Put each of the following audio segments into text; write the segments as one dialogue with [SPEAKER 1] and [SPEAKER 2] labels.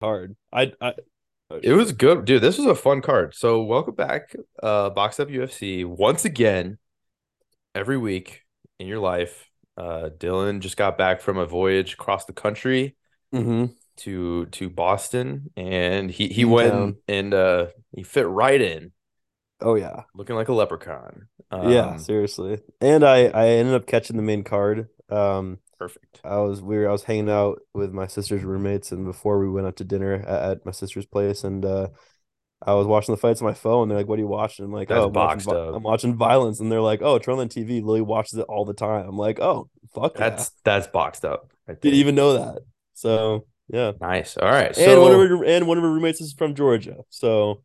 [SPEAKER 1] hard. I, I
[SPEAKER 2] It was good, dude. This was a fun card. So welcome back, uh, Box Up UFC once again. Every week in your life, uh, Dylan just got back from a voyage across the country
[SPEAKER 1] Mhm.
[SPEAKER 2] to to Boston, and he he
[SPEAKER 1] Beat
[SPEAKER 2] went
[SPEAKER 1] down.
[SPEAKER 2] and uh he fit right in,
[SPEAKER 1] Oh yeah,
[SPEAKER 2] looking like a leprechaun.
[SPEAKER 1] yeah.
[SPEAKER 2] Um,
[SPEAKER 1] Seriously, and I I ended up catching the main card. Um,
[SPEAKER 2] perfect.
[SPEAKER 1] I was we were I was hanging out with my sister's roommates, and before we went out to dinner at, at my sister's place, and uh, I was watching the fights on my phone. They're like, "What are you watching?" I'm like,
[SPEAKER 2] That's
[SPEAKER 1] "Oh, I'm watching,
[SPEAKER 2] boxed
[SPEAKER 1] vi-
[SPEAKER 2] up.
[SPEAKER 1] I'm watching violence," and they're like, "Oh, Toronto on TV literally watches it all the time." I'm like, "Oh, fuck yeah."
[SPEAKER 2] That's that's boxed up. Right
[SPEAKER 1] Didn't
[SPEAKER 2] there.
[SPEAKER 1] even know that. So yeah,
[SPEAKER 2] nice. All right.
[SPEAKER 1] and one
[SPEAKER 2] so-
[SPEAKER 1] of her and one of her roommates is from Georgia, so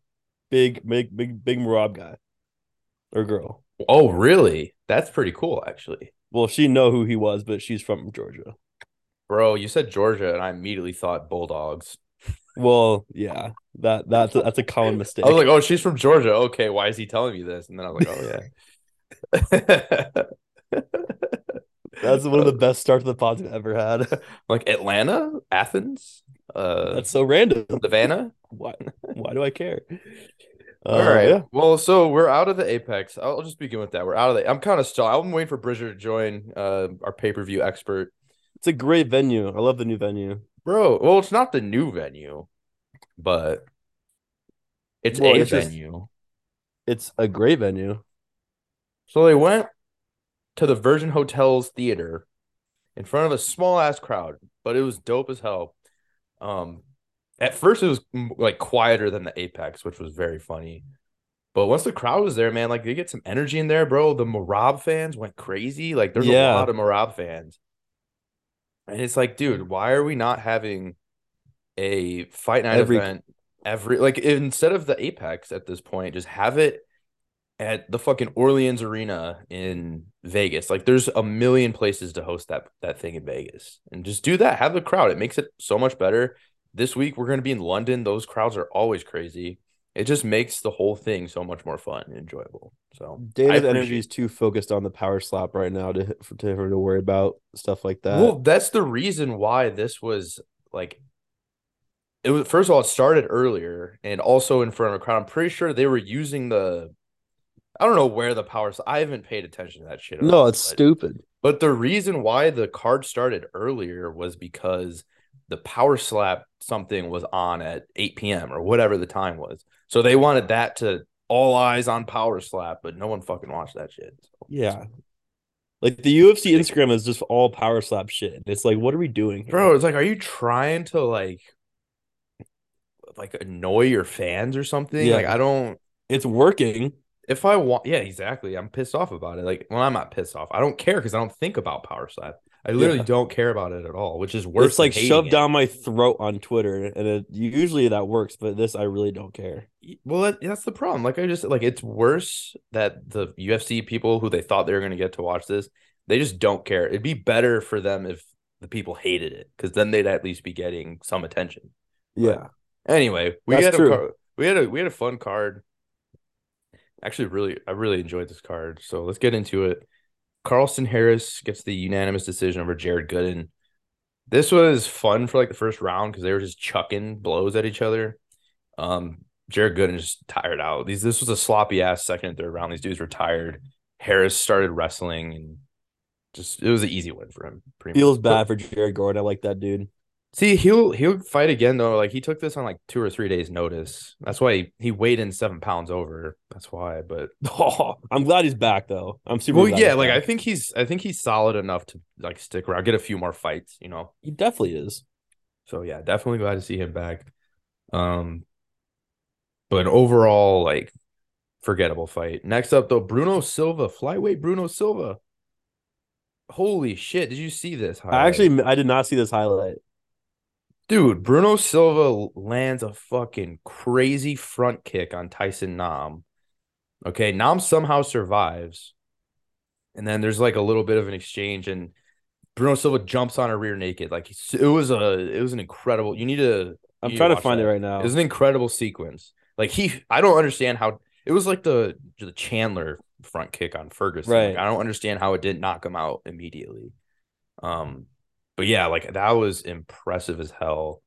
[SPEAKER 1] big big big big Marab guy or girl.
[SPEAKER 2] oh, really? That's pretty cool, actually.
[SPEAKER 1] Well, she know who he was, but she's from Georgia.
[SPEAKER 2] Bro, you said Georgia, and I immediately thought Bulldogs.
[SPEAKER 1] Well, yeah, that that's a, that's a common mistake.
[SPEAKER 2] I was like, oh, she's from Georgia. Okay, why is he telling me this? And then I was like, oh, yeah.
[SPEAKER 1] that's one of the best starts the pods I've ever had.
[SPEAKER 2] like Atlanta, Athens, uh,
[SPEAKER 1] That's so random.
[SPEAKER 2] Savannah.
[SPEAKER 1] Why why do I care?
[SPEAKER 2] All
[SPEAKER 1] Uh,
[SPEAKER 2] right.
[SPEAKER 1] yeah.
[SPEAKER 2] Well, so we're out of the Apex. I'll just begin with that. We're out of the. I'm kind of stalled. I'm waiting for Bridger to join uh, our pay per view expert.
[SPEAKER 1] It's a great venue. I love the new venue.
[SPEAKER 2] Bro, well, it's not the new venue, but it's
[SPEAKER 1] Well,
[SPEAKER 2] a
[SPEAKER 1] it's just-
[SPEAKER 2] venue.
[SPEAKER 1] It's a great venue.
[SPEAKER 2] So they went to the Virgin Hotels Theater in front of a small ass crowd, but it was dope as hell. Um, at first it was mm, like quieter than the Apex, which was very funny. But once the crowd was there, man, like they get some energy in there, bro. The Marab fans went crazy. Like there's
[SPEAKER 1] Yeah.
[SPEAKER 2] a lot of Marab fans. And it's like, dude, why are we not having a fight night
[SPEAKER 1] Every-
[SPEAKER 2] event every like instead of the Apex at this point, just have it at the fucking Orleans Arena in Vegas. Like there's a million places to host that that thing in Vegas. And just do that. Have the crowd. It makes it so much better. This week we're going to be in London. Those crowds are always crazy. It just makes the whole thing so much more fun and enjoyable. So
[SPEAKER 1] Dana's
[SPEAKER 2] appreciate-
[SPEAKER 1] energy is too focused on the power slap right now to for to her to worry about stuff like that.
[SPEAKER 2] well, that's the reason why this was like it was first of all, it started earlier and also in front of a crowd. I'm pretty sure they were using the I don't know where the power I haven't paid attention to that shit. at
[SPEAKER 1] no,
[SPEAKER 2] all,
[SPEAKER 1] it's
[SPEAKER 2] but-
[SPEAKER 1] stupid.
[SPEAKER 2] But the reason why the card started earlier was because the power slap something was on at 8 p.m. or whatever the time was. So they wanted that to all eyes on power slap, but no one fucking watched that shit. So-
[SPEAKER 1] Yeah. Like the UFC Instagram is just all power slap shit. It's like, what are we doing? here?
[SPEAKER 2] Bro, it's like, are you trying to like like annoy your fans or something?
[SPEAKER 1] Yeah.
[SPEAKER 2] Like, I don't
[SPEAKER 1] it's working.
[SPEAKER 2] if I want yeah, exactly. I'm pissed off about it. Like, well, I'm not pissed off. I don't care because I don't think about power slap. I literally
[SPEAKER 1] Yeah.
[SPEAKER 2] don't care about it at all, which is worse.
[SPEAKER 1] it's like
[SPEAKER 2] than hating
[SPEAKER 1] shoved
[SPEAKER 2] it.
[SPEAKER 1] down my throat on Twitter, and it, usually that works, but this I really don't care.
[SPEAKER 2] Y- well that, that's the problem like i just like it's worse that the ufc people who they thought they were going to get to watch this they just don't care it'd be better for them if the people hated it because then they'd at least be getting some attention
[SPEAKER 1] Yeah,
[SPEAKER 2] anyway we
[SPEAKER 1] That's
[SPEAKER 2] had
[SPEAKER 1] true.
[SPEAKER 2] a car- we had a we had a fun card actually really i really enjoyed this card so let's get into it carlson harris gets the unanimous decision over jared gooden this was fun for like the first round because they were just chucking blows at each other um jared gooden just tired out these this was a sloppy ass second and third round these dudes were tired harris started wrestling and just it was an easy win for him pretty
[SPEAKER 1] feels
[SPEAKER 2] much. But-
[SPEAKER 1] bad for Jared Gordon. I like that dude.
[SPEAKER 2] See, he'll he'll fight again though. Like he took this on like two or three days notice. That's why he, he weighed in seven pounds over. That's why. But
[SPEAKER 1] I'm glad he's back though. I'm super.
[SPEAKER 2] well,
[SPEAKER 1] glad
[SPEAKER 2] yeah,
[SPEAKER 1] he's
[SPEAKER 2] like I
[SPEAKER 1] back.
[SPEAKER 2] think he's I think he's solid enough to like stick around, get a few more fights, you know.
[SPEAKER 1] he definitely is.
[SPEAKER 2] So yeah, definitely glad to see him back. Um, but overall, like forgettable fight. Next up though, Bruno Silva, flyweight Bruno Silva. Holy shit! Did you see this?
[SPEAKER 1] I
[SPEAKER 2] highlight?
[SPEAKER 1] actually I did not see this highlight.
[SPEAKER 2] Dude, Bruno Silva lands a fucking crazy front kick on Tyson Nam. Okay, Nam somehow survives. And then there's like a little bit of an exchange and Bruno Silva jumps on her rear naked. Like it's- it was a it was an incredible. You need to
[SPEAKER 1] I'm
[SPEAKER 2] You
[SPEAKER 1] trying to
[SPEAKER 2] watch
[SPEAKER 1] find it
[SPEAKER 2] that.
[SPEAKER 1] right now.
[SPEAKER 2] it was an incredible sequence. Like he I don't understand how it was like the the Chandler front kick on Ferguson. Like,
[SPEAKER 1] Right.
[SPEAKER 2] I don't understand how it didn't knock him out immediately. Um but yeah, like that was impressive as hell.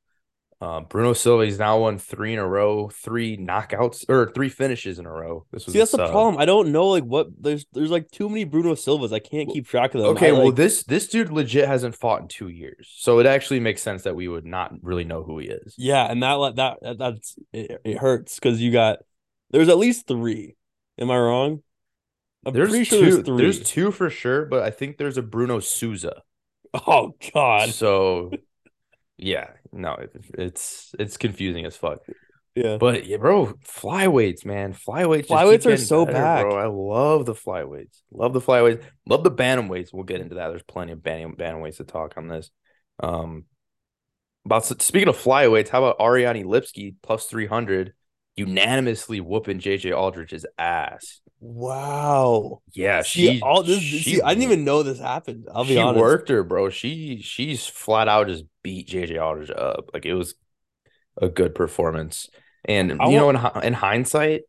[SPEAKER 2] Uh, Bruno Silva he's now won three in a row, three knockouts or three finishes in a row. This was
[SPEAKER 1] See,
[SPEAKER 2] a
[SPEAKER 1] that's the
[SPEAKER 2] sub.
[SPEAKER 1] problem. I don't know like what there's there's like too many Bruno Silvas. I can't keep track of them.
[SPEAKER 2] Okay,
[SPEAKER 1] I,
[SPEAKER 2] well
[SPEAKER 1] like-
[SPEAKER 2] this this dude legit hasn't fought in two years, so it actually makes sense that we would not really know who he is.
[SPEAKER 1] yeah, and that like, that, that that's it, it hurts because you got there's at least three. Am I wrong? I'm
[SPEAKER 2] There's
[SPEAKER 1] pretty sure
[SPEAKER 2] two.
[SPEAKER 1] there's three.
[SPEAKER 2] two for sure, but I think there's a Bruno Souza.
[SPEAKER 1] Oh God.
[SPEAKER 2] So, yeah, no, it, it's it's confusing as fuck.
[SPEAKER 1] Yeah.
[SPEAKER 2] But yeah, bro, flyweights, man, flyweights. just keep
[SPEAKER 1] Flyweights are
[SPEAKER 2] getting
[SPEAKER 1] so back.
[SPEAKER 2] bro. I love the flyweights. Love the flyweights. Love the bantamweights. We'll get into that. There's plenty of bantam bantamweights to talk on this. Um, about speaking of flyweights, how about Ariane Lipsky plus three hundred, unanimously whooping JJ Aldrich's ass.
[SPEAKER 1] Wow.
[SPEAKER 2] Yeah,
[SPEAKER 1] See,
[SPEAKER 2] she.
[SPEAKER 1] all this.
[SPEAKER 2] she
[SPEAKER 1] see, I didn't even know this happened. I'll be
[SPEAKER 2] she
[SPEAKER 1] honest.
[SPEAKER 2] worked her, bro. She she's flat out just beat JJ Aldridge up. Like it was a good performance. And
[SPEAKER 1] I
[SPEAKER 2] you know, in hi- in hindsight,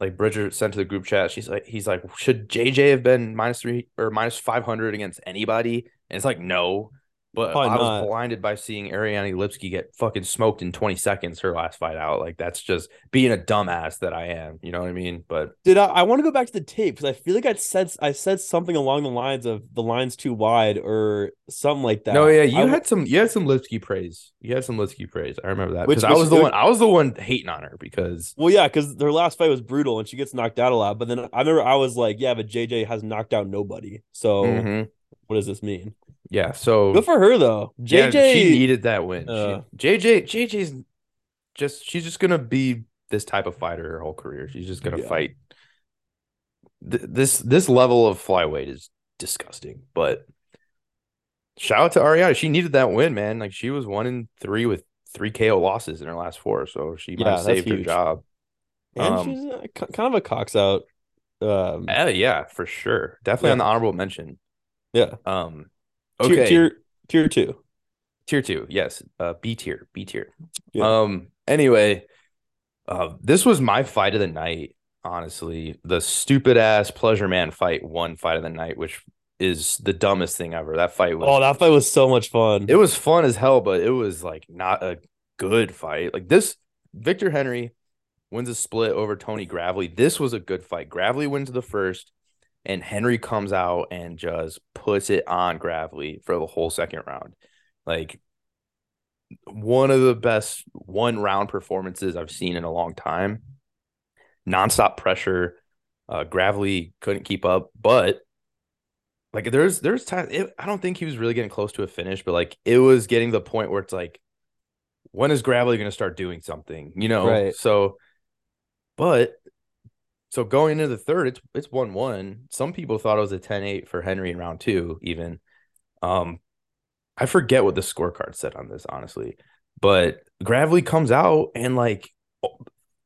[SPEAKER 2] like Bridger sent to the group chat, she's like, he's like, should JJ have been minus three or minus five hundred against anybody? And it's like, no. But
[SPEAKER 1] Probably
[SPEAKER 2] I was
[SPEAKER 1] not.
[SPEAKER 2] blinded by seeing Ariane Lipsky get fucking smoked in 20 seconds her last fight out. Like that's just being a dumbass that I am. You know what I mean? But
[SPEAKER 1] Did I? I want to go back to the tape because I feel like I said I said something along the lines of the lines too wide or something like that.
[SPEAKER 2] No, yeah, you
[SPEAKER 1] I-
[SPEAKER 2] had some, you had some Lipsky praise. You had some Lipsky praise. I remember that
[SPEAKER 1] Which-
[SPEAKER 2] because I
[SPEAKER 1] which
[SPEAKER 2] was the
[SPEAKER 1] is-
[SPEAKER 2] one, I was the one hating on her because
[SPEAKER 1] Well, yeah, because her last fight was brutal and she gets knocked out a lot. But then I remember I was like, yeah, but JJ has knocked out nobody. So
[SPEAKER 2] Mhm.
[SPEAKER 1] what does this mean?
[SPEAKER 2] yeah, so
[SPEAKER 1] Good for her though.
[SPEAKER 2] yeah,
[SPEAKER 1] JJ.
[SPEAKER 2] she needed that win. She-
[SPEAKER 1] uh,
[SPEAKER 2] JJ, JJ's just she's just gonna be this type of fighter her whole career. She's just gonna
[SPEAKER 1] Yeah.
[SPEAKER 2] fight. Th- this this level of flyweight is disgusting, but shout out to Ariana. She needed that win, man. Like she was one in three with three KO losses in her last four, so she might
[SPEAKER 1] Yeah,
[SPEAKER 2] have
[SPEAKER 1] that's
[SPEAKER 2] saved her
[SPEAKER 1] huge.
[SPEAKER 2] job.
[SPEAKER 1] and
[SPEAKER 2] um,
[SPEAKER 1] she's a, ki- kind of a cocks out. Um,
[SPEAKER 2] Uh, yeah, for sure. Definitely
[SPEAKER 1] Yeah.
[SPEAKER 2] on the honorable mention.
[SPEAKER 1] Yeah.
[SPEAKER 2] Um
[SPEAKER 1] tier-
[SPEAKER 2] okay. Tier,
[SPEAKER 1] tier, tier two.
[SPEAKER 2] two, yes. Uh B tier. B tier.
[SPEAKER 1] Yeah.
[SPEAKER 2] Um anyway, uh this was my fight of the night, honestly. The stupid ass pleasure man fight, one fight of the night, which is the dumbest thing ever. That fight was
[SPEAKER 1] Oh, that fight was so much fun.
[SPEAKER 2] it was fun as hell, but it was like not a good fight. Like this, Victor Henry wins a split over Tony Gravely. This was a good fight. Gravely wins the first, and Henry comes out and just puts it on Gravely for the whole second round. Like one of the best one round performances I've seen in a long time. Nonstop pressure. Uh, Gravely couldn't keep up, but like there's there's time. It, I don't think he was really getting close to a finish, but like it was getting to the point where it's like, when is Gravely going to start doing something? You know.
[SPEAKER 1] Right.
[SPEAKER 2] So, but so going into the third, it's it's one one. Some people thought it was a 10-8 for Henry in round two, even. Um, I forget what the scorecard said on this, honestly. But Gravely comes out and like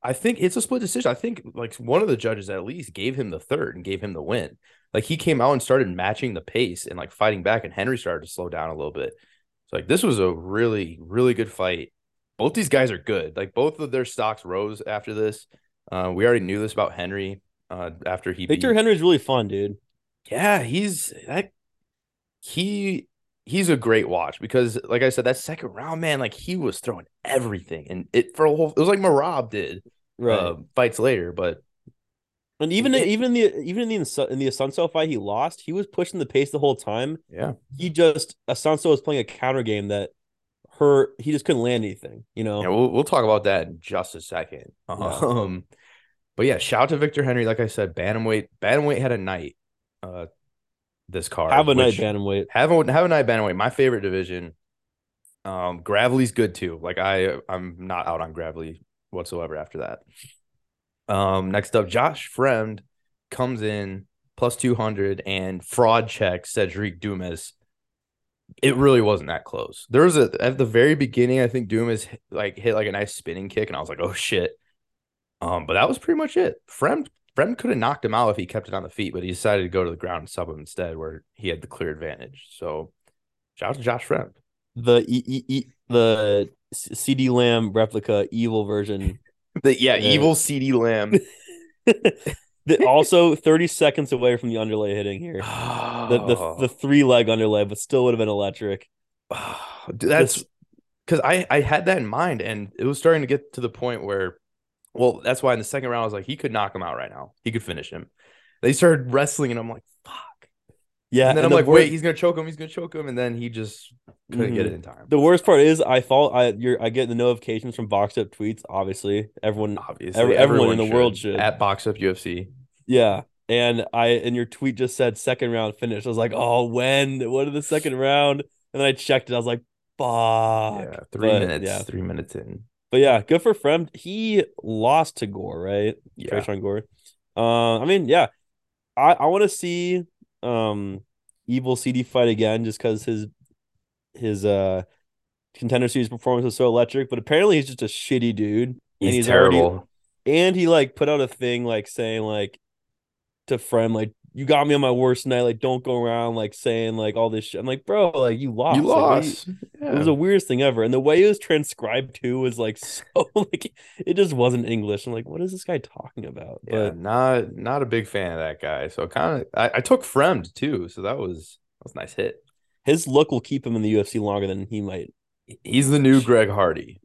[SPEAKER 2] I think it's a split decision. I think like one of the judges at least gave him the third and gave him the win. Like he came out and started matching the pace and like fighting back, and Henry started to slow down a little bit. So like this was a really, really good fight. Both these guys are good. Like both of their stocks rose after this. Uh, we already knew this about Henry uh, after he
[SPEAKER 1] Victor
[SPEAKER 2] beat
[SPEAKER 1] Henry's really fun, dude.
[SPEAKER 2] yeah, he's that he he's a great watch because like I said, that second round, man, like he was throwing everything and it for a whole it was like Marab did
[SPEAKER 1] Right.
[SPEAKER 2] uh, fights later, but
[SPEAKER 1] and even
[SPEAKER 2] it-
[SPEAKER 1] even the even in the Asun- in the Asuncio fight he lost, he was pushing the pace the whole time.
[SPEAKER 2] yeah.
[SPEAKER 1] He just Asuncio was playing a counter game that her he just couldn't land anything. You know.
[SPEAKER 2] Yeah, we'll we'll talk about that in just a second.
[SPEAKER 1] Uh-huh.
[SPEAKER 2] Um but yeah, shout out to Victor Henry. Like I said, Bantamweight, Bantamweight had a night uh this card.
[SPEAKER 1] Have a night,
[SPEAKER 2] which-
[SPEAKER 1] bantamweight.
[SPEAKER 2] Have a have a night bantamweight, my favorite division. Um, Gravelly's good too. Like I, I'm not out on Gravelly whatsoever after that. Um, next up, Josh Fremd comes in plus two hundred and fraud checks Cedric Dumas. It really wasn't that close. There was a at the very beginning, I think Dumas hit- like hit like a nice spinning kick, and I was like, oh shit. Um, but that was pretty much it. Fremd Brem could have knocked him out if he kept it on the feet, but he decided to go to the ground and sub him instead, where he had the clear advantage. So, shout out to Josh Fremd.
[SPEAKER 1] The e, e, e, the C- CD Lamb replica evil version.
[SPEAKER 2] The, yeah,
[SPEAKER 1] Yeah.
[SPEAKER 2] evil CD Lamb.
[SPEAKER 1] That also 30 seconds away from the underlay hitting here.
[SPEAKER 2] Oh.
[SPEAKER 1] The the, the three leg underlay, but still would have been electric.
[SPEAKER 2] Dude, that's
[SPEAKER 1] This-
[SPEAKER 2] because I I had that in mind, and it was starting to get to the point where, well, that's why in the second round I was like, he could knock him out right now. He could finish him. They started wrestling, and I'm like, fuck.
[SPEAKER 1] Yeah,
[SPEAKER 2] and then I'm
[SPEAKER 1] the
[SPEAKER 2] like,
[SPEAKER 1] wor-
[SPEAKER 2] wait, he's gonna choke him. He's gonna choke him, and then he just couldn't get it in time.
[SPEAKER 1] Mm-hmm. The worst part is I fall. I you're I get the notifications from Boxed Up tweets. Obviously, everyone.
[SPEAKER 2] Obviously,
[SPEAKER 1] Every- everyone in the world should.
[SPEAKER 2] at box up UFC.
[SPEAKER 1] Yeah, and I and your tweet just said second round finish. I was like, oh, when? What is the second round? And then I checked it. I was like, fuck.
[SPEAKER 2] Yeah, three
[SPEAKER 1] But,
[SPEAKER 2] minutes.
[SPEAKER 1] yeah.
[SPEAKER 2] three minutes in.
[SPEAKER 1] But yeah, good for Fremd. He lost to Gore, right?
[SPEAKER 2] Yeah,
[SPEAKER 1] Trayshawn Gore. Uh, I mean, yeah, I I want to see um evil CD fight again just because his his uh contender series performance was so electric. But apparently, he's just a shitty dude,
[SPEAKER 2] he's,
[SPEAKER 1] and he's already-
[SPEAKER 2] terrible.
[SPEAKER 1] and he like put out a thing like saying like to friend like you got me on my worst night. Like don't go around like saying like all this shit. I'm like bro, like you lost.
[SPEAKER 2] You
[SPEAKER 1] Like, what do
[SPEAKER 2] lost.
[SPEAKER 1] it was the weirdest thing ever, and the way it was transcribed too was like so like it just wasn't English. I'm like, what is this guy talking about?
[SPEAKER 2] yeah,
[SPEAKER 1] But
[SPEAKER 2] not not a big fan of that guy. So kind of, I, I took Fremd too. So that was that was a nice hit.
[SPEAKER 1] his look will keep him in the UFC longer than he might.
[SPEAKER 2] He's the new Greg Hardy,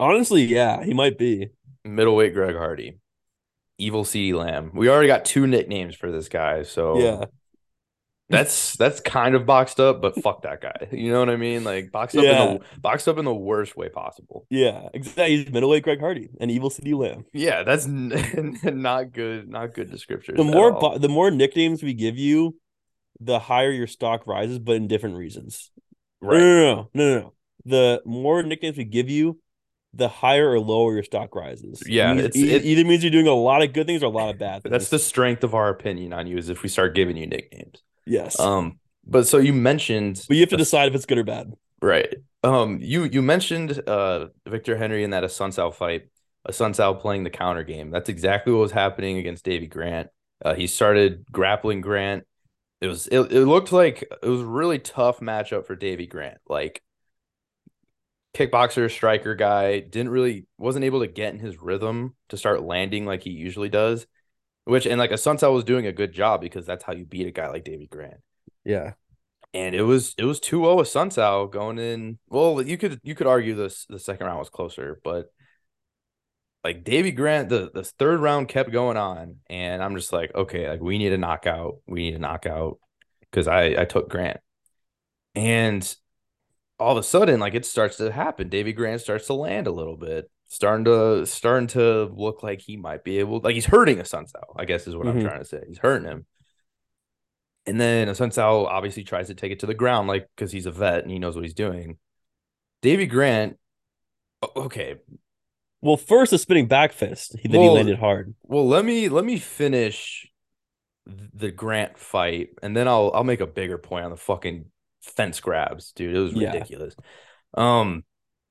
[SPEAKER 1] Honestly, yeah, he might be.
[SPEAKER 2] middleweight Greg Hardy, evil CD Lamb. We already got two nicknames for this guy. So
[SPEAKER 1] Yeah,
[SPEAKER 2] that's that's kind of boxed up, but fuck that guy. You know what I mean? Like boxed up in the boxed up in the worst way possible.
[SPEAKER 1] yeah, exactly. He's middleweight Greg Hardy and Evil City Lamb.
[SPEAKER 2] Yeah, that's n- not good. Not good descriptors.
[SPEAKER 1] The
[SPEAKER 2] at
[SPEAKER 1] more
[SPEAKER 2] all.
[SPEAKER 1] bo- the more nicknames we give you, the higher your stock rises, but in different reasons. No,
[SPEAKER 2] right.
[SPEAKER 1] No, no, no, no, no. The more nicknames we give you, the higher or lower your stock rises. It
[SPEAKER 2] Yeah,
[SPEAKER 1] means-
[SPEAKER 2] it's-
[SPEAKER 1] e-
[SPEAKER 2] it-
[SPEAKER 1] either means you're doing a lot of good things or a lot of bad. Things.
[SPEAKER 2] That's the strength of our opinion on you is if we start giving you nicknames.
[SPEAKER 1] Yes.
[SPEAKER 2] Um, but so you mentioned
[SPEAKER 1] but you have to decide if it's good or bad.
[SPEAKER 2] Right. Um, you you mentioned uh Victor Henry in that Sun Sal fight, Sun Sal playing the counter game. That's exactly what was happening against Davy Grant. Uh, he started grappling Grant. It was it, it looked like it was a really tough matchup for Davy Grant. Like kickboxer, striker guy, didn't really wasn't able to get in his rhythm to start landing like he usually does. Which and like a Sun Sal was doing a good job because that's how you beat a guy like Davy Grant
[SPEAKER 1] Yeah.
[SPEAKER 2] and it was it was 2-0 with Sun Tzu going in. Well, you could you could argue this the second round was closer, but like Davy Grant, the, the third round kept going on, and I'm just like, okay, like we need a knockout, we need a knockout, because I I took Grant, and all of a sudden like it starts to happen. Davy Grant starts to land a little bit, starting to starting to look like he might be able, like he's hurting a Sun Tzu, I guess is what
[SPEAKER 1] Mhm.
[SPEAKER 2] I'm trying to say. He's hurting him. And then Sun Tzu obviously tries to take it to the ground, like because he's a vet and he knows what he's doing. Davy Grant, o- okay,
[SPEAKER 1] Well, first the spinning back fist he- that he
[SPEAKER 2] Well-
[SPEAKER 1] landed hard.
[SPEAKER 2] well let me let me finish th- the Grant fight, and then I'll I'll make a bigger point on the fucking fence grabs, dude. It was
[SPEAKER 1] Yeah.
[SPEAKER 2] ridiculous. Um,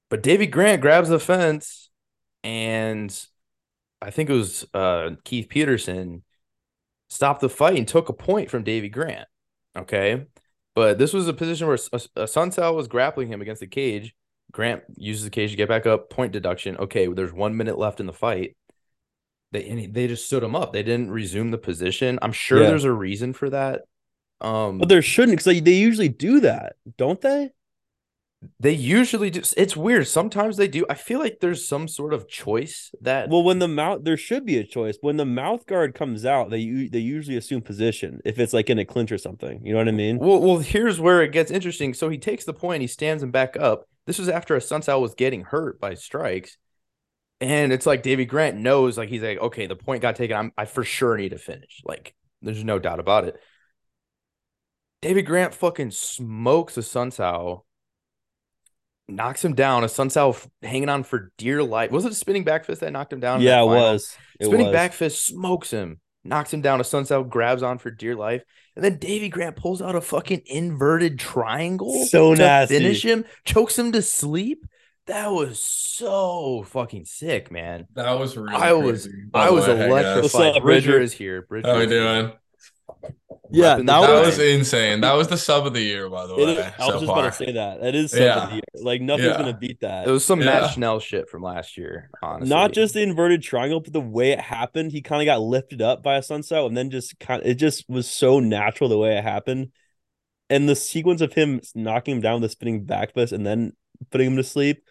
[SPEAKER 2] but Davy Grant grabs the fence, and I think it was uh Keith Peterson stopped the fight and took a point from Davy Grant. Okay. But this was a position where S- S- uh, Sun Tzu was grappling him against the cage. Grant uses the cage to get back up, point deduction. Okay, there's one minute left in the fight. They and he- they just stood him up. They didn't resume the position. I'm sure
[SPEAKER 1] Yeah.
[SPEAKER 2] there's a reason for that. Um,
[SPEAKER 1] But there shouldn't because they, they usually do that, don't they?
[SPEAKER 2] they usually do. It's weird. Sometimes they do. I feel like there's some sort of choice that.
[SPEAKER 1] Well, when the mouth there should be a choice. When the mouth guard comes out, they u- they usually assume position if it's like in a clinch or something. You know what I mean?
[SPEAKER 2] Well, well, here's where it gets interesting. So he takes the point, he stands him back up. This was after a Sun Tzu was getting hurt by strikes. And it's like Davy Grant knows, like he's like, okay, the point got taken. I'm I for sure need to finish. Like, there's no doubt about it. Davy Grant fucking smokes a Sun Tzu, knocks him down, a Sun Tzu f- hanging on for dear life. Was it a spinning back fist that knocked him down? in
[SPEAKER 1] yeah,
[SPEAKER 2] that
[SPEAKER 1] it
[SPEAKER 2] final?
[SPEAKER 1] was. It
[SPEAKER 2] Spinning
[SPEAKER 1] was.
[SPEAKER 2] back fist smokes him, knocks him down. A sun cell grabs on for dear life, and then Davy Grant pulls out a fucking inverted triangle
[SPEAKER 1] So
[SPEAKER 2] to
[SPEAKER 1] nasty.
[SPEAKER 2] finish him, chokes him to sleep. That was so fucking sick, man.
[SPEAKER 3] That was really
[SPEAKER 2] I was-
[SPEAKER 3] crazy, by
[SPEAKER 2] I
[SPEAKER 3] the
[SPEAKER 2] was
[SPEAKER 3] way, hey, guys. Oh,
[SPEAKER 1] What's
[SPEAKER 2] electrified.
[SPEAKER 1] up,
[SPEAKER 2] Bridger?
[SPEAKER 1] Bridger?
[SPEAKER 2] is here. Bridger,
[SPEAKER 3] How we
[SPEAKER 2] is here.
[SPEAKER 3] doing?
[SPEAKER 1] Yeah, that
[SPEAKER 2] Repping the
[SPEAKER 3] That
[SPEAKER 1] was.
[SPEAKER 3] was insane. That was the sub of the year, by the
[SPEAKER 1] it
[SPEAKER 3] way.
[SPEAKER 1] is- I was
[SPEAKER 3] so
[SPEAKER 1] just
[SPEAKER 3] far.
[SPEAKER 1] about to say that. That is something.
[SPEAKER 3] Yeah.
[SPEAKER 1] here. Like nothing's
[SPEAKER 3] Yeah.
[SPEAKER 1] gonna beat that.
[SPEAKER 2] It was some
[SPEAKER 3] Yeah.
[SPEAKER 2] Matt Schnell shit from last year, honestly.
[SPEAKER 1] Not just the inverted triangle, but the way it happened, he kind of got lifted up by a sunset, and then just kind it just was so natural the way it happened, and the sequence of him knocking him down with the spinning back fist, and then putting him to sleep.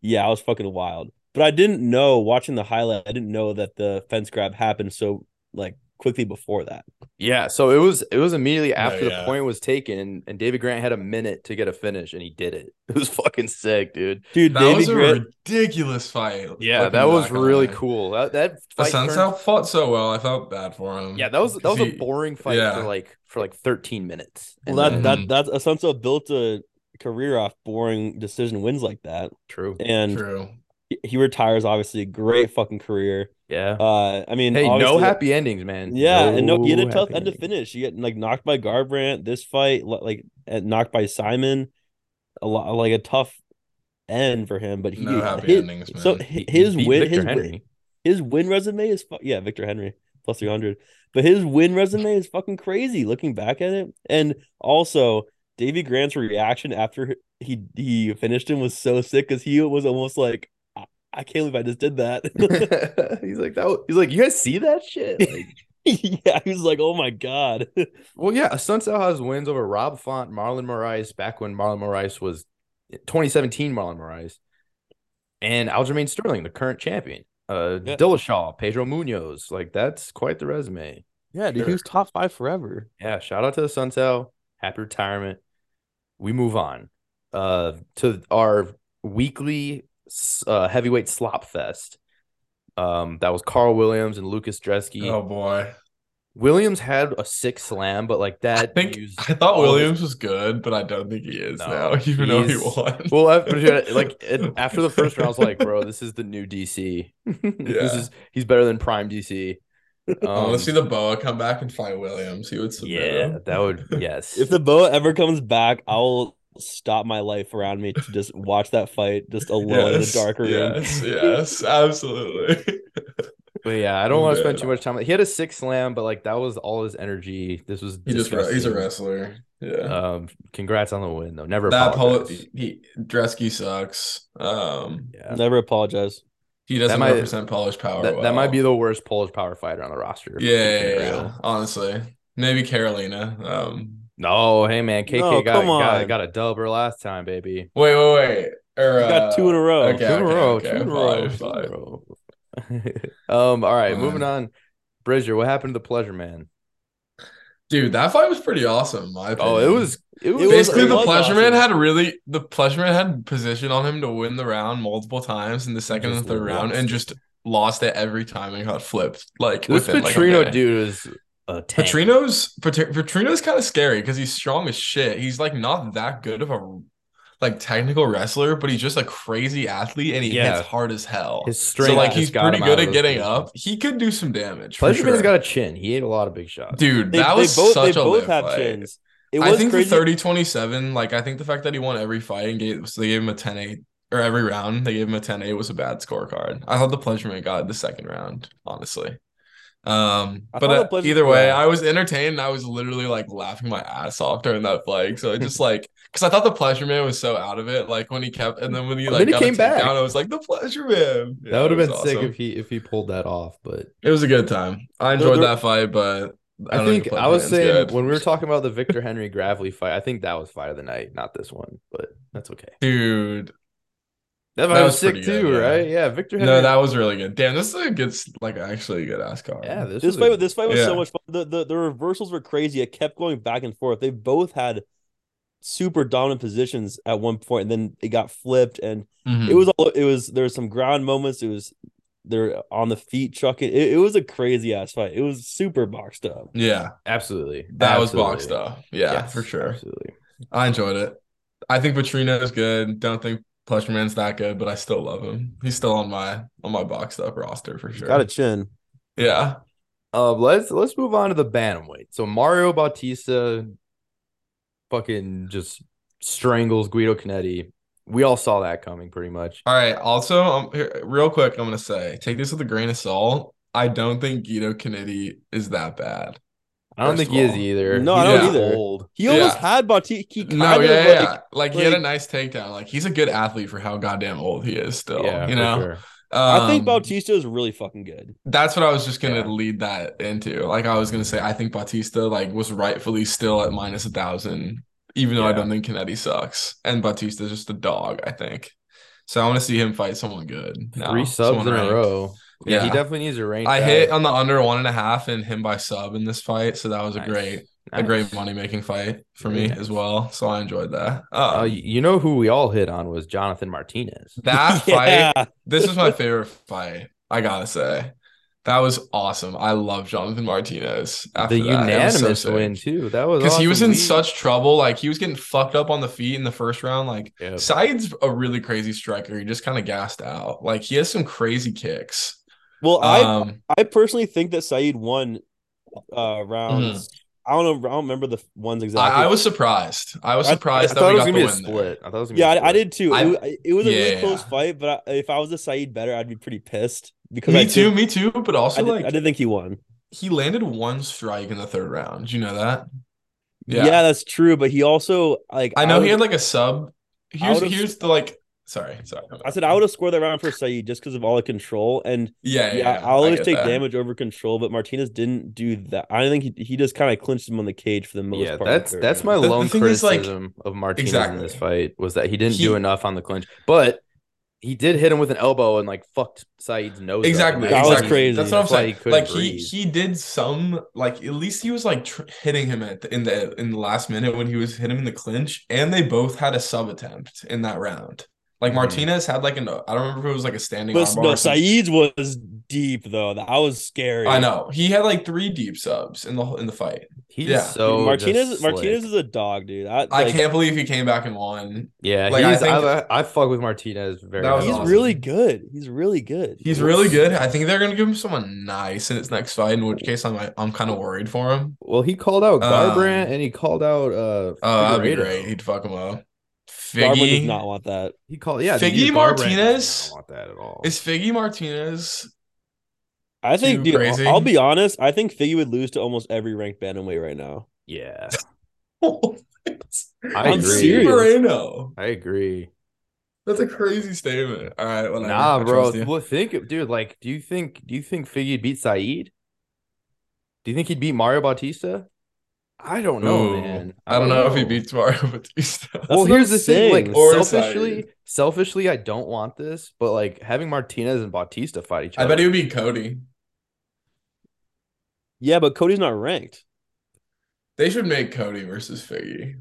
[SPEAKER 1] Yeah, I was fucking wild. But I didn't know watching the highlight, I didn't know that the fence grab happened so like quickly before that.
[SPEAKER 2] Yeah, so it was it was immediately after the
[SPEAKER 3] yeah.
[SPEAKER 2] point was taken, and, and David Grant had a minute to get a finish, and he did it. It was fucking sick, dude.
[SPEAKER 1] Dude,
[SPEAKER 3] That
[SPEAKER 1] Davy
[SPEAKER 3] was a
[SPEAKER 1] Grant,
[SPEAKER 3] ridiculous fight.
[SPEAKER 2] Yeah,
[SPEAKER 3] Looking
[SPEAKER 2] that was
[SPEAKER 3] back on
[SPEAKER 2] really
[SPEAKER 3] it.
[SPEAKER 2] cool. That that fight turned-
[SPEAKER 3] Asensio fought so well. I felt bad for him.
[SPEAKER 2] yeah, that was that was a
[SPEAKER 3] He-
[SPEAKER 2] boring fight
[SPEAKER 3] yeah.
[SPEAKER 2] for like for like thirteen minutes.
[SPEAKER 1] well, that
[SPEAKER 2] And then-
[SPEAKER 1] that that's Asensio built a career off boring decision wins like that,
[SPEAKER 2] true.
[SPEAKER 1] and
[SPEAKER 3] True.
[SPEAKER 1] he- he retires obviously a great fucking career.
[SPEAKER 2] Yeah.
[SPEAKER 1] Uh, I mean,
[SPEAKER 2] hey, no
[SPEAKER 1] obviously-
[SPEAKER 2] happy endings, man.
[SPEAKER 1] Yeah, and no, you had a tough
[SPEAKER 2] happy
[SPEAKER 1] end to
[SPEAKER 2] endings.
[SPEAKER 1] finish. You get like knocked by Garbrandt this fight, li- like and knocked by Simon, a lot like a tough end for him. But he
[SPEAKER 3] No happy
[SPEAKER 1] his-
[SPEAKER 3] endings, man.
[SPEAKER 1] so hi-
[SPEAKER 2] He- he
[SPEAKER 1] his
[SPEAKER 2] beat
[SPEAKER 1] win,
[SPEAKER 2] Victor
[SPEAKER 1] his win,
[SPEAKER 2] Henry.
[SPEAKER 1] his win resume is fu- yeah, Victor Henry plus three hundred. But his win resume is fucking crazy. Looking back at it, and also Davy Grant's reaction after he he finished him was so sick because he was almost like, I, I can't believe I just did that.
[SPEAKER 2] he's like that. Was, he's like, you guys see that shit? Like,
[SPEAKER 1] yeah, he was like, oh my god.
[SPEAKER 2] Well, yeah, Sunsell has wins over Rob Font, Marlon Moraes, back when Marlon Moraes was 2017 Marlon Moraes, and Aljamain Sterling, the current champion. Uh,
[SPEAKER 1] Yeah.
[SPEAKER 2] Dillashaw, Pedro Munoz, like that's quite the resume.
[SPEAKER 1] Yeah, dude, he
[SPEAKER 2] Sure.
[SPEAKER 1] was top five forever.
[SPEAKER 2] Yeah, shout out to Sunsell. Happy retirement. We move on uh, to our weekly s- uh, heavyweight slop fest. Um, that was Carl Williams and Lucas Dresky.
[SPEAKER 3] Oh boy.
[SPEAKER 2] Williams had a six slam, but like
[SPEAKER 3] I
[SPEAKER 2] that.
[SPEAKER 3] think
[SPEAKER 2] used
[SPEAKER 3] I thought
[SPEAKER 2] all his-
[SPEAKER 3] Williams was good, but I don't think he is
[SPEAKER 2] No,
[SPEAKER 3] now, even though he
[SPEAKER 2] he's-
[SPEAKER 3] won.
[SPEAKER 2] Well, after, like it- after the first round, I was like, "Bro, this is the new DC. this
[SPEAKER 3] Yeah.
[SPEAKER 2] is he's better than Prime DC."
[SPEAKER 3] I want
[SPEAKER 2] Um,
[SPEAKER 3] to see the boa come back and fight Williams. He would submit
[SPEAKER 2] yeah,
[SPEAKER 3] him.
[SPEAKER 2] that would yes.
[SPEAKER 1] If the boa ever comes back, I'll stop my life around me to just watch that fight just alone
[SPEAKER 3] Yes,
[SPEAKER 1] in the darker room.
[SPEAKER 3] Yes, yes, absolutely.
[SPEAKER 2] but yeah, I don't want to spend
[SPEAKER 3] Yeah.
[SPEAKER 2] too much time. He had a six slam, but like that was all his energy. This was
[SPEAKER 3] He just re- he's a
[SPEAKER 2] disgusting.
[SPEAKER 3] wrestler. Yeah.
[SPEAKER 2] Um, congrats on the win though. Never
[SPEAKER 3] that polo,
[SPEAKER 2] apologize.
[SPEAKER 3] he Dresky sucks. Um,
[SPEAKER 2] Yeah.
[SPEAKER 1] Never apologize.
[SPEAKER 3] he doesn't
[SPEAKER 2] might-
[SPEAKER 3] represent Polish power.
[SPEAKER 2] That, that might be
[SPEAKER 3] well.
[SPEAKER 2] the worst Polish power fighter on the roster.
[SPEAKER 3] yeah, yeah, yeah,
[SPEAKER 2] Congrats.
[SPEAKER 3] yeah, honestly, maybe Carolina. Um,
[SPEAKER 2] No, hey man, KK
[SPEAKER 1] No,
[SPEAKER 2] got,
[SPEAKER 1] come
[SPEAKER 2] got
[SPEAKER 1] on.
[SPEAKER 2] got a dubber last time, baby. Oh,
[SPEAKER 3] wait, wait, wait. Or, uh,
[SPEAKER 1] He got two in a row.
[SPEAKER 3] okay.
[SPEAKER 2] two in a row.
[SPEAKER 3] okay,
[SPEAKER 2] two in a
[SPEAKER 3] fine,
[SPEAKER 2] row.
[SPEAKER 3] fine.
[SPEAKER 2] two in a row. um. All right. Moving
[SPEAKER 3] Fine.
[SPEAKER 2] on. Bridger, what happened to the pleasure man?
[SPEAKER 3] uh, dude, that fight was pretty awesome. in my
[SPEAKER 2] Oh, it
[SPEAKER 3] opinion.
[SPEAKER 2] was. It was
[SPEAKER 1] was-
[SPEAKER 3] basically
[SPEAKER 1] it
[SPEAKER 3] the
[SPEAKER 1] was
[SPEAKER 3] pleasure
[SPEAKER 1] awesome.
[SPEAKER 3] man had really the pleasure man had position on him to win the round multiple times in the second and
[SPEAKER 2] just
[SPEAKER 3] third round, and
[SPEAKER 2] lost.
[SPEAKER 3] just lost it every time and got flipped. Like
[SPEAKER 2] This
[SPEAKER 3] within, like, a
[SPEAKER 2] Petrino
[SPEAKER 3] minute.
[SPEAKER 2] dude is a tank.
[SPEAKER 3] Petrino's Petr- Petrino's kind of scary because he's strong as shit. He's like not that good of a like technical wrestler, but he's just a crazy athlete and he
[SPEAKER 2] Yeah.
[SPEAKER 3] hits hard as hell.
[SPEAKER 2] His
[SPEAKER 3] so
[SPEAKER 2] strength.
[SPEAKER 3] like
[SPEAKER 2] just
[SPEAKER 3] he's
[SPEAKER 2] got
[SPEAKER 3] pretty
[SPEAKER 2] him
[SPEAKER 3] good
[SPEAKER 2] out of
[SPEAKER 3] at
[SPEAKER 2] those
[SPEAKER 3] getting
[SPEAKER 2] positions.
[SPEAKER 3] up. He could do some damage.
[SPEAKER 2] Pleasure man's
[SPEAKER 3] sure.
[SPEAKER 2] got a chin. He ate a lot of big shots.
[SPEAKER 3] dude.
[SPEAKER 1] They,
[SPEAKER 3] that
[SPEAKER 1] they
[SPEAKER 3] was
[SPEAKER 1] both
[SPEAKER 3] such
[SPEAKER 1] they
[SPEAKER 3] a
[SPEAKER 1] both
[SPEAKER 3] lit
[SPEAKER 1] have
[SPEAKER 3] fight.
[SPEAKER 1] chins. It
[SPEAKER 3] I
[SPEAKER 1] was
[SPEAKER 3] think
[SPEAKER 1] crazy.
[SPEAKER 3] the 30 27, like I think the fact that he won every fight and gave so they gave him a 10 8 or every round they gave him a 10 8 was a bad scorecard. I thought the pleasure man got the second round, honestly. Um,
[SPEAKER 1] I
[SPEAKER 3] but
[SPEAKER 1] thought the
[SPEAKER 3] uh,
[SPEAKER 1] Pleasure-
[SPEAKER 3] either way,
[SPEAKER 1] yeah.
[SPEAKER 3] I was entertained and I was literally like laughing my ass off during that play. So I just like because I thought the pleasure man was so out of it, like when he kept and then when he
[SPEAKER 2] And
[SPEAKER 3] like
[SPEAKER 2] then he
[SPEAKER 3] got a
[SPEAKER 2] came back.
[SPEAKER 3] takedown, I was like, the pleasure man. Yeah,
[SPEAKER 2] that would have
[SPEAKER 3] it
[SPEAKER 2] been
[SPEAKER 3] was
[SPEAKER 2] sick
[SPEAKER 3] awesome.
[SPEAKER 2] if he if he pulled that off. But
[SPEAKER 3] it was a good time. I
[SPEAKER 1] There-
[SPEAKER 3] enjoyed
[SPEAKER 1] there-
[SPEAKER 3] that fight, but
[SPEAKER 2] I,
[SPEAKER 3] don't
[SPEAKER 2] think
[SPEAKER 3] Pleasure
[SPEAKER 2] I was
[SPEAKER 3] Man's
[SPEAKER 2] saying
[SPEAKER 3] good.
[SPEAKER 2] when we were talking about the Victor Henry Gravely fight, I think that was fight of the night, not this one. But that's okay.
[SPEAKER 3] dude.
[SPEAKER 2] That,
[SPEAKER 3] That
[SPEAKER 2] fight was,
[SPEAKER 3] was
[SPEAKER 2] sick
[SPEAKER 3] pretty
[SPEAKER 2] too,
[SPEAKER 3] good, yeah.
[SPEAKER 2] right? Yeah, Victor Henry.
[SPEAKER 3] No, that was really good. Damn, this is a good, like actually a good ass card.
[SPEAKER 2] yeah, this,
[SPEAKER 1] this
[SPEAKER 2] was a-
[SPEAKER 1] fight this fight was so
[SPEAKER 3] Yeah.
[SPEAKER 1] much fun. The, the the reversals were crazy. It kept going back and forth. They both had super dominant positions at one point, and then it got flipped and
[SPEAKER 3] Mhm.
[SPEAKER 1] it was all it was there was some ground moments it was they're on the feet chucking it, it was a crazy ass fight it was super boxed up
[SPEAKER 3] yeah,
[SPEAKER 2] Absolutely.
[SPEAKER 3] that
[SPEAKER 2] Absolutely.
[SPEAKER 3] was boxed up. Yeah,
[SPEAKER 2] Yes,
[SPEAKER 3] for sure.
[SPEAKER 2] Absolutely.
[SPEAKER 3] I enjoyed it. I think Petrino is good. Don't think Plushman's that good, but I still love him. He's still on my on my boxed up roster for sure.
[SPEAKER 1] got a chin
[SPEAKER 3] Yeah,
[SPEAKER 2] Uh, let's let's move on to the bantamweight. So Mario Bautista fucking just strangles Guido Canetti. We all saw that coming pretty much.
[SPEAKER 3] All right. Also, um, here, real quick, I'm gonna say, take this with a grain of salt. I don't think Guido Canetti is that bad.
[SPEAKER 2] I don't think
[SPEAKER 3] First of
[SPEAKER 2] he is
[SPEAKER 3] all.
[SPEAKER 2] either.
[SPEAKER 1] No, I
[SPEAKER 2] He's
[SPEAKER 3] don't
[SPEAKER 2] just
[SPEAKER 1] either.
[SPEAKER 2] Old.
[SPEAKER 1] he almost
[SPEAKER 3] Yeah.
[SPEAKER 1] had Bautista he
[SPEAKER 3] No,
[SPEAKER 1] kind
[SPEAKER 3] yeah,
[SPEAKER 1] of
[SPEAKER 3] yeah.
[SPEAKER 1] like
[SPEAKER 3] Like, he had a
[SPEAKER 1] like-
[SPEAKER 3] nice takedown. Like he's a good athlete for how goddamn old he is still.
[SPEAKER 2] yeah,
[SPEAKER 3] you
[SPEAKER 2] for
[SPEAKER 3] know.
[SPEAKER 2] sure.
[SPEAKER 1] I think
[SPEAKER 3] Um,
[SPEAKER 1] Bautista is really fucking good.
[SPEAKER 3] That's what I was just gonna
[SPEAKER 2] Yeah.
[SPEAKER 3] lead that into. Like I was gonna say, I think Bautista like was rightfully still at minus a thousand even though I
[SPEAKER 2] Yeah.
[SPEAKER 3] don't think Kennedy sucks. And Batista's just a dog, I think. So I want to see him fight someone good. now,
[SPEAKER 2] Three subs
[SPEAKER 3] someone
[SPEAKER 2] in
[SPEAKER 3] ranked.
[SPEAKER 2] a row. Yeah,
[SPEAKER 3] Yeah.
[SPEAKER 2] he definitely needs a rank.
[SPEAKER 3] I hit oh, on the under one and a half and him by sub in this fight, so that was a great a great money making fight for me
[SPEAKER 2] Nice.
[SPEAKER 3] as well. So I enjoyed that.
[SPEAKER 2] Uh,
[SPEAKER 3] Uh,
[SPEAKER 2] you you know who we all hit on was Jonathan Martinez.
[SPEAKER 3] that
[SPEAKER 1] yeah.
[SPEAKER 3] fight, this was my favorite fight. I gotta say, that was awesome. I love Jonathan Martinez. After
[SPEAKER 2] the
[SPEAKER 3] that. It was so
[SPEAKER 2] unanimous
[SPEAKER 3] sick.
[SPEAKER 2] win too. That was
[SPEAKER 3] because he was
[SPEAKER 2] awesome.
[SPEAKER 3] in
[SPEAKER 2] We-
[SPEAKER 3] such trouble. Like he was getting fucked up on the feet in the first round. Like
[SPEAKER 2] Yeah.
[SPEAKER 3] Saeed's a really crazy striker. He just kind of gassed out. Like he has some crazy kicks.
[SPEAKER 1] Well, I
[SPEAKER 3] Um,
[SPEAKER 1] I personally think that Saeed won uh rounds. I don't know. I don't remember the ones exactly.
[SPEAKER 3] Hmm. I, I was surprised. I was
[SPEAKER 1] I- I
[SPEAKER 2] I
[SPEAKER 3] surprised
[SPEAKER 2] thought it was
[SPEAKER 3] that we
[SPEAKER 2] gonna be a
[SPEAKER 3] got the win. there.
[SPEAKER 2] split. I thought it was gonna
[SPEAKER 1] Yeah,
[SPEAKER 2] be a
[SPEAKER 1] I, I
[SPEAKER 2] split.
[SPEAKER 1] did too.
[SPEAKER 3] I-
[SPEAKER 1] It, wa- it was a really
[SPEAKER 3] yeah.
[SPEAKER 1] close fight, but I, if I was a Saeed better, I'd be pretty pissed because I
[SPEAKER 3] Me
[SPEAKER 1] did-
[SPEAKER 3] too. Me too. But
[SPEAKER 1] I,
[SPEAKER 3] also,
[SPEAKER 1] did,
[SPEAKER 3] like
[SPEAKER 1] I didn't think he won.
[SPEAKER 3] he landed one strike in the third round. Did you know that?
[SPEAKER 1] Yeah. that's true. But he also like
[SPEAKER 3] I know
[SPEAKER 1] would-
[SPEAKER 3] he had like a sub. Here's
[SPEAKER 1] would've-
[SPEAKER 3] here's the like. Sorry, sorry.
[SPEAKER 1] I said I would have scored that round for Saeed just because of all the control and yeah,
[SPEAKER 3] Yeah, yeah. yeah,
[SPEAKER 1] I always
[SPEAKER 3] get
[SPEAKER 1] take
[SPEAKER 3] that.
[SPEAKER 1] damage over control, but Martinez didn't do that. I think he, he just kind of clinched him on the cage for the most
[SPEAKER 2] Yeah,
[SPEAKER 1] part. in the
[SPEAKER 2] that's
[SPEAKER 1] third
[SPEAKER 2] that's my
[SPEAKER 1] round.
[SPEAKER 3] The- the
[SPEAKER 2] lone
[SPEAKER 3] thing is, like-
[SPEAKER 2] criticism of Martinez in this
[SPEAKER 3] Exactly.
[SPEAKER 2] fight was that he didn't
[SPEAKER 3] He-
[SPEAKER 2] do enough on the clinch, but he did hit him with an elbow and like fucked Saeed's nose. up.
[SPEAKER 3] Exactly.
[SPEAKER 1] That was
[SPEAKER 3] exactly.
[SPEAKER 1] crazy.
[SPEAKER 3] That's what I'm
[SPEAKER 2] That's why
[SPEAKER 3] saying.
[SPEAKER 2] he couldn't
[SPEAKER 3] like he
[SPEAKER 2] breathe.
[SPEAKER 3] he did some like at least he was like tr- hitting him at the, in the in the last minute when he was hitting him in the clinch, and they both had a sub attempt in that round. Like
[SPEAKER 2] Mhm.
[SPEAKER 3] Martinez had like an I don't remember if it was like a standing.
[SPEAKER 1] Hmm. But
[SPEAKER 3] armbar
[SPEAKER 1] no,
[SPEAKER 3] or some-
[SPEAKER 1] Saeed's was deep though. That was scary.
[SPEAKER 3] I know he had like three deep subs in the whole- in the fight.
[SPEAKER 2] He's
[SPEAKER 3] Yeah.
[SPEAKER 2] so
[SPEAKER 1] Martinez
[SPEAKER 2] just
[SPEAKER 1] Martinez
[SPEAKER 2] slick.
[SPEAKER 1] is a dog, dude. I, like,
[SPEAKER 3] I can't believe he came back and won.
[SPEAKER 2] Yeah,
[SPEAKER 3] like, I
[SPEAKER 2] he's, I,
[SPEAKER 3] think-
[SPEAKER 2] I fuck with Martinez very.
[SPEAKER 3] That was
[SPEAKER 1] He's
[SPEAKER 2] much.
[SPEAKER 3] awesome.
[SPEAKER 1] really good. He's really good.
[SPEAKER 3] He's really good. I think they're gonna give him someone nice in his next fight. In which case, I'm like, I'm kind of worried for him.
[SPEAKER 2] Well, he called out
[SPEAKER 3] Um,
[SPEAKER 2] Garbrandt and he called out uh
[SPEAKER 3] Oh, that'd be
[SPEAKER 2] Figueredo.
[SPEAKER 3] great. He'd fuck him up.
[SPEAKER 1] Darwin does
[SPEAKER 3] Figgy
[SPEAKER 1] not want that.
[SPEAKER 2] He called yeah.
[SPEAKER 3] Figgy
[SPEAKER 2] dude, Garbrandt
[SPEAKER 3] Martinez
[SPEAKER 2] did not want that at all.
[SPEAKER 3] is Figgy Martinez.
[SPEAKER 1] I think,
[SPEAKER 3] Too
[SPEAKER 1] dude, I'll-
[SPEAKER 3] crazy.
[SPEAKER 1] I'll be honest. I think Figgy would lose to almost every ranked bantamweight right now.
[SPEAKER 2] Yeah, I
[SPEAKER 3] I
[SPEAKER 2] agree.
[SPEAKER 1] serious.
[SPEAKER 3] Moreno.
[SPEAKER 2] I agree.
[SPEAKER 3] That's a crazy statement. All right, whatever.
[SPEAKER 2] Nah,
[SPEAKER 3] I
[SPEAKER 2] bro.
[SPEAKER 3] trust you.
[SPEAKER 2] Well, think, of- dude. Like, do you think do you think Figgy beat Saeed? Do you think he'd beat Mario Bautista? I don't know,
[SPEAKER 3] Ooh,
[SPEAKER 2] man. Oh.
[SPEAKER 3] I don't know if he beats Mario Batista.
[SPEAKER 1] That's
[SPEAKER 2] well,
[SPEAKER 1] what
[SPEAKER 2] here's
[SPEAKER 1] I'm
[SPEAKER 2] the thing. Like,
[SPEAKER 1] saying.
[SPEAKER 3] Or
[SPEAKER 2] selfishly,
[SPEAKER 3] Saeed.
[SPEAKER 2] selfishly, I don't want this, but like having Martinez and Bautista fight each
[SPEAKER 3] I
[SPEAKER 2] other.
[SPEAKER 3] bet he would beat Cody.
[SPEAKER 1] Yeah, but Cody's not ranked.
[SPEAKER 3] They should make Cody versus Figgy.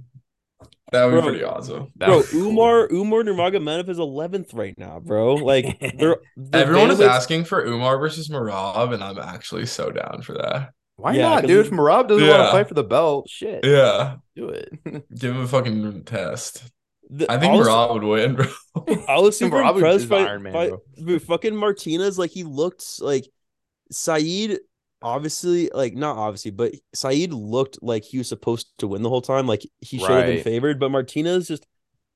[SPEAKER 3] That would be
[SPEAKER 1] Bro.
[SPEAKER 3] pretty awesome.
[SPEAKER 2] That
[SPEAKER 1] bro,
[SPEAKER 2] would be cool.
[SPEAKER 1] Umar Umar Nurmagomedov is 11th right now, bro. Like they're, the
[SPEAKER 3] Everyone is
[SPEAKER 1] bantamweights-
[SPEAKER 3] asking for Umar versus Marab, and I'm actually so down for that.
[SPEAKER 2] Why
[SPEAKER 1] Yeah,
[SPEAKER 2] not,
[SPEAKER 1] 'cause
[SPEAKER 2] dude?
[SPEAKER 1] he-
[SPEAKER 2] If Marab doesn't want to
[SPEAKER 3] Yeah.
[SPEAKER 2] fight for the belt, shit,
[SPEAKER 3] Yeah,
[SPEAKER 2] do it.
[SPEAKER 3] give him a fucking test.
[SPEAKER 1] the-
[SPEAKER 3] I think
[SPEAKER 1] all-
[SPEAKER 3] Marab would win, bro.
[SPEAKER 1] I was super
[SPEAKER 2] Robin
[SPEAKER 1] impressed
[SPEAKER 2] is
[SPEAKER 1] by,
[SPEAKER 2] Iron Man,
[SPEAKER 1] by-
[SPEAKER 2] bro.
[SPEAKER 1] dude, fucking Martinez. Like he looked s- like Saeed. Obviously, like not obviously, but Saeed looked like he was supposed to win the whole time. Like he should have been
[SPEAKER 2] Right.
[SPEAKER 1] favored, but Martinez just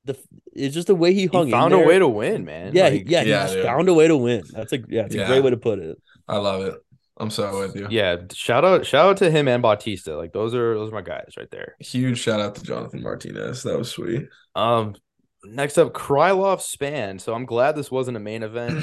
[SPEAKER 1] the it's just the way he hung.
[SPEAKER 2] He
[SPEAKER 1] in
[SPEAKER 2] found a
[SPEAKER 1] there.
[SPEAKER 2] way to win, man.
[SPEAKER 1] Yeah, he-
[SPEAKER 2] Like,
[SPEAKER 1] yeah, he
[SPEAKER 3] Yeah,
[SPEAKER 1] just
[SPEAKER 3] dude.
[SPEAKER 1] found a way to win. That's a yeah, it's a
[SPEAKER 3] Yeah.
[SPEAKER 1] great way to put it.
[SPEAKER 3] I love it. I'm so with you.
[SPEAKER 2] yeah. Shout out, shout out to him and Bautista. Like those are those are my guys right there.
[SPEAKER 3] Huge shout out to Jonathan Martinez. That was sweet.
[SPEAKER 2] Um, next up, Krylov Span. So I'm glad this wasn't a main event.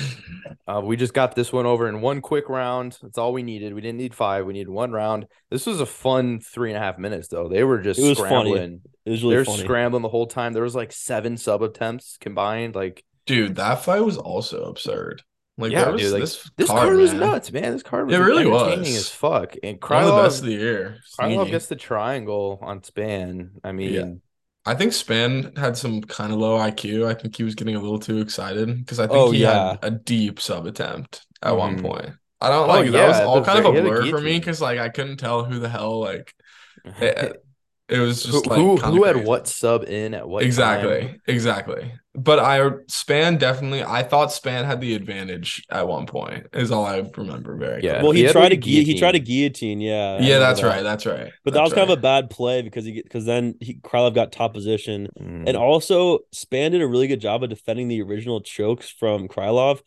[SPEAKER 2] Uh, we just got this one over in one quick round. That's all we needed. We didn't need five. We needed one round. This was a fun three and a half minutes, though. They were just
[SPEAKER 1] It was funny.
[SPEAKER 2] scrambling.
[SPEAKER 1] It was really
[SPEAKER 2] They're
[SPEAKER 1] funny.
[SPEAKER 2] scrambling the whole time. There was like seven sub attempts combined. Like
[SPEAKER 3] Dude, that fight was also absurd. Like,
[SPEAKER 2] Yeah,
[SPEAKER 3] there was
[SPEAKER 2] dude, like,
[SPEAKER 3] this,
[SPEAKER 2] this
[SPEAKER 3] card,
[SPEAKER 2] card, was
[SPEAKER 3] man.
[SPEAKER 2] nuts, man. This card was
[SPEAKER 3] It really was.
[SPEAKER 2] entertaining as fuck. And
[SPEAKER 3] One of the best
[SPEAKER 2] Krylov,
[SPEAKER 3] of the year.
[SPEAKER 2] Krylov
[SPEAKER 3] Sneaky.
[SPEAKER 2] gets the triangle on Span. I mean,
[SPEAKER 3] I think Span had some kind of low IQ. I think he was getting a little too excited because I think
[SPEAKER 1] Oh,
[SPEAKER 3] he
[SPEAKER 1] yeah.
[SPEAKER 3] had a deep sub attempt at
[SPEAKER 2] Mhm.
[SPEAKER 3] one point. I don't
[SPEAKER 2] Oh,
[SPEAKER 3] like that was
[SPEAKER 2] yeah,
[SPEAKER 3] all
[SPEAKER 2] the
[SPEAKER 3] kind of
[SPEAKER 2] very-
[SPEAKER 3] a
[SPEAKER 2] he had a
[SPEAKER 3] blur for me
[SPEAKER 2] guillotine.
[SPEAKER 3] because like I couldn't tell who the hell like it, it was
[SPEAKER 2] who,
[SPEAKER 3] Eh, just like
[SPEAKER 2] who,
[SPEAKER 3] kinda
[SPEAKER 2] who had
[SPEAKER 3] crazy.
[SPEAKER 2] what sub in at what time?
[SPEAKER 3] exactly exactly but i span definitely i thought span had the advantage at one point is all i remember very
[SPEAKER 2] Yeah.
[SPEAKER 1] well,
[SPEAKER 3] clearly.
[SPEAKER 1] he,
[SPEAKER 2] He had,
[SPEAKER 1] tried
[SPEAKER 2] like,
[SPEAKER 1] to
[SPEAKER 2] a
[SPEAKER 1] gui- he tried to
[SPEAKER 2] guillotine.
[SPEAKER 1] guillotine. Yeah, I
[SPEAKER 3] yeah
[SPEAKER 1] remember
[SPEAKER 3] that's
[SPEAKER 1] that.
[SPEAKER 3] right that's right
[SPEAKER 1] But that was kind of a bad play because he because then he Krylov got top position.
[SPEAKER 2] Mm.
[SPEAKER 3] Mm-hmm.
[SPEAKER 1] And also, Span did a really good job of defending the original chokes from Krylov.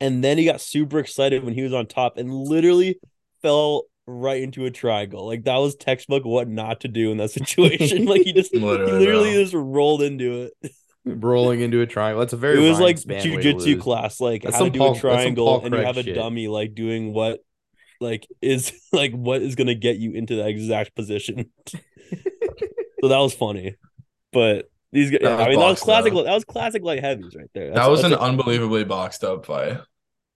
[SPEAKER 1] And then he got super excited when he was on top and literally fell right into a triangle. Like that was textbook what not to do in that situation. like he just he
[SPEAKER 3] Literally,
[SPEAKER 1] literally
[SPEAKER 3] bro.
[SPEAKER 1] just rolled into it.
[SPEAKER 2] rolling into a triangle. That's a very
[SPEAKER 1] it was
[SPEAKER 2] Ryan
[SPEAKER 1] like
[SPEAKER 2] Spann way to
[SPEAKER 1] jujitsu
[SPEAKER 2] lose.
[SPEAKER 1] class, like
[SPEAKER 2] That's
[SPEAKER 1] how to
[SPEAKER 2] some
[SPEAKER 1] do
[SPEAKER 2] Paul-
[SPEAKER 1] a
[SPEAKER 2] that's some Paul
[SPEAKER 1] triangle and you
[SPEAKER 2] Craig
[SPEAKER 1] have a
[SPEAKER 2] shit.
[SPEAKER 1] dummy like doing what like is like what is gonna get you into that exact position. so that was funny.
[SPEAKER 4] But these guys,
[SPEAKER 3] That was
[SPEAKER 4] I mean, that was
[SPEAKER 3] boxed
[SPEAKER 4] classic.
[SPEAKER 3] out.
[SPEAKER 4] That was classic light heavies right there.
[SPEAKER 3] that was an
[SPEAKER 4] that's,
[SPEAKER 3] unbelievably boxed up fight.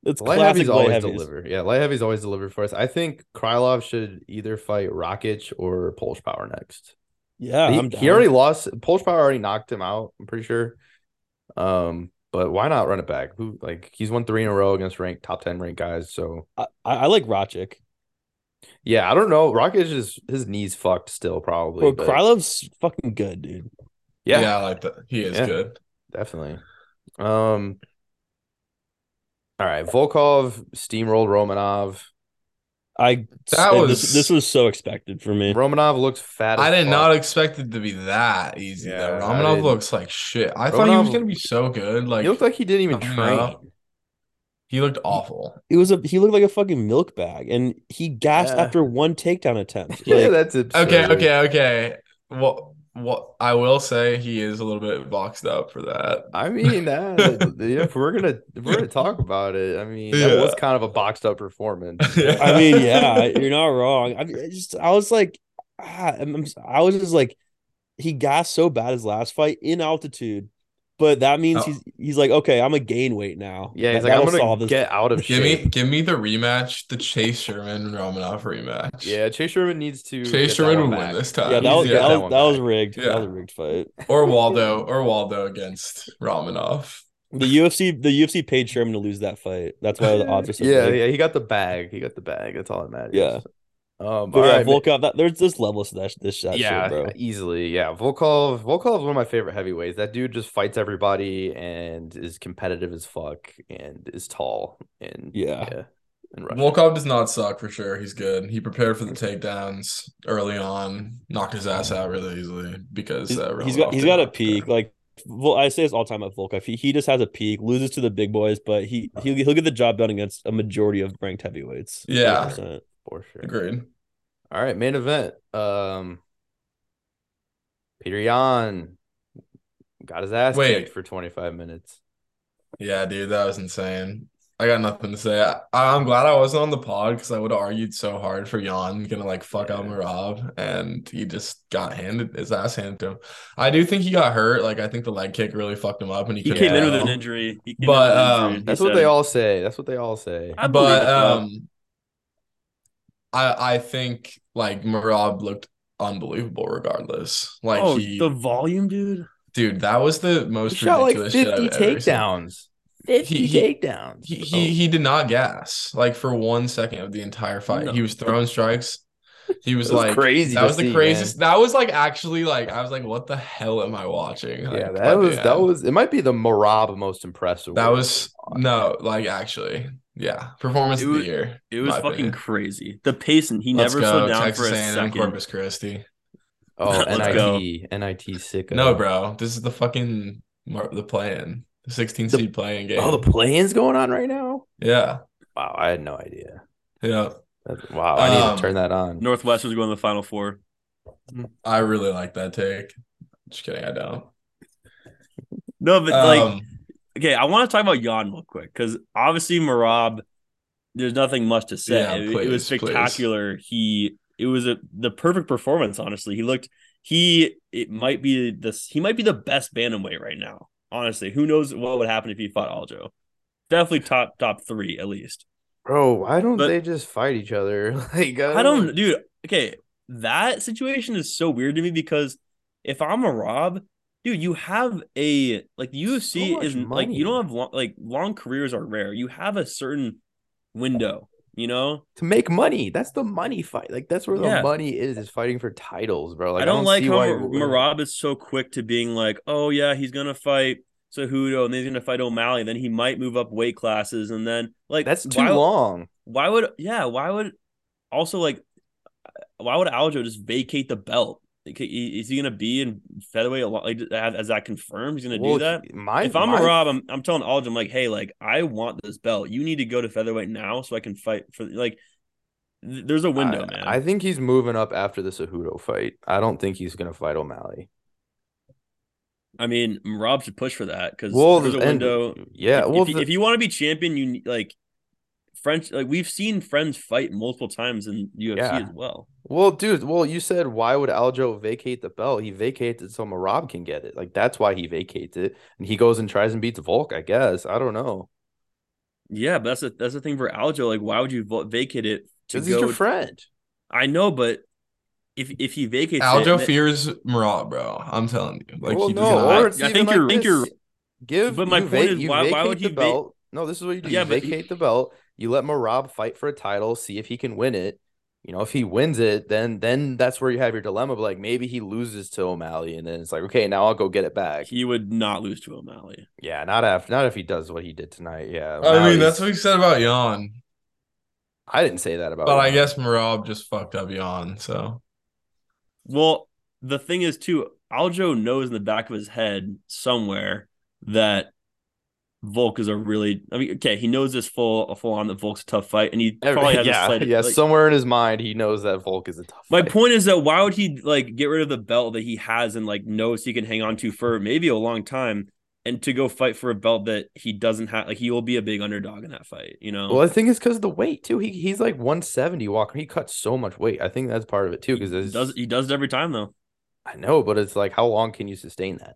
[SPEAKER 4] that's
[SPEAKER 2] light
[SPEAKER 4] classic
[SPEAKER 2] heavies
[SPEAKER 4] light
[SPEAKER 2] always
[SPEAKER 4] heavies.
[SPEAKER 2] deliver. Yeah, light heavies always deliver for us. I think Krylov should either fight Rakic or Polish Power next.
[SPEAKER 4] Yeah,
[SPEAKER 2] he,
[SPEAKER 4] I'm
[SPEAKER 2] he
[SPEAKER 4] down.
[SPEAKER 2] already lost. Polish Power already knocked him out. I'm pretty sure. Um, but why not run it back? Who like he's won three in a row against ranked top ten ranked guys. So
[SPEAKER 4] I, I I like Rochick.
[SPEAKER 2] yeah, I don't know. Rakic is his knees fucked still probably.
[SPEAKER 4] Bro,
[SPEAKER 2] but
[SPEAKER 4] Krylov's fucking good, dude.
[SPEAKER 2] yeah,
[SPEAKER 3] I like that. He is
[SPEAKER 2] Yeah.
[SPEAKER 3] good.
[SPEAKER 2] definitely. Um. All right, Volkov steamrolled Romanov.
[SPEAKER 4] I
[SPEAKER 3] That
[SPEAKER 4] and
[SPEAKER 3] was-
[SPEAKER 4] this, this was so expected for me.
[SPEAKER 2] Romanov looks fat.
[SPEAKER 3] I
[SPEAKER 2] as
[SPEAKER 3] did
[SPEAKER 2] fuck.
[SPEAKER 3] not expect it to be that easy.
[SPEAKER 2] Yeah,
[SPEAKER 3] though.
[SPEAKER 2] I
[SPEAKER 3] Romanov
[SPEAKER 2] didn't.
[SPEAKER 3] looks like shit. I thought he was
[SPEAKER 2] Romanov-
[SPEAKER 3] gonna be so good. Like
[SPEAKER 2] he looked like he didn't even
[SPEAKER 3] I don't
[SPEAKER 2] train.
[SPEAKER 3] know. he looked awful.
[SPEAKER 4] It was a he looked like a fucking milk bag, and he gassed
[SPEAKER 2] Yeah.
[SPEAKER 4] after one takedown attempt.
[SPEAKER 2] yeah,
[SPEAKER 4] Like,
[SPEAKER 2] that's absurd.
[SPEAKER 3] Okay, okay, okay. What what I will say he is a little bit boxed up for that.
[SPEAKER 2] I mean that. yeah, if we're gonna if we're gonna talk about it, I mean that
[SPEAKER 3] Yeah.
[SPEAKER 2] was kind of a boxed up performance.
[SPEAKER 4] I mean, yeah, you're not wrong. I I just I was like, ah, I'm, I'm- I was just like, he gassed so bad his last fight in altitude, but that means
[SPEAKER 3] Oh.
[SPEAKER 4] he's he's like, okay, I'm a gain weight now.
[SPEAKER 2] Yeah, he's
[SPEAKER 4] That-
[SPEAKER 2] like I'm
[SPEAKER 4] that'll solve
[SPEAKER 2] gonna
[SPEAKER 4] this.
[SPEAKER 2] get out of
[SPEAKER 3] Give me
[SPEAKER 2] shape.
[SPEAKER 3] give me the rematch, the Chase Sherman Romanov rematch.
[SPEAKER 2] Yeah, Chase Sherman needs to.
[SPEAKER 3] Chase
[SPEAKER 2] get that
[SPEAKER 3] Sherman
[SPEAKER 2] one
[SPEAKER 3] would
[SPEAKER 2] back.
[SPEAKER 3] win this time.
[SPEAKER 4] yeah, that
[SPEAKER 3] He's
[SPEAKER 4] was, that
[SPEAKER 2] uh,
[SPEAKER 3] got
[SPEAKER 4] was
[SPEAKER 2] that one
[SPEAKER 4] that was
[SPEAKER 2] back.
[SPEAKER 4] rigged. That was a
[SPEAKER 3] Yeah.
[SPEAKER 4] rigged fight.
[SPEAKER 3] Or Waldo or Waldo against Romanov.
[SPEAKER 4] The UFC the UFC paid Sherman to lose that fight. That's why the odds are so
[SPEAKER 2] yeah,
[SPEAKER 4] big.
[SPEAKER 2] yeah, he got the bag. He got the bag. That's all that matters.
[SPEAKER 4] Yeah.
[SPEAKER 2] Um.
[SPEAKER 4] But
[SPEAKER 2] all
[SPEAKER 4] yeah,
[SPEAKER 2] right, man.
[SPEAKER 4] Volkov, that, there's this level to that, this shot,
[SPEAKER 2] yeah,
[SPEAKER 4] shit, bro.
[SPEAKER 2] easily. Yeah, Volkov. Volkov is one of my favorite heavyweights. That dude just fights everybody and is competitive as fuck and is tall and
[SPEAKER 4] Yeah.
[SPEAKER 2] and Russian.
[SPEAKER 3] Volkov does not suck for sure. He's good. He prepared for the takedowns early on, knocked his ass out really easily because
[SPEAKER 4] He's-
[SPEAKER 3] uh,
[SPEAKER 4] he's
[SPEAKER 3] Romanov
[SPEAKER 4] got he's
[SPEAKER 3] did
[SPEAKER 4] got a
[SPEAKER 3] not.
[SPEAKER 4] peak. Like Vol- I say this all the time about Volkov. He, he just has a peak, loses to the big boys, but he he'll, he'll get the job done against a majority of ranked heavyweights.
[SPEAKER 3] Yeah.
[SPEAKER 4] 100%.
[SPEAKER 2] for sure.
[SPEAKER 3] Agreed.
[SPEAKER 2] All right, main event. Um, Peter Yan got his ass
[SPEAKER 3] Wait.
[SPEAKER 2] kicked for 25 minutes.
[SPEAKER 3] Yeah, dude, that was insane. I got nothing to say. I, I'm glad I wasn't on the pod because I would have argued so hard for Jan gonna like fuck out
[SPEAKER 2] Yeah.
[SPEAKER 3] Marab, and he just got handed his ass handed to him. I do think he got hurt. Like I think the leg kick really fucked him up, and he
[SPEAKER 1] He
[SPEAKER 3] couldn't
[SPEAKER 1] came in with
[SPEAKER 3] tell.
[SPEAKER 1] an injury. He came
[SPEAKER 3] But,
[SPEAKER 1] in with an
[SPEAKER 3] um,
[SPEAKER 1] injury. He
[SPEAKER 2] That's what
[SPEAKER 1] said-
[SPEAKER 2] they all say. That's what they all say.
[SPEAKER 1] I believe
[SPEAKER 3] but
[SPEAKER 1] it, bro.
[SPEAKER 3] um, I I think like Marab looked unbelievable regardless. Like
[SPEAKER 1] oh,
[SPEAKER 3] he,
[SPEAKER 1] the volume, dude.
[SPEAKER 3] dude, that was the
[SPEAKER 2] He
[SPEAKER 3] most
[SPEAKER 2] shot like
[SPEAKER 3] ridiculous shit
[SPEAKER 2] 50
[SPEAKER 3] I've ever seen.
[SPEAKER 2] takedowns. Oh, 50
[SPEAKER 3] He- he-
[SPEAKER 2] takedowns.
[SPEAKER 3] He, he he did not gas like for one second of the entire fight.
[SPEAKER 1] No.
[SPEAKER 3] He was throwing strikes. He was,
[SPEAKER 2] It was
[SPEAKER 3] like
[SPEAKER 2] crazy
[SPEAKER 3] That
[SPEAKER 2] to
[SPEAKER 3] was the
[SPEAKER 2] see,
[SPEAKER 3] craziest. That was like actually like I was like, what the hell am I watching?
[SPEAKER 2] yeah,
[SPEAKER 3] Like, by
[SPEAKER 2] that
[SPEAKER 3] the
[SPEAKER 2] was that
[SPEAKER 3] end.
[SPEAKER 2] was it might be the Marab most impressive.
[SPEAKER 3] that
[SPEAKER 2] one.
[SPEAKER 3] was no like actually yeah performance
[SPEAKER 1] It
[SPEAKER 3] of the
[SPEAKER 1] was-
[SPEAKER 3] year.
[SPEAKER 1] It was
[SPEAKER 3] my
[SPEAKER 1] fucking
[SPEAKER 3] opinion.
[SPEAKER 1] crazy. The pace, and he
[SPEAKER 3] Let's
[SPEAKER 1] never
[SPEAKER 3] go
[SPEAKER 1] slowed down
[SPEAKER 3] Texas
[SPEAKER 1] for a
[SPEAKER 3] A&M,
[SPEAKER 1] second.
[SPEAKER 3] Corpus Christi.
[SPEAKER 2] oh
[SPEAKER 1] Let's
[SPEAKER 2] NIT
[SPEAKER 1] go.
[SPEAKER 2] NIT sick.
[SPEAKER 3] No, bro, this is the fucking mar- the plan. The 16
[SPEAKER 2] The-
[SPEAKER 3] seed playing game.
[SPEAKER 2] Oh, the play-ins going on right now.
[SPEAKER 3] yeah,
[SPEAKER 2] Wow, I had no idea.
[SPEAKER 3] yeah.
[SPEAKER 2] That- wow, I need
[SPEAKER 3] Um,
[SPEAKER 2] to turn that on.
[SPEAKER 1] Northwest was going to the Final Four.
[SPEAKER 3] I really like that take. Just kidding, I don't.
[SPEAKER 1] No, but like,
[SPEAKER 3] Um,
[SPEAKER 1] okay, I want to talk about Jan real quick because obviously Marab, there's nothing much to say.
[SPEAKER 3] Yeah,
[SPEAKER 1] It- it,
[SPEAKER 3] please,
[SPEAKER 1] was
[SPEAKER 3] please.
[SPEAKER 1] spectacular. He, it was a the perfect performance. Honestly, he looked. He it might be this. He might be the best bantamweight right now. Honestly, who knows what would happen if he fought Aljo? Definitely top top three at least.
[SPEAKER 2] Bro, why don't
[SPEAKER 1] But-
[SPEAKER 2] they just fight each other? Like
[SPEAKER 1] I don't, dude. Okay, that situation is so weird to me because if I'm a Rob, dude, you have a like the UFC
[SPEAKER 2] much
[SPEAKER 1] is like you
[SPEAKER 2] money.
[SPEAKER 1] don't have long, like long careers are rare. You have a certain window, you know.
[SPEAKER 2] to make money. That's the money fight. Like that's where the
[SPEAKER 1] Yeah.
[SPEAKER 2] money is. Is fighting for titles, bro. Like
[SPEAKER 1] I don't, like
[SPEAKER 2] see
[SPEAKER 1] how
[SPEAKER 2] why
[SPEAKER 1] Mar-
[SPEAKER 2] we're-
[SPEAKER 1] Marab is so quick to being like, oh yeah, he's gonna fight Cejudo and then he's gonna fight O'Malley, and then he might move up weight classes, and then like
[SPEAKER 2] That's too
[SPEAKER 1] why-
[SPEAKER 2] long.
[SPEAKER 1] Why would yeah? Why would also like why would Aljo just vacate the belt? Like, he- Is he gonna be in featherweight a lot? Like, as as that confirmed, he's gonna
[SPEAKER 2] Well,
[SPEAKER 1] do that.
[SPEAKER 2] My,
[SPEAKER 1] if I'm
[SPEAKER 2] my,
[SPEAKER 1] a Rob, I'm, I'm telling Aljo, I'm like, hey, like I want this belt. You need to go to featherweight now so I can fight for like. th- There's a window,
[SPEAKER 2] I,
[SPEAKER 1] man.
[SPEAKER 2] I think he's moving up after the Cejudo fight. I don't think he's gonna fight O'Malley.
[SPEAKER 1] I mean, Rob should push for that because
[SPEAKER 2] Well,
[SPEAKER 1] there's a
[SPEAKER 2] and-
[SPEAKER 1] window.
[SPEAKER 2] yeah.
[SPEAKER 1] if,
[SPEAKER 2] well,
[SPEAKER 1] if, you,
[SPEAKER 2] the-
[SPEAKER 1] if you want to be champion, you need like French like we've seen friends fight multiple times in UFC
[SPEAKER 2] Yeah.
[SPEAKER 1] as well.
[SPEAKER 2] Well, dude, well, you said why would Aljo vacate the belt? He vacates it so Marab can get it. Like that's why he vacates it. And he goes and tries and beats Volk, I guess. I don't know.
[SPEAKER 1] Yeah, but that's the that's the thing for Aljo. Like, why would you vo- vacate it to
[SPEAKER 2] This is
[SPEAKER 1] go?
[SPEAKER 2] your friend.
[SPEAKER 1] I know, but if if he vacates, it,
[SPEAKER 3] Aljo
[SPEAKER 1] and it-
[SPEAKER 3] fears Marat, bro. I'm telling you. Like
[SPEAKER 2] well,
[SPEAKER 3] he does
[SPEAKER 2] no,
[SPEAKER 3] not-
[SPEAKER 2] or it's
[SPEAKER 1] I
[SPEAKER 2] even
[SPEAKER 1] think
[SPEAKER 2] like
[SPEAKER 1] you're- think
[SPEAKER 2] this.
[SPEAKER 1] you're-
[SPEAKER 2] give.
[SPEAKER 1] But my
[SPEAKER 2] you
[SPEAKER 1] point
[SPEAKER 2] va-
[SPEAKER 1] is,
[SPEAKER 2] you
[SPEAKER 1] why- why would
[SPEAKER 2] vacate
[SPEAKER 1] he
[SPEAKER 2] the
[SPEAKER 1] va-
[SPEAKER 2] belt. no, this is what you do.
[SPEAKER 1] Yeah,
[SPEAKER 2] you
[SPEAKER 1] but he-
[SPEAKER 2] vacate the belt. You let Marab fight for a title. See if he can win it. You know, if he wins it, then then that's where you have your dilemma. But like maybe he loses to O'Malley, and then it's like, okay, now I'll go get it back.
[SPEAKER 1] he would not lose to O'Malley.
[SPEAKER 2] Yeah, not if not if he does what he did tonight. Yeah,
[SPEAKER 3] I mean,
[SPEAKER 2] O'Malley's-
[SPEAKER 3] that's what he said about Jan,
[SPEAKER 2] I didn't say that about.
[SPEAKER 3] but I
[SPEAKER 2] O'Malley.
[SPEAKER 3] guess Marab just fucked up Jan. So
[SPEAKER 1] Well, the thing is too, Aljo knows in the back of his head somewhere that Volk is a really. I mean, okay, he knows this full full on that Volk's a tough fight, and he
[SPEAKER 2] Every-
[SPEAKER 1] probably has
[SPEAKER 2] yeah,
[SPEAKER 1] a slight.
[SPEAKER 2] yeah.
[SPEAKER 1] like-
[SPEAKER 2] somewhere in his mind, he knows that Volk is a tough.
[SPEAKER 1] My
[SPEAKER 2] fight.
[SPEAKER 1] point is that why would he like get rid of the belt that he has and like knows he can hang on to for maybe a long time and to go fight for a belt that he doesn't have like he will be a big underdog in that fight, you know?
[SPEAKER 2] Well, I think it's because of the weight too. He he's like 170 Walker. He cut so much weight. I think that's part of it too.
[SPEAKER 1] he
[SPEAKER 2] Because
[SPEAKER 1] does he does it every time though.
[SPEAKER 2] I know, but it's like how long can you sustain that?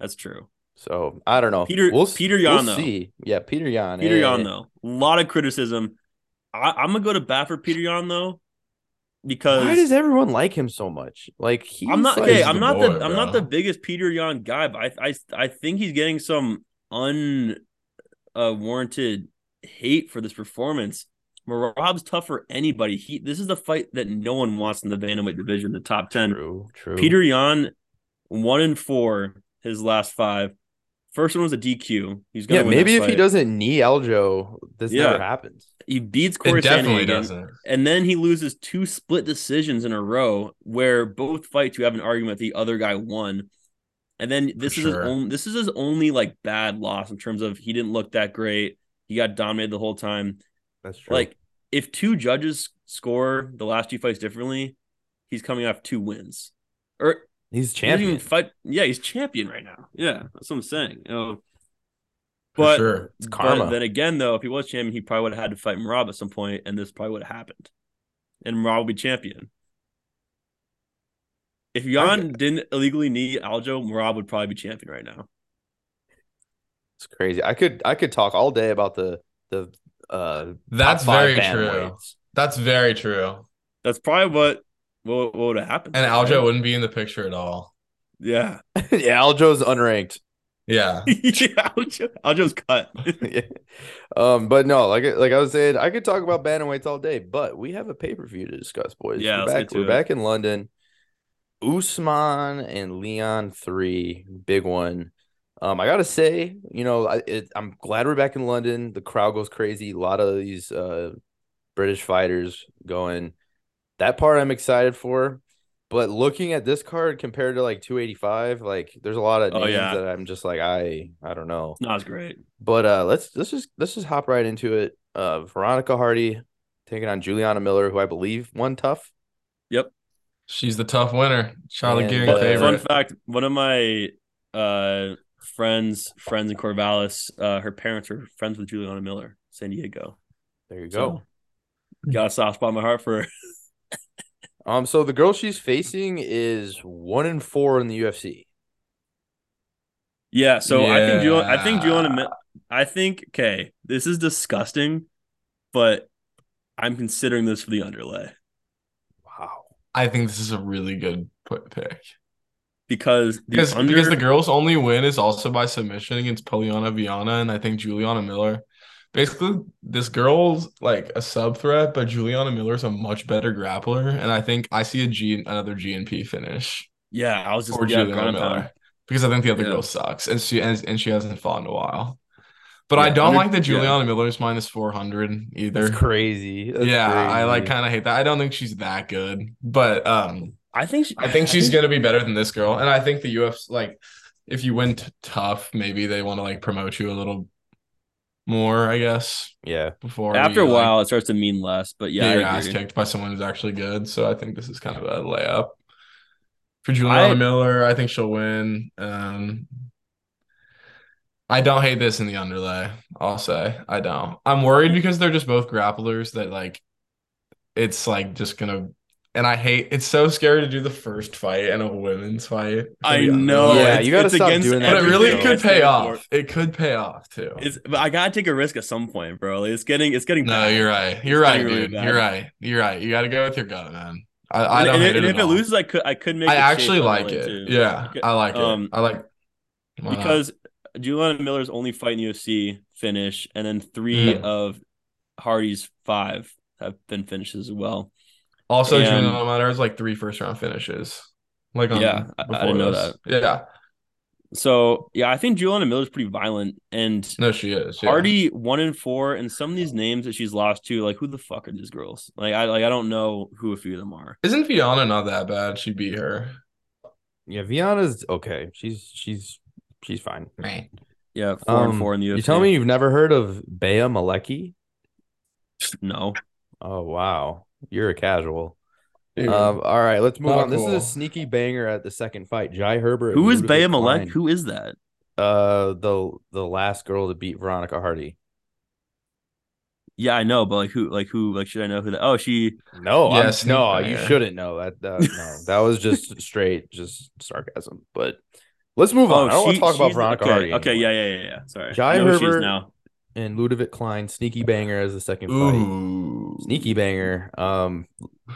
[SPEAKER 1] That's true.
[SPEAKER 2] So I don't know.
[SPEAKER 1] Peter-
[SPEAKER 2] we'll, s-
[SPEAKER 1] Peter
[SPEAKER 2] we'll
[SPEAKER 1] Yan, though.
[SPEAKER 2] see. Yeah, Peter Yan.
[SPEAKER 1] Peter
[SPEAKER 2] eh.
[SPEAKER 1] Yan though. A lot of criticism. I, I'm gonna go to bat for Peter Yan though. Because
[SPEAKER 2] Why does everyone like him so much? Like he's
[SPEAKER 1] I'm not
[SPEAKER 2] like,
[SPEAKER 1] okay.
[SPEAKER 3] he's
[SPEAKER 1] I'm
[SPEAKER 3] the
[SPEAKER 1] not
[SPEAKER 3] boy,
[SPEAKER 1] the I'm not
[SPEAKER 3] bro.
[SPEAKER 1] the biggest Peter Yan guy, but I I I think he's getting some un uh, warranted hate for this performance. Marab's tough for anybody. He this is the fight that no one wants in the bantamweight division, the top ten.
[SPEAKER 2] True, true.
[SPEAKER 1] Peter Yan, one and four, his last five. First one was a DQ. He's gonna
[SPEAKER 2] Yeah,
[SPEAKER 1] win that
[SPEAKER 2] maybe if he
[SPEAKER 1] fight.
[SPEAKER 2] doesn't knee Aljo, this
[SPEAKER 1] Yeah.
[SPEAKER 2] never happens.
[SPEAKER 1] he beats
[SPEAKER 3] it
[SPEAKER 1] Corey
[SPEAKER 3] definitely
[SPEAKER 1] Sandhagen,
[SPEAKER 3] doesn't.
[SPEAKER 1] and then he loses two split decisions in a row where both fights you have an argument the other guy won and then this is
[SPEAKER 3] sure.
[SPEAKER 1] his own this is his only like bad loss in terms of he didn't look that great he got dominated the whole time
[SPEAKER 2] That's true.
[SPEAKER 1] like if two judges score the last two fights differently he's coming off two wins or
[SPEAKER 2] he's
[SPEAKER 1] he doesn't even
[SPEAKER 2] champion.
[SPEAKER 1] fight yeah he's champion right now yeah that's what i'm saying oh
[SPEAKER 3] For
[SPEAKER 1] but
[SPEAKER 3] sure.
[SPEAKER 2] It's
[SPEAKER 1] but
[SPEAKER 2] karma.
[SPEAKER 1] then again, though, if he was champion, he probably would have had to fight Marab at some point, and this probably would have happened. And Marab would be champion. If Jan didn't illegally knee Aljo, Marab would probably be champion right now.
[SPEAKER 2] It's crazy. I could I could talk all day about the the uh top
[SPEAKER 3] That's
[SPEAKER 2] five
[SPEAKER 3] very
[SPEAKER 2] fan
[SPEAKER 3] true.
[SPEAKER 2] weights.
[SPEAKER 3] That's very true.
[SPEAKER 1] That's probably what what, what would have happened.
[SPEAKER 3] And
[SPEAKER 1] right?
[SPEAKER 3] Aljo wouldn't be in the picture at all.
[SPEAKER 1] yeah,
[SPEAKER 2] yeah, Aljo's unranked.
[SPEAKER 3] Yeah.
[SPEAKER 1] yeah, Aljo, Aljo's cut.
[SPEAKER 2] Yeah. um, but no, like like I was saying, I could talk about bantamweights all day, but we have a pay per view to discuss, boys.
[SPEAKER 1] Yeah,
[SPEAKER 2] we're
[SPEAKER 1] let's
[SPEAKER 2] back.
[SPEAKER 1] get to
[SPEAKER 2] we're
[SPEAKER 1] it.
[SPEAKER 2] back in London. Usman and Leon three, big one. Um, I gotta say, you know, I it, I'm glad we're back in London. The crowd goes crazy. A lot of these uh British fighters going. That part I'm excited for. But looking at this card compared to like 285, like there's a lot of
[SPEAKER 1] Oh,
[SPEAKER 2] names
[SPEAKER 1] yeah.
[SPEAKER 2] that I'm just like I I don't know.
[SPEAKER 1] Not great.
[SPEAKER 2] But uh, let's let's just let's just hop right into it. Uh, Veronica Hardy taking on Juliana Miller, who I believe won tough.
[SPEAKER 3] She's the tough winner. Charlotte
[SPEAKER 2] And,
[SPEAKER 3] Gearing
[SPEAKER 2] uh,
[SPEAKER 1] Fun
[SPEAKER 3] favorite.
[SPEAKER 1] fact: One of my uh, friends, friends in Corvallis, uh, her parents are friends with Juliana Miller, San Diego.
[SPEAKER 2] There you
[SPEAKER 1] So,
[SPEAKER 2] go.
[SPEAKER 1] got a soft spot in my heart for her.
[SPEAKER 2] Um, so the girl she's facing is one in four in the UFC.
[SPEAKER 1] Yeah, so I think Ju- I think
[SPEAKER 3] Yeah.
[SPEAKER 1] Juliana Mi- I think okay, this is disgusting, but I'm considering this for the underlay
[SPEAKER 2] Wow.
[SPEAKER 3] I think this is a really good put pick.
[SPEAKER 1] because the
[SPEAKER 3] Because
[SPEAKER 1] under
[SPEAKER 3] because the girls' only win is also by submission against Poliana Viana and I think Juliana Miller. Basically, this girl's like a sub threat, but Juliana Miller's a much better grappler, and I think I see a G another GNP finish
[SPEAKER 1] yeah, I was just
[SPEAKER 3] for
[SPEAKER 1] yeah,
[SPEAKER 3] Juliana
[SPEAKER 1] ground and pound.
[SPEAKER 3] Miller because I think the other
[SPEAKER 1] Yeah.
[SPEAKER 3] girl sucks, and she and, and she hasn't fought in a while. But I
[SPEAKER 2] Yeah,
[SPEAKER 3] don't
[SPEAKER 2] under-
[SPEAKER 3] like that
[SPEAKER 2] yeah.
[SPEAKER 3] Juliana Miller's minus four hundred either.
[SPEAKER 2] That's crazy. That's
[SPEAKER 3] yeah, I like
[SPEAKER 2] crazy.
[SPEAKER 3] kind of hate that. I don't think she's that good, but um,
[SPEAKER 1] I think she,
[SPEAKER 3] I think she's gonna be better than this girl, and I think the UFC like if you win t- tough, maybe they want to like promote you a little more, I guess.
[SPEAKER 2] Yeah.
[SPEAKER 3] Before
[SPEAKER 1] after
[SPEAKER 3] you,
[SPEAKER 1] a
[SPEAKER 3] like,
[SPEAKER 1] while it starts to mean less, but yeah,
[SPEAKER 3] get your
[SPEAKER 1] I
[SPEAKER 3] ass
[SPEAKER 1] agree.
[SPEAKER 3] kicked by someone who's actually good. So I think this is kind of a layup for
[SPEAKER 1] I-
[SPEAKER 3] Juliana Miller. I think she'll win. Um, I don't hate this in the underlay. I'll say I don't. I'm worried because they're just both grapplers that like it's like just gonna and I hate it's so scary to do the first fight and a women's fight. for
[SPEAKER 1] I
[SPEAKER 3] the underlay.
[SPEAKER 1] know.
[SPEAKER 2] Yeah,
[SPEAKER 1] it's-
[SPEAKER 2] you gotta
[SPEAKER 1] it's
[SPEAKER 2] stop
[SPEAKER 1] against
[SPEAKER 2] doing that
[SPEAKER 3] But it really
[SPEAKER 1] everything
[SPEAKER 3] could
[SPEAKER 1] I stand
[SPEAKER 3] pay
[SPEAKER 1] for.
[SPEAKER 3] off. It could pay off too.
[SPEAKER 1] It's, but I gotta take a risk at some point, bro. Like, it's getting it's getting
[SPEAKER 3] No,
[SPEAKER 1] bad.
[SPEAKER 3] you're right. You're
[SPEAKER 1] It's
[SPEAKER 3] right,
[SPEAKER 1] getting really
[SPEAKER 3] dude.
[SPEAKER 1] bad.
[SPEAKER 3] you're right. You're right. You got to go with your gut, man. I, I
[SPEAKER 1] And,
[SPEAKER 3] don't
[SPEAKER 1] and,
[SPEAKER 3] hate
[SPEAKER 1] and
[SPEAKER 3] it
[SPEAKER 1] if
[SPEAKER 3] at
[SPEAKER 1] it
[SPEAKER 3] all.
[SPEAKER 1] loses, I could I could make.
[SPEAKER 3] I
[SPEAKER 1] a
[SPEAKER 3] actually
[SPEAKER 1] shape
[SPEAKER 3] like
[SPEAKER 1] underlay,
[SPEAKER 3] it.
[SPEAKER 1] too.
[SPEAKER 3] Yeah,
[SPEAKER 1] Okay.
[SPEAKER 3] I like
[SPEAKER 1] Um,
[SPEAKER 3] it. I like Why not?
[SPEAKER 1] because Juliana Miller's only fight in UFC finish, and then three
[SPEAKER 3] Mhm.
[SPEAKER 1] of Hardy's five have been finishes as well.
[SPEAKER 3] also
[SPEAKER 1] and-
[SPEAKER 3] Julian Almader has like three first round finishes. Like on
[SPEAKER 1] Yeah, I- I
[SPEAKER 3] before
[SPEAKER 1] didn't know
[SPEAKER 3] this. Yeah,
[SPEAKER 1] So yeah, I think Juliana Miller's pretty violent, and
[SPEAKER 3] no, she is. yeah.
[SPEAKER 1] Hardy one and four, and some of these names that she's lost to, like who the fuck are these girls? Like I like I don't know who a few of them are.
[SPEAKER 3] isn't Fiona not that bad. She beat her.
[SPEAKER 2] Yeah, Viana's okay. She's she's she's fine.
[SPEAKER 3] Right.
[SPEAKER 1] Yeah, four and
[SPEAKER 2] Um,
[SPEAKER 1] four in the UFC.
[SPEAKER 2] You tell me you've never heard of Bea Malecki?
[SPEAKER 1] no.
[SPEAKER 2] Oh wow, you're a casual.
[SPEAKER 1] Uh,
[SPEAKER 2] Um, all right, let's move
[SPEAKER 3] Not
[SPEAKER 2] on. This
[SPEAKER 3] cool.
[SPEAKER 2] is a sneaky banger at the second fight. Jai Herbert.
[SPEAKER 1] Who is
[SPEAKER 2] Ludwig
[SPEAKER 1] Bea Malek?
[SPEAKER 2] Klein.
[SPEAKER 1] Who is that?
[SPEAKER 2] Uh, the the last girl to beat Veronica Hardy.
[SPEAKER 1] Yeah, I know, but like who? Like who? Like should I know who that? Oh, she.
[SPEAKER 2] No, I'm-
[SPEAKER 3] Yeah, sneak
[SPEAKER 2] no, you
[SPEAKER 3] banger.
[SPEAKER 2] shouldn't know that. that no, that was just straight, just sarcasm. But let's move on.
[SPEAKER 1] oh,
[SPEAKER 2] I don't want
[SPEAKER 1] she-
[SPEAKER 2] to talk about
[SPEAKER 1] she's-
[SPEAKER 2] Veronica
[SPEAKER 1] okay,
[SPEAKER 2] Hardy.
[SPEAKER 1] Okay,
[SPEAKER 2] anymore.
[SPEAKER 1] yeah, yeah, yeah, yeah. Sorry.
[SPEAKER 2] Jai
[SPEAKER 1] I know who she is
[SPEAKER 2] Herbert-
[SPEAKER 1] now.
[SPEAKER 2] And Ludovic Klein, sneaky banger as the second fight.
[SPEAKER 3] Ooh,
[SPEAKER 2] Sneaky banger. Um,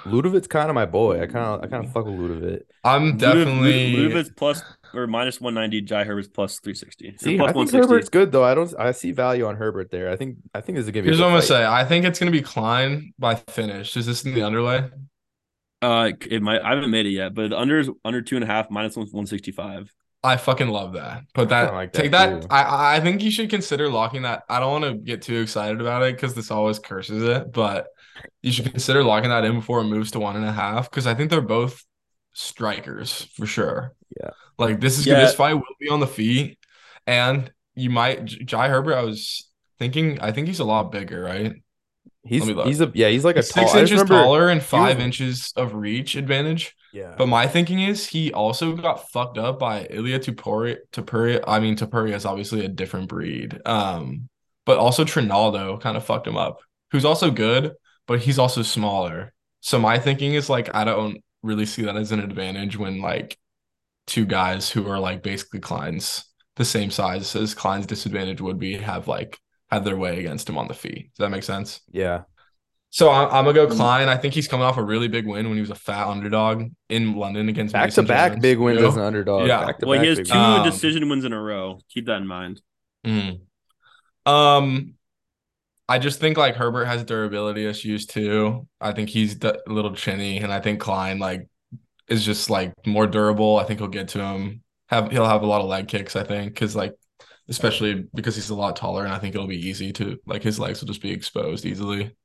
[SPEAKER 2] Ludovic's kind of my boy. I kind of, I kind of fuck with Ludovic.
[SPEAKER 3] I'm definitely.
[SPEAKER 1] Ludovic plus or minus one ninety. Jai Herbert's plus three sixty.
[SPEAKER 2] See,
[SPEAKER 1] plus
[SPEAKER 2] I
[SPEAKER 1] one
[SPEAKER 2] think
[SPEAKER 1] sixty.
[SPEAKER 2] Herbert's good though. I don't. I see value on Herbert there. I think. I think this is gonna be. a
[SPEAKER 3] Here's
[SPEAKER 2] good
[SPEAKER 3] what I'm gonna
[SPEAKER 2] fight.
[SPEAKER 3] say. I think it's gonna be Klein by finish. Is this in the underlay?
[SPEAKER 1] Uh, it might. I haven't made it yet, but the under is under two and a half, minus one one sixty five.
[SPEAKER 3] I fucking love that. But that
[SPEAKER 2] I like that
[SPEAKER 3] take that.
[SPEAKER 2] too.
[SPEAKER 3] I- I I think you should consider locking that. I don't want to get too excited about it because this always curses it, but you should consider locking that in before it moves to one and a half because I think they're both strikers for sure.
[SPEAKER 2] Yeah.
[SPEAKER 3] Like this is
[SPEAKER 1] Yeah.
[SPEAKER 3] this fight will be on the feet, and you might J- Jai Herbert. I was thinking. I think he's a lot bigger, right?
[SPEAKER 2] He's
[SPEAKER 3] Let me look.
[SPEAKER 2] he's a yeah. He's like a
[SPEAKER 3] Six
[SPEAKER 2] tall, I just
[SPEAKER 3] inches
[SPEAKER 2] remember-
[SPEAKER 3] taller and five
[SPEAKER 2] was-
[SPEAKER 3] inches of reach advantage.
[SPEAKER 2] Yeah.
[SPEAKER 3] But my thinking is he also got fucked up by Ilya Tupori. Tupuri. I mean, Tupuri is obviously a different breed. Um, but also Trinaldo kind of fucked him up, who's also good, but he's also smaller. So my thinking is like I don't really see that as an advantage when like two guys who are like basically Klein's the same size as Klein's disadvantage would be have like had their way against him on the feet. Does that make sense?
[SPEAKER 2] yeah.
[SPEAKER 3] So I'm, I'm gonna go
[SPEAKER 2] Mm-hmm.
[SPEAKER 3] Klein. I think he's coming off a really big win when he was a fat underdog in London against
[SPEAKER 2] Back to
[SPEAKER 3] Mason
[SPEAKER 2] back
[SPEAKER 3] Jones.
[SPEAKER 2] big wins
[SPEAKER 3] You know?
[SPEAKER 2] as an underdog.
[SPEAKER 3] Yeah.
[SPEAKER 2] Back to
[SPEAKER 1] Well,
[SPEAKER 2] back
[SPEAKER 1] he has
[SPEAKER 2] big
[SPEAKER 1] two
[SPEAKER 2] wins.
[SPEAKER 3] Um,
[SPEAKER 1] decision wins in a row. Keep that in mind.
[SPEAKER 3] Mm. Um, I just think like Herbert has durability issues too. I think he's the a little chinny, and I think Klein like is just like more durable. I think he'll get to him. Have he'll have a lot of leg kicks. I think because like especially because he's a lot taller, and I think it'll be easy to like his legs will just be exposed easily.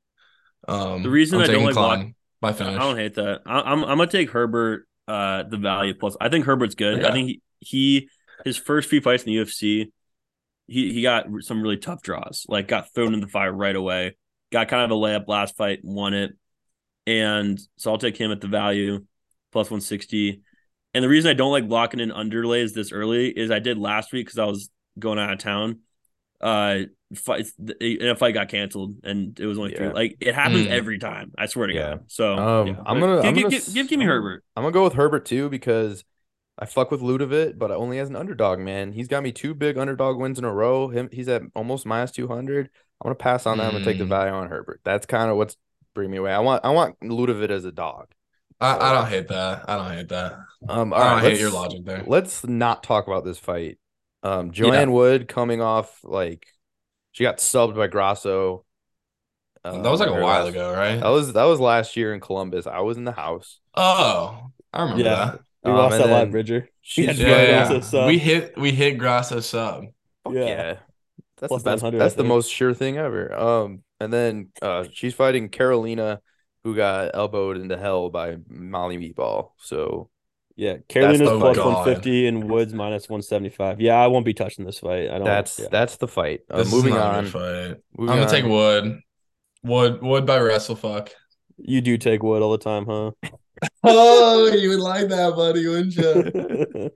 [SPEAKER 3] Um,
[SPEAKER 1] The reason I don't
[SPEAKER 3] taking
[SPEAKER 1] like Lock-
[SPEAKER 3] Klein by finish.
[SPEAKER 1] I don't hate that. I, I'm I'm gonna take Herbert uh the value plus. I think Herbert's good. I
[SPEAKER 3] Yeah.
[SPEAKER 1] think he, he his first few fights in the UFC, he he got some really tough draws. Like got thrown in the fire right away. Got kind of a layup last fight, won it, and so I'll take him at the value plus one sixty. And the reason I don't like locking in underlays this early is I did last week because I was going out of town. Uh, fights and a fight got canceled, and it was only three.
[SPEAKER 2] Yeah. Hmm.
[SPEAKER 1] Like it happens
[SPEAKER 3] Mm.
[SPEAKER 1] every time. I swear to
[SPEAKER 2] Yeah.
[SPEAKER 1] God. So
[SPEAKER 2] Um,
[SPEAKER 1] Oh, yeah.
[SPEAKER 2] I'm gonna-
[SPEAKER 1] give,
[SPEAKER 2] I'm
[SPEAKER 1] give,
[SPEAKER 2] gonna
[SPEAKER 1] give,
[SPEAKER 2] s-
[SPEAKER 1] give, give me
[SPEAKER 2] I'm-
[SPEAKER 1] Herbert.
[SPEAKER 2] I'm gonna go with Herbert too because I fuck with Ludovic, but I only as an underdog man. He's got me two big underdog wins in a row. Him, he's at almost minus two hundred. I'm gonna pass on that. I'm gonna take the
[SPEAKER 3] Mm.
[SPEAKER 2] value on Herbert. That's kind of what's bringing me away. I want I want Ludovic as a dog.
[SPEAKER 3] I, I don't hate that. I don't hate that.
[SPEAKER 2] Um, all
[SPEAKER 3] I
[SPEAKER 2] right,
[SPEAKER 3] don't hate your
[SPEAKER 2] let's-
[SPEAKER 3] logic there.
[SPEAKER 2] Let's not talk about this fight. Um, Joanne Wood coming off like she got subbed by Grasso. um,
[SPEAKER 3] that was like a
[SPEAKER 2] her
[SPEAKER 3] while
[SPEAKER 2] last-
[SPEAKER 3] ago, right?
[SPEAKER 2] uh, That Oh. was that was last year in Columbus. I was in the house.
[SPEAKER 3] Oh, I remember
[SPEAKER 4] Yeah.
[SPEAKER 3] that.
[SPEAKER 4] We
[SPEAKER 2] Um,
[SPEAKER 4] lost
[SPEAKER 2] and
[SPEAKER 4] that
[SPEAKER 2] then
[SPEAKER 4] live Bridger.
[SPEAKER 2] She
[SPEAKER 4] Yeah,
[SPEAKER 2] just
[SPEAKER 4] yeah,
[SPEAKER 2] went
[SPEAKER 4] yeah.
[SPEAKER 2] down.
[SPEAKER 4] Grasso sub.
[SPEAKER 3] We hit we hit Grasso sub.
[SPEAKER 2] Fuck
[SPEAKER 4] Yeah.
[SPEAKER 2] yeah. That's
[SPEAKER 4] Plus
[SPEAKER 2] the best,
[SPEAKER 4] 100, I
[SPEAKER 2] that's the
[SPEAKER 4] think.
[SPEAKER 2] most sure thing ever. Um, and then uh, she's fighting Carolina, who got elbowed into hell by Molly Meatball. So
[SPEAKER 4] Yeah, Carolina's
[SPEAKER 2] oh my
[SPEAKER 4] plus
[SPEAKER 3] God.
[SPEAKER 4] 150 and Woods minus 175. Yeah, I won't be touching this fight.
[SPEAKER 1] Oh,
[SPEAKER 4] I don't.
[SPEAKER 2] that's
[SPEAKER 4] yeah.
[SPEAKER 2] that's the fight. Uh,
[SPEAKER 3] This is
[SPEAKER 2] moving
[SPEAKER 3] not a
[SPEAKER 2] on.
[SPEAKER 3] good fight. I'm
[SPEAKER 2] moving
[SPEAKER 3] gonna
[SPEAKER 2] on.
[SPEAKER 3] take Wood. Wood Wood by WrestleFuck.
[SPEAKER 4] you do take wood all the time, huh?
[SPEAKER 3] Oh, you would like that, buddy, wouldn't you?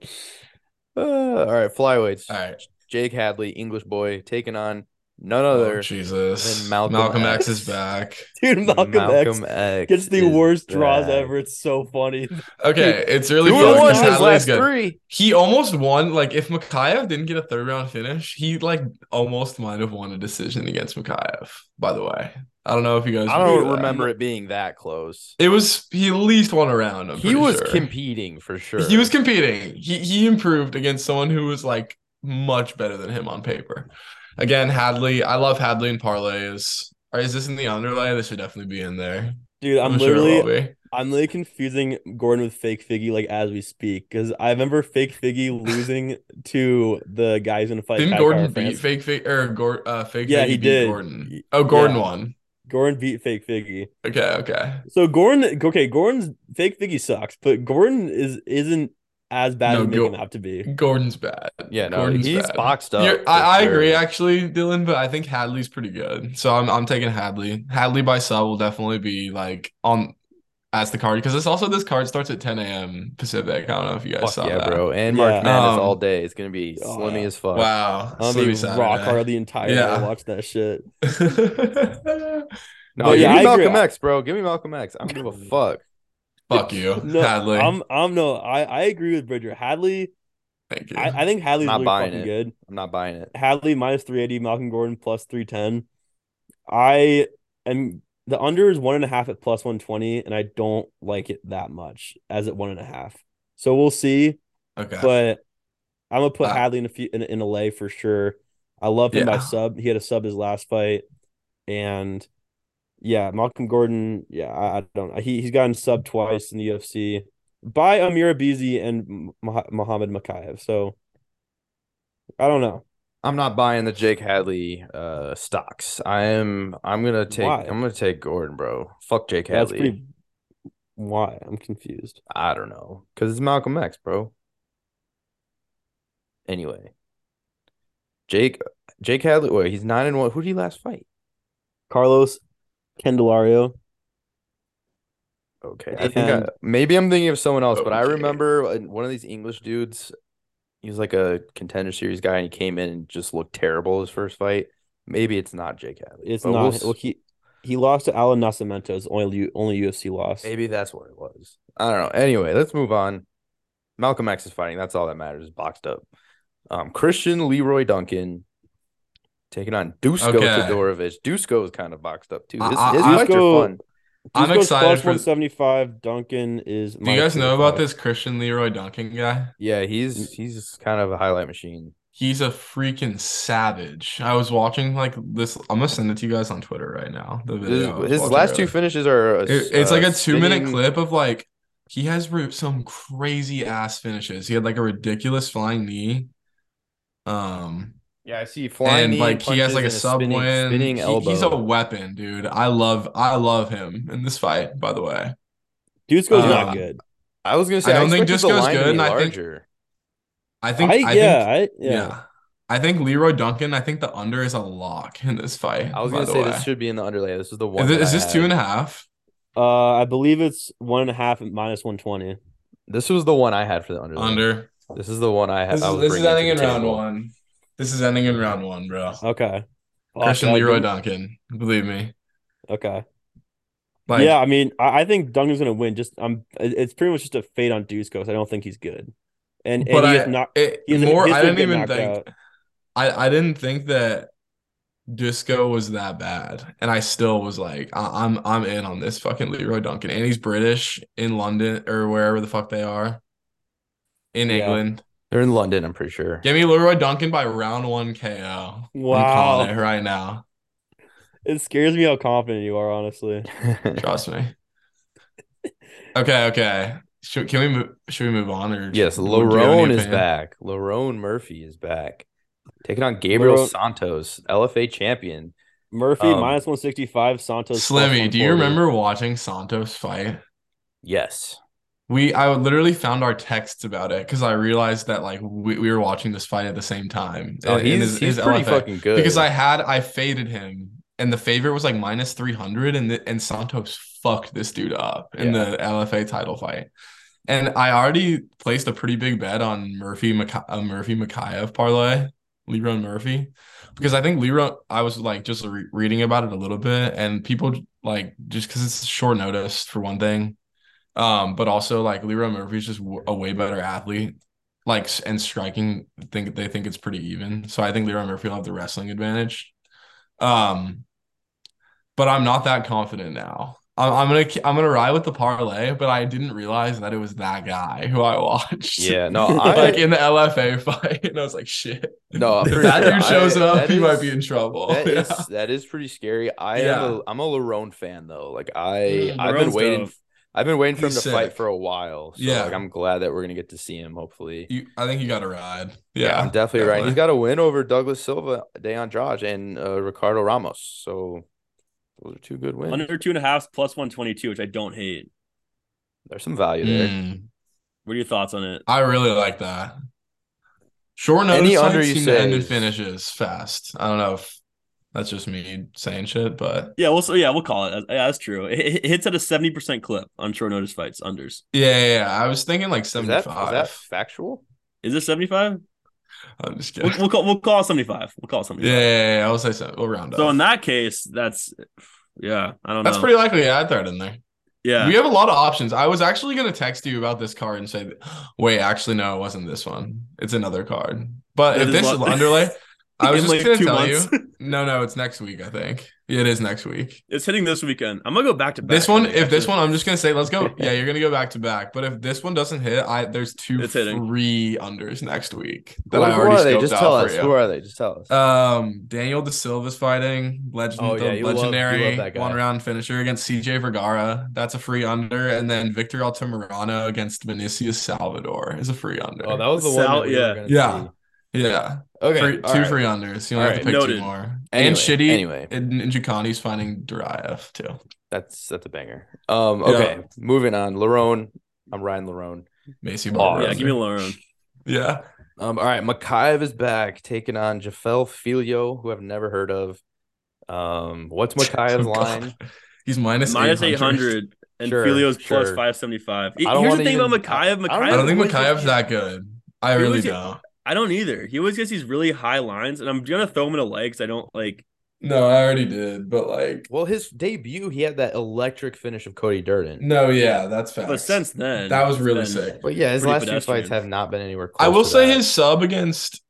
[SPEAKER 2] Uh, all right, flyweights.
[SPEAKER 3] All right.
[SPEAKER 2] Jake Hadley, English boy, taking on none
[SPEAKER 3] Oh,
[SPEAKER 2] other
[SPEAKER 3] Jesus.
[SPEAKER 2] than
[SPEAKER 3] Malcolm,
[SPEAKER 2] Malcolm X.
[SPEAKER 3] X. is back.
[SPEAKER 1] Dude, Malcolm, X
[SPEAKER 2] X
[SPEAKER 1] gets the
[SPEAKER 2] is
[SPEAKER 1] worst draws
[SPEAKER 2] back.
[SPEAKER 1] ever. It's so funny.
[SPEAKER 3] Okay, it's really
[SPEAKER 2] Two
[SPEAKER 3] fun.
[SPEAKER 2] and one
[SPEAKER 3] because
[SPEAKER 2] in his
[SPEAKER 3] Hadley's
[SPEAKER 2] last
[SPEAKER 3] good.
[SPEAKER 2] three.
[SPEAKER 3] He almost won. Like if Makayev didn't get a third round finish, he like almost might have won a decision against Makayev. By the way, I don't know if you guys.
[SPEAKER 2] I don't
[SPEAKER 3] remember that.
[SPEAKER 2] remember it being that close.
[SPEAKER 3] It was he at least won a round. I'm
[SPEAKER 2] He
[SPEAKER 3] pretty
[SPEAKER 2] was
[SPEAKER 3] sure.
[SPEAKER 2] competing for sure.
[SPEAKER 3] He was competing. He he improved against someone who was like much better than him on paper. Again, Hadley. I love Hadley and parlays. Or is this in the underlay? This should definitely be in there.
[SPEAKER 1] Dude, I'm,
[SPEAKER 3] sure it
[SPEAKER 1] literally
[SPEAKER 3] will be.
[SPEAKER 1] I'm literally confusing Gordon with fake Figgy like as we speak. Because I remember fake Figgy losing to the guys in a fight.
[SPEAKER 3] Didn't
[SPEAKER 1] Kai
[SPEAKER 3] Gordon
[SPEAKER 1] Kara
[SPEAKER 3] beat
[SPEAKER 1] France.
[SPEAKER 3] fake fake or Gor- uh, fake?
[SPEAKER 1] Yeah,
[SPEAKER 3] Figgy
[SPEAKER 1] he
[SPEAKER 3] beat
[SPEAKER 1] did.
[SPEAKER 3] Gordon.
[SPEAKER 1] Y-
[SPEAKER 3] Oh, Gordon
[SPEAKER 1] yeah.
[SPEAKER 3] won.
[SPEAKER 1] Gordon beat fake Figgy.
[SPEAKER 3] Okay, okay.
[SPEAKER 1] So Gordon okay, Gordon's fake Figgy sucks, but Gordon is isn't as bad
[SPEAKER 3] No,
[SPEAKER 1] as making
[SPEAKER 3] Gor-
[SPEAKER 1] out to be.
[SPEAKER 3] Gordon's bad.
[SPEAKER 2] yeah, no,
[SPEAKER 3] Gordon's
[SPEAKER 2] he's
[SPEAKER 3] bad.
[SPEAKER 2] boxed up.
[SPEAKER 3] You're-
[SPEAKER 2] for
[SPEAKER 3] I, I agree,
[SPEAKER 2] sure.
[SPEAKER 3] actually, Dylan, but I think Hadley's pretty good. So I'm I'm taking Hadley. Hadley by sub will definitely be like on as the card because it's also this card starts at 10 a.m. Pacific. I don't know if you guys
[SPEAKER 2] Fuck
[SPEAKER 3] saw
[SPEAKER 2] yeah,
[SPEAKER 3] that.
[SPEAKER 2] bro. And
[SPEAKER 1] Yeah.
[SPEAKER 2] Mark Madness
[SPEAKER 3] Um,
[SPEAKER 2] all day. It's gonna be
[SPEAKER 1] oh,
[SPEAKER 2] slimy
[SPEAKER 1] yeah.
[SPEAKER 2] as fuck.
[SPEAKER 3] Wow,
[SPEAKER 1] I'm
[SPEAKER 3] Sleepy
[SPEAKER 1] gonna be rock
[SPEAKER 3] Saturday.
[SPEAKER 1] hard the entire
[SPEAKER 3] Yeah.
[SPEAKER 1] day. Watch that shit.
[SPEAKER 2] No,
[SPEAKER 1] But Oh,
[SPEAKER 2] give
[SPEAKER 1] yeah,
[SPEAKER 2] me
[SPEAKER 1] I agree.
[SPEAKER 2] Malcolm X, bro. Give me Malcolm X. I don't give a fuck.
[SPEAKER 3] Fuck you,
[SPEAKER 1] No,
[SPEAKER 3] Hadley.
[SPEAKER 1] I'm I'm no, I, I agree with Bridger. Hadley,
[SPEAKER 3] Thank you.
[SPEAKER 1] I, I think Hadley's
[SPEAKER 2] Not
[SPEAKER 1] really
[SPEAKER 2] buying
[SPEAKER 1] fucking
[SPEAKER 2] it.
[SPEAKER 1] good.
[SPEAKER 2] I'm not buying it.
[SPEAKER 1] Hadley minus three eighty, Malcolm Gordon plus three ten. I am the under is one and a half at plus one twenty, and I don't like it that much as at one and a half. So we'll see.
[SPEAKER 3] okay.
[SPEAKER 1] But I'm gonna put
[SPEAKER 3] Wow.
[SPEAKER 1] Hadley in a few in, in a lay for sure. I love him by
[SPEAKER 3] Yeah.
[SPEAKER 1] sub. He had a sub his last fight, and yeah, Malcolm Gordon. Yeah, I, I don't. He he's gotten sub twice in the UFC by Amir Abizi and Mah- Muhammad Makayev. So I don't know.
[SPEAKER 2] I'm not buying the Jake Hadley uh stocks. I am I'm gonna take
[SPEAKER 1] Why?
[SPEAKER 2] I'm gonna take Gordon, bro. Fuck Jake
[SPEAKER 1] That's
[SPEAKER 2] Hadley.
[SPEAKER 1] pretty. Why? I'm confused.
[SPEAKER 2] I don't know. Cause it's Malcolm X, bro. Anyway. Jake Jake Hadley, wait, he's nine and one. Who did he last fight?
[SPEAKER 1] Carlos Candelario.
[SPEAKER 2] Okay. I think
[SPEAKER 1] And- Oh,
[SPEAKER 2] I, maybe I'm thinking of someone else, but I
[SPEAKER 3] Okay.
[SPEAKER 2] remember uh, one of these English dudes. He was like a contender series guy and he came in and just looked terrible his first fight. Maybe it's not Jake Hadley.
[SPEAKER 1] It's
[SPEAKER 2] but we'll
[SPEAKER 1] not.
[SPEAKER 2] s-
[SPEAKER 1] well, he he lost to Alan Nascimento. His only only UFC loss.
[SPEAKER 2] Maybe that's what it was. I don't know. Anyway, let's move on. Malcolm X is fighting. That's all that matters. Is boxed up. Um, Christian Leroy Duncan taking on Dusko
[SPEAKER 3] Okay.
[SPEAKER 2] Todorovic. Dusko is kind of boxed up too. His,
[SPEAKER 3] I- I-
[SPEAKER 2] his
[SPEAKER 1] I-
[SPEAKER 2] fights are
[SPEAKER 1] Dusko-
[SPEAKER 2] fun.
[SPEAKER 3] I'm
[SPEAKER 1] Dusko's
[SPEAKER 3] excited
[SPEAKER 1] Plus
[SPEAKER 3] for-
[SPEAKER 1] one seventy five. Duncan is.
[SPEAKER 3] Do you
[SPEAKER 1] minus
[SPEAKER 3] guys know
[SPEAKER 1] 205.
[SPEAKER 3] about this Christian Leroy Duncan guy?
[SPEAKER 2] Yeah, he's he's kind of a highlight machine.
[SPEAKER 3] He's a freaking savage. I was watching like this. I'm gonna send it to you guys on Twitter right now. The
[SPEAKER 2] His,
[SPEAKER 3] video. I was
[SPEAKER 2] his
[SPEAKER 3] watching
[SPEAKER 2] last two
[SPEAKER 3] earlier.
[SPEAKER 2] finishes are a s-
[SPEAKER 3] It- it's like a two minute
[SPEAKER 2] spinning-
[SPEAKER 3] clip of like he has re- some crazy ass finishes. He had like a ridiculous flying knee. Um
[SPEAKER 2] Yeah, I see flying
[SPEAKER 3] and
[SPEAKER 2] knee
[SPEAKER 3] like he has
[SPEAKER 2] punches
[SPEAKER 3] like a
[SPEAKER 2] and
[SPEAKER 3] sub
[SPEAKER 2] spinning,
[SPEAKER 3] win.
[SPEAKER 2] spinning
[SPEAKER 3] He-
[SPEAKER 2] elbow.
[SPEAKER 3] he's a weapon, dude. I love I love him in this fight, by the way.
[SPEAKER 1] Dusko's
[SPEAKER 3] Uh,
[SPEAKER 1] not good.
[SPEAKER 2] I was gonna say I
[SPEAKER 3] don't think
[SPEAKER 2] expected the
[SPEAKER 3] Dusko's
[SPEAKER 2] line to
[SPEAKER 3] good,
[SPEAKER 2] be
[SPEAKER 3] and I think-
[SPEAKER 2] larger.
[SPEAKER 3] I think
[SPEAKER 1] I,
[SPEAKER 3] I
[SPEAKER 1] yeah,
[SPEAKER 3] think
[SPEAKER 1] I,
[SPEAKER 3] yeah.
[SPEAKER 1] yeah.
[SPEAKER 3] I think Leroy Duncan, I think the under is a lock in this fight.
[SPEAKER 2] I was
[SPEAKER 3] by
[SPEAKER 2] gonna
[SPEAKER 3] the
[SPEAKER 2] say
[SPEAKER 3] way.
[SPEAKER 2] this should be in the underlay. This is the one.
[SPEAKER 3] Is, it,
[SPEAKER 2] that
[SPEAKER 3] is
[SPEAKER 2] I
[SPEAKER 3] this
[SPEAKER 2] had.
[SPEAKER 3] two and a half?
[SPEAKER 1] Uh, I believe it's one and a half at minus one twenty.
[SPEAKER 2] This was the one I had for the underlay.
[SPEAKER 3] Under.
[SPEAKER 2] This is the one I had.
[SPEAKER 3] This
[SPEAKER 2] I
[SPEAKER 3] is,
[SPEAKER 2] was
[SPEAKER 3] this is
[SPEAKER 2] bringing
[SPEAKER 3] ending
[SPEAKER 2] to
[SPEAKER 3] in
[SPEAKER 2] the
[SPEAKER 3] round
[SPEAKER 2] table.
[SPEAKER 3] one. This is ending in round one, bro.
[SPEAKER 1] Okay. Fuck,
[SPEAKER 3] Christian
[SPEAKER 1] I
[SPEAKER 3] Leroy
[SPEAKER 1] didn't-
[SPEAKER 3] Duncan, believe me.
[SPEAKER 1] Okay.
[SPEAKER 3] Like,
[SPEAKER 1] yeah, I mean, I, I think Duncan's gonna win. Just I'm. it- It's pretty much just a fade on Dusko. so I don't think he's good. And and
[SPEAKER 3] but
[SPEAKER 1] he
[SPEAKER 3] I
[SPEAKER 1] is not.
[SPEAKER 3] it,
[SPEAKER 1] he has a
[SPEAKER 3] more. I
[SPEAKER 1] history of
[SPEAKER 3] didn't
[SPEAKER 1] getting
[SPEAKER 3] even
[SPEAKER 1] knocked
[SPEAKER 3] think. I I didn't think that Disco was that bad, and I still was like, I, I'm I'm in on this fucking Leroy Duncan, and he's British in London or wherever the fuck they are, in
[SPEAKER 1] Yeah.
[SPEAKER 3] England.
[SPEAKER 2] They're in London, I'm pretty sure.
[SPEAKER 3] Give me Leroy Duncan by round one KO. I'm
[SPEAKER 1] Wow.
[SPEAKER 3] calling it right now.
[SPEAKER 1] It scares me how confident you are, honestly.
[SPEAKER 3] Trust me. Okay, okay. Should, can we move? Should we move on or
[SPEAKER 2] yes,
[SPEAKER 3] do you have any
[SPEAKER 2] Larone is
[SPEAKER 3] opinion?
[SPEAKER 2] back. Larone Murphy is back. Taking on Gabriel
[SPEAKER 1] Lerone-
[SPEAKER 2] Santos, LFA champion.
[SPEAKER 1] Murphy
[SPEAKER 2] Um,
[SPEAKER 1] minus one sixty five. Santos. plus
[SPEAKER 3] Slimmy, do
[SPEAKER 1] 140.
[SPEAKER 3] you remember watching Santos fight?
[SPEAKER 2] Yes.
[SPEAKER 3] We I literally found our texts about it because I realized that like we, we were watching this fight at the same time.
[SPEAKER 2] Oh,
[SPEAKER 3] And- and
[SPEAKER 2] he's
[SPEAKER 3] his-
[SPEAKER 2] he's
[SPEAKER 3] his
[SPEAKER 2] pretty
[SPEAKER 3] LFA.
[SPEAKER 2] fucking good.
[SPEAKER 3] because I had I faded him and the favorite was like minus three hundred and the, and Santos fucked this dude up in
[SPEAKER 2] Yeah.
[SPEAKER 3] the LFA title fight. And I already placed a pretty big bet on Murphy Maka- uh, Murphy Makayev parlay Leron Murphy because I think Leron I was like just re- reading about it a little bit and people like just because it's short notice for one thing, um, but also like Leron Murphy's just w- a way better athlete, like s- and striking. I Think they think it's pretty even, so I think Leron Murphy will have the wrestling advantage. Um, but I'm not that confident now. I'm, I'm gonna ke- I'm gonna ride with the parlay, but I didn't realize that it was that guy who I watched.
[SPEAKER 2] Yeah, no,
[SPEAKER 3] like
[SPEAKER 2] I
[SPEAKER 3] in the LFA fight, and I was like, shit.
[SPEAKER 2] no.
[SPEAKER 3] If
[SPEAKER 2] for
[SPEAKER 3] that
[SPEAKER 2] sure,
[SPEAKER 3] dude shows
[SPEAKER 2] I-
[SPEAKER 3] up,
[SPEAKER 2] that
[SPEAKER 3] he might
[SPEAKER 2] is-
[SPEAKER 3] be in trouble.
[SPEAKER 2] That
[SPEAKER 3] Yeah.
[SPEAKER 2] is that is pretty scary. I am
[SPEAKER 3] Yeah.
[SPEAKER 2] a I'm a Larone fan though. Like I
[SPEAKER 1] Mm,
[SPEAKER 2] I've been
[SPEAKER 1] Larone's
[SPEAKER 2] waiting
[SPEAKER 1] dope.
[SPEAKER 2] I've been waiting for him
[SPEAKER 3] He's
[SPEAKER 2] to fight
[SPEAKER 3] sick.
[SPEAKER 2] for a while. So
[SPEAKER 3] Yeah.
[SPEAKER 2] like I'm glad that we're gonna get to see him hopefully.
[SPEAKER 3] You, I think you got to ride.
[SPEAKER 2] I'm
[SPEAKER 3] Yeah,
[SPEAKER 2] definitely, right. He's got a win over Douglas Silva, Deon Draj, and uh, Ricardo Ramos. So those are two good wins.
[SPEAKER 1] Under two and a half plus one twenty two, which I don't hate.
[SPEAKER 2] There's some value there.
[SPEAKER 3] Mm,
[SPEAKER 1] What are your thoughts on it?
[SPEAKER 3] I really like that. Short notice
[SPEAKER 2] Any
[SPEAKER 3] fights
[SPEAKER 2] under you
[SPEAKER 3] seem to end in
[SPEAKER 2] says-
[SPEAKER 3] finishes fast. I don't know if that's just me saying shit, but
[SPEAKER 1] Yeah, we'll so yeah, we'll call it. Yeah, that's true. It, it hits at a seventy percent clip on short notice fights unders.
[SPEAKER 3] yeah, yeah, yeah. I was thinking like
[SPEAKER 2] Is
[SPEAKER 3] seventy
[SPEAKER 2] that, is that
[SPEAKER 3] five.
[SPEAKER 2] factual?
[SPEAKER 1] Is it seventy five?
[SPEAKER 3] I'm just kidding.
[SPEAKER 1] We'll, we'll call we'll call seventy five. We'll call seventy
[SPEAKER 3] yeah,
[SPEAKER 1] five.
[SPEAKER 3] yeah, yeah, I'll say so. We'll round up.
[SPEAKER 1] So in that case, that's yeah. I don't
[SPEAKER 3] that's
[SPEAKER 1] know.
[SPEAKER 3] pretty likely. Yeah, I'd throw it in there.
[SPEAKER 1] yeah.
[SPEAKER 3] We have a lot of options. I was actually gonna text you about this card and say, wait, actually, no, it wasn't this one. It's another card. But
[SPEAKER 1] It
[SPEAKER 3] if
[SPEAKER 1] is
[SPEAKER 3] this
[SPEAKER 1] what-
[SPEAKER 3] is underlay, I was
[SPEAKER 1] In like
[SPEAKER 3] just gonna
[SPEAKER 1] two
[SPEAKER 3] tell
[SPEAKER 1] months.
[SPEAKER 3] you. No, no, it's next week. I think it is next week.
[SPEAKER 1] it's hitting this weekend. I'm gonna go back to back.
[SPEAKER 3] This one,
[SPEAKER 1] I think,
[SPEAKER 3] if this
[SPEAKER 1] actually.
[SPEAKER 3] one, I'm just gonna say, let's go. Yeah, you're gonna go back to back. But if this one doesn't hit, I there's two
[SPEAKER 1] It's hitting.
[SPEAKER 3] three unders next week that
[SPEAKER 2] Who-
[SPEAKER 3] I
[SPEAKER 2] who are
[SPEAKER 3] already
[SPEAKER 2] they?
[SPEAKER 3] scoped
[SPEAKER 2] Just
[SPEAKER 3] out
[SPEAKER 2] tell
[SPEAKER 3] for
[SPEAKER 2] us.
[SPEAKER 3] you.
[SPEAKER 2] Who are they? Just tell us.
[SPEAKER 3] Um, Daniel De Silva's fighting legend,
[SPEAKER 2] Oh,
[SPEAKER 3] the
[SPEAKER 2] yeah, you love- you love
[SPEAKER 3] legendary
[SPEAKER 2] that guy.
[SPEAKER 3] one round finisher against CJ Vergara. That's a free under, and then Victor Altamirano against Vinicius Salvador is a free under.
[SPEAKER 2] Oh, that was the one.
[SPEAKER 1] Sal-
[SPEAKER 2] that we were
[SPEAKER 1] yeah.
[SPEAKER 2] gonna
[SPEAKER 3] Yeah.
[SPEAKER 2] see.
[SPEAKER 3] yeah,
[SPEAKER 2] Okay.
[SPEAKER 3] Free-
[SPEAKER 2] all
[SPEAKER 3] two
[SPEAKER 2] right.
[SPEAKER 3] free unders. You
[SPEAKER 2] All
[SPEAKER 3] only have
[SPEAKER 2] right,
[SPEAKER 3] to pick
[SPEAKER 1] noted.
[SPEAKER 3] two more.
[SPEAKER 2] Anyway,
[SPEAKER 3] and shitty.
[SPEAKER 2] Anyway,
[SPEAKER 3] And, and Giucani's finding Duryev too.
[SPEAKER 2] that's that's a banger. Um.
[SPEAKER 3] Yeah.
[SPEAKER 2] Okay. Moving on. Larone. I'm Ryan Larone.
[SPEAKER 3] Macy
[SPEAKER 2] one-
[SPEAKER 3] Barber.
[SPEAKER 1] yeah, give me Lauren.
[SPEAKER 3] yeah.
[SPEAKER 2] Um, all right, Makayev is back, taking on Jafel Filio, who I've never heard of. Um, what's Makayev's
[SPEAKER 3] Oh, God.
[SPEAKER 2] line?
[SPEAKER 3] He's minus
[SPEAKER 1] minus eight hundred and
[SPEAKER 2] Sure,
[SPEAKER 1] Filio's plus
[SPEAKER 2] sure.
[SPEAKER 1] five seventy five.
[SPEAKER 2] I
[SPEAKER 1] Here's
[SPEAKER 2] don't
[SPEAKER 1] the
[SPEAKER 2] wanna
[SPEAKER 1] thing
[SPEAKER 2] even-
[SPEAKER 1] about Makayev. Makayev
[SPEAKER 2] I
[SPEAKER 3] I don't think
[SPEAKER 1] always-
[SPEAKER 3] Makayev's that good. I
[SPEAKER 1] He
[SPEAKER 3] really
[SPEAKER 1] was-
[SPEAKER 3] don't.
[SPEAKER 1] I don't either. He always gets these really high lines, and I'm gonna throw him in a leg 'cause I don't like.
[SPEAKER 3] No, I already did, but like,
[SPEAKER 2] Well, his debut, he had that electric finish of Cody Durden.
[SPEAKER 3] no, yeah, that's facts.
[SPEAKER 1] But since then,
[SPEAKER 3] That was really
[SPEAKER 1] it's been-
[SPEAKER 3] sick.
[SPEAKER 2] But yeah, his
[SPEAKER 1] Pretty
[SPEAKER 2] last two fights
[SPEAKER 1] pedestrian.
[SPEAKER 2] have not been anywhere close.
[SPEAKER 3] I will
[SPEAKER 2] to
[SPEAKER 3] say
[SPEAKER 2] that.
[SPEAKER 3] his sub against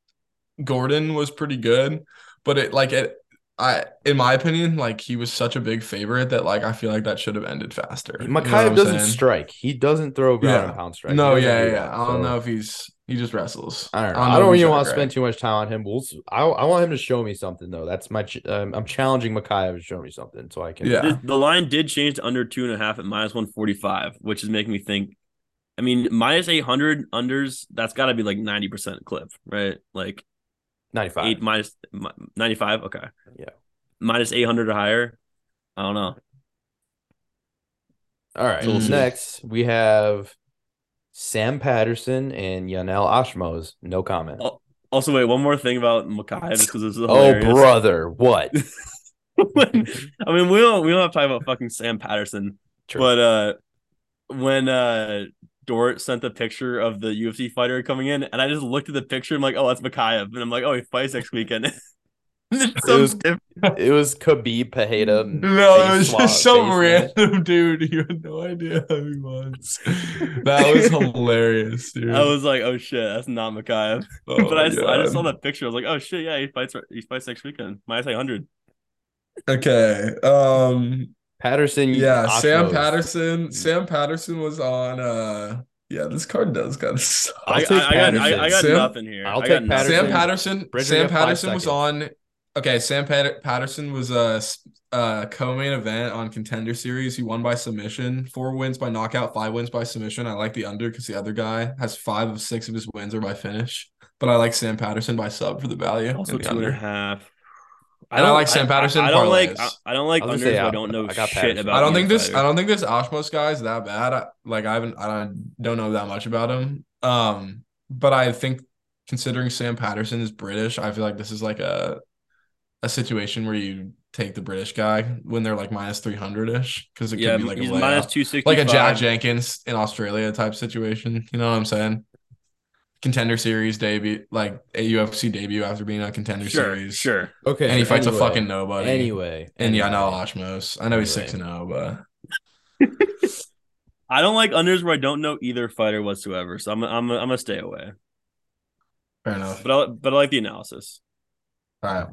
[SPEAKER 3] Gordon was pretty good, but it like it I in my opinion, like he was such a big favorite that like I feel like that should have ended faster. You know what
[SPEAKER 2] Makayev
[SPEAKER 3] I'm
[SPEAKER 2] doesn't
[SPEAKER 3] saying?
[SPEAKER 2] strike. He doesn't throw ground
[SPEAKER 3] Yeah.
[SPEAKER 2] and pound strike.
[SPEAKER 3] No,
[SPEAKER 2] He doesn't
[SPEAKER 3] yeah,
[SPEAKER 2] do
[SPEAKER 3] yeah.
[SPEAKER 2] that,
[SPEAKER 3] I don't
[SPEAKER 2] so-
[SPEAKER 3] know if he's he just wrestles.
[SPEAKER 2] I don't know.
[SPEAKER 3] I don't
[SPEAKER 2] I
[SPEAKER 3] know
[SPEAKER 2] don't
[SPEAKER 3] if
[SPEAKER 2] even
[SPEAKER 3] he's
[SPEAKER 2] want
[SPEAKER 3] that
[SPEAKER 2] to
[SPEAKER 3] great.
[SPEAKER 2] spend too much time on him. We'll, s- I, I want him to show me something though. That's my. Ch- um, I'm challenging Makayev to show me something so I can.
[SPEAKER 3] Yeah.
[SPEAKER 1] The, the line did change to under two and a half at minus one forty five, which is making me think. I mean, minus eight hundred unders. That's got to be like ninety percent clip, right? Like
[SPEAKER 2] Ninety-five.
[SPEAKER 1] eight minus ninety five. Okay.
[SPEAKER 2] Yeah.
[SPEAKER 1] Minus eight hundred or higher. I don't know.
[SPEAKER 2] All right.
[SPEAKER 3] We'll see.
[SPEAKER 2] Next, we have Sam Patterson and Yanel Ashmos. No comment.
[SPEAKER 1] Oh, Also, wait, one more thing about Makai, just because this is
[SPEAKER 2] Oh,
[SPEAKER 1] hilarious.
[SPEAKER 2] brother. What?
[SPEAKER 1] when, I mean, we don't we don't have to talk about fucking Sam Patterson,
[SPEAKER 2] True.
[SPEAKER 1] but uh, when uh Dort sent the picture of the UFC fighter coming in, and I just looked at the picture, I'm like, oh, that's Makayev, and I'm like, oh, he fights next weekend. It's so
[SPEAKER 2] It was-
[SPEAKER 1] stiff.
[SPEAKER 2] it was Khabib Pajeda.
[SPEAKER 3] No, it was
[SPEAKER 2] face swab-
[SPEAKER 3] just some
[SPEAKER 2] face match.
[SPEAKER 3] random dude. You had no idea who he was. That was hilarious, dude.
[SPEAKER 1] I
[SPEAKER 3] Oh,
[SPEAKER 1] was like, oh shit, that's not Makayev. but I, just- I just saw
[SPEAKER 3] that.
[SPEAKER 1] that picture. I was like, oh shit, yeah, he fights he fights next weekend. Minus eight hundred.
[SPEAKER 3] Okay. Um
[SPEAKER 2] Patterson.
[SPEAKER 3] Yeah,
[SPEAKER 2] Ashmos.
[SPEAKER 3] Sam
[SPEAKER 2] Mm.
[SPEAKER 3] Patterson. Sam Patterson was on. uh Yeah, this card does kind of suck.
[SPEAKER 2] I'll
[SPEAKER 1] I,
[SPEAKER 2] take
[SPEAKER 1] I, I got I, I got
[SPEAKER 3] Sam-
[SPEAKER 1] nothing here.
[SPEAKER 2] I'll
[SPEAKER 1] I
[SPEAKER 2] take
[SPEAKER 1] got nothing.
[SPEAKER 2] Patterson.
[SPEAKER 3] Sam Patterson.
[SPEAKER 2] Bridger, you
[SPEAKER 3] Sam
[SPEAKER 2] have five
[SPEAKER 3] Patterson was
[SPEAKER 2] seconds.
[SPEAKER 3] on. Okay, Sam Pat- Patterson was a uh, co-main event on Contender Series. He won by submission, four wins by knockout, five wins by submission. I like the under because the other guy has five of six of his wins are by finish. But I like Sam Patterson by sub for the value.
[SPEAKER 1] Also
[SPEAKER 3] and the
[SPEAKER 1] two and a
[SPEAKER 3] under.
[SPEAKER 1] half.
[SPEAKER 3] And I like Sam Patterson
[SPEAKER 1] I, I don't like. I,
[SPEAKER 3] parlays.
[SPEAKER 1] I don't like
[SPEAKER 2] I was
[SPEAKER 1] unders.
[SPEAKER 2] gonna say,
[SPEAKER 1] where I
[SPEAKER 2] I-
[SPEAKER 1] don't know
[SPEAKER 2] I got
[SPEAKER 1] shit
[SPEAKER 2] Patterson.
[SPEAKER 1] about.
[SPEAKER 3] I don't
[SPEAKER 1] the
[SPEAKER 3] think this.
[SPEAKER 1] entire-
[SPEAKER 3] I don't think this Ashmos guy is that bad. I, like I haven't. I don't know that much about him. Um, but I think considering Sam Patterson is British, I feel like this is like a a situation where you take the British guy when they're like minus three hundred ish because it
[SPEAKER 1] yeah,
[SPEAKER 3] could be like a
[SPEAKER 1] he's
[SPEAKER 3] layup.
[SPEAKER 1] minus two sixty.
[SPEAKER 3] like a Jack Jenkins in Australia type situation. You know what I'm saying? contender series debut, like a UFC debut after being on contender
[SPEAKER 1] sure,
[SPEAKER 3] series.
[SPEAKER 1] sure.
[SPEAKER 2] Okay.
[SPEAKER 3] And he fights
[SPEAKER 2] anyway.
[SPEAKER 3] a fucking nobody.
[SPEAKER 2] Anyway.
[SPEAKER 3] And yeah, I know
[SPEAKER 2] anyway.
[SPEAKER 3] Alashmos. I know he's
[SPEAKER 2] Anyway.
[SPEAKER 3] six and zero, but
[SPEAKER 1] I don't like unders where I don't know either fighter whatsoever, so I'm I'm I'm gonna stay away.
[SPEAKER 3] fair enough.
[SPEAKER 1] But I but I like the analysis.
[SPEAKER 3] All right.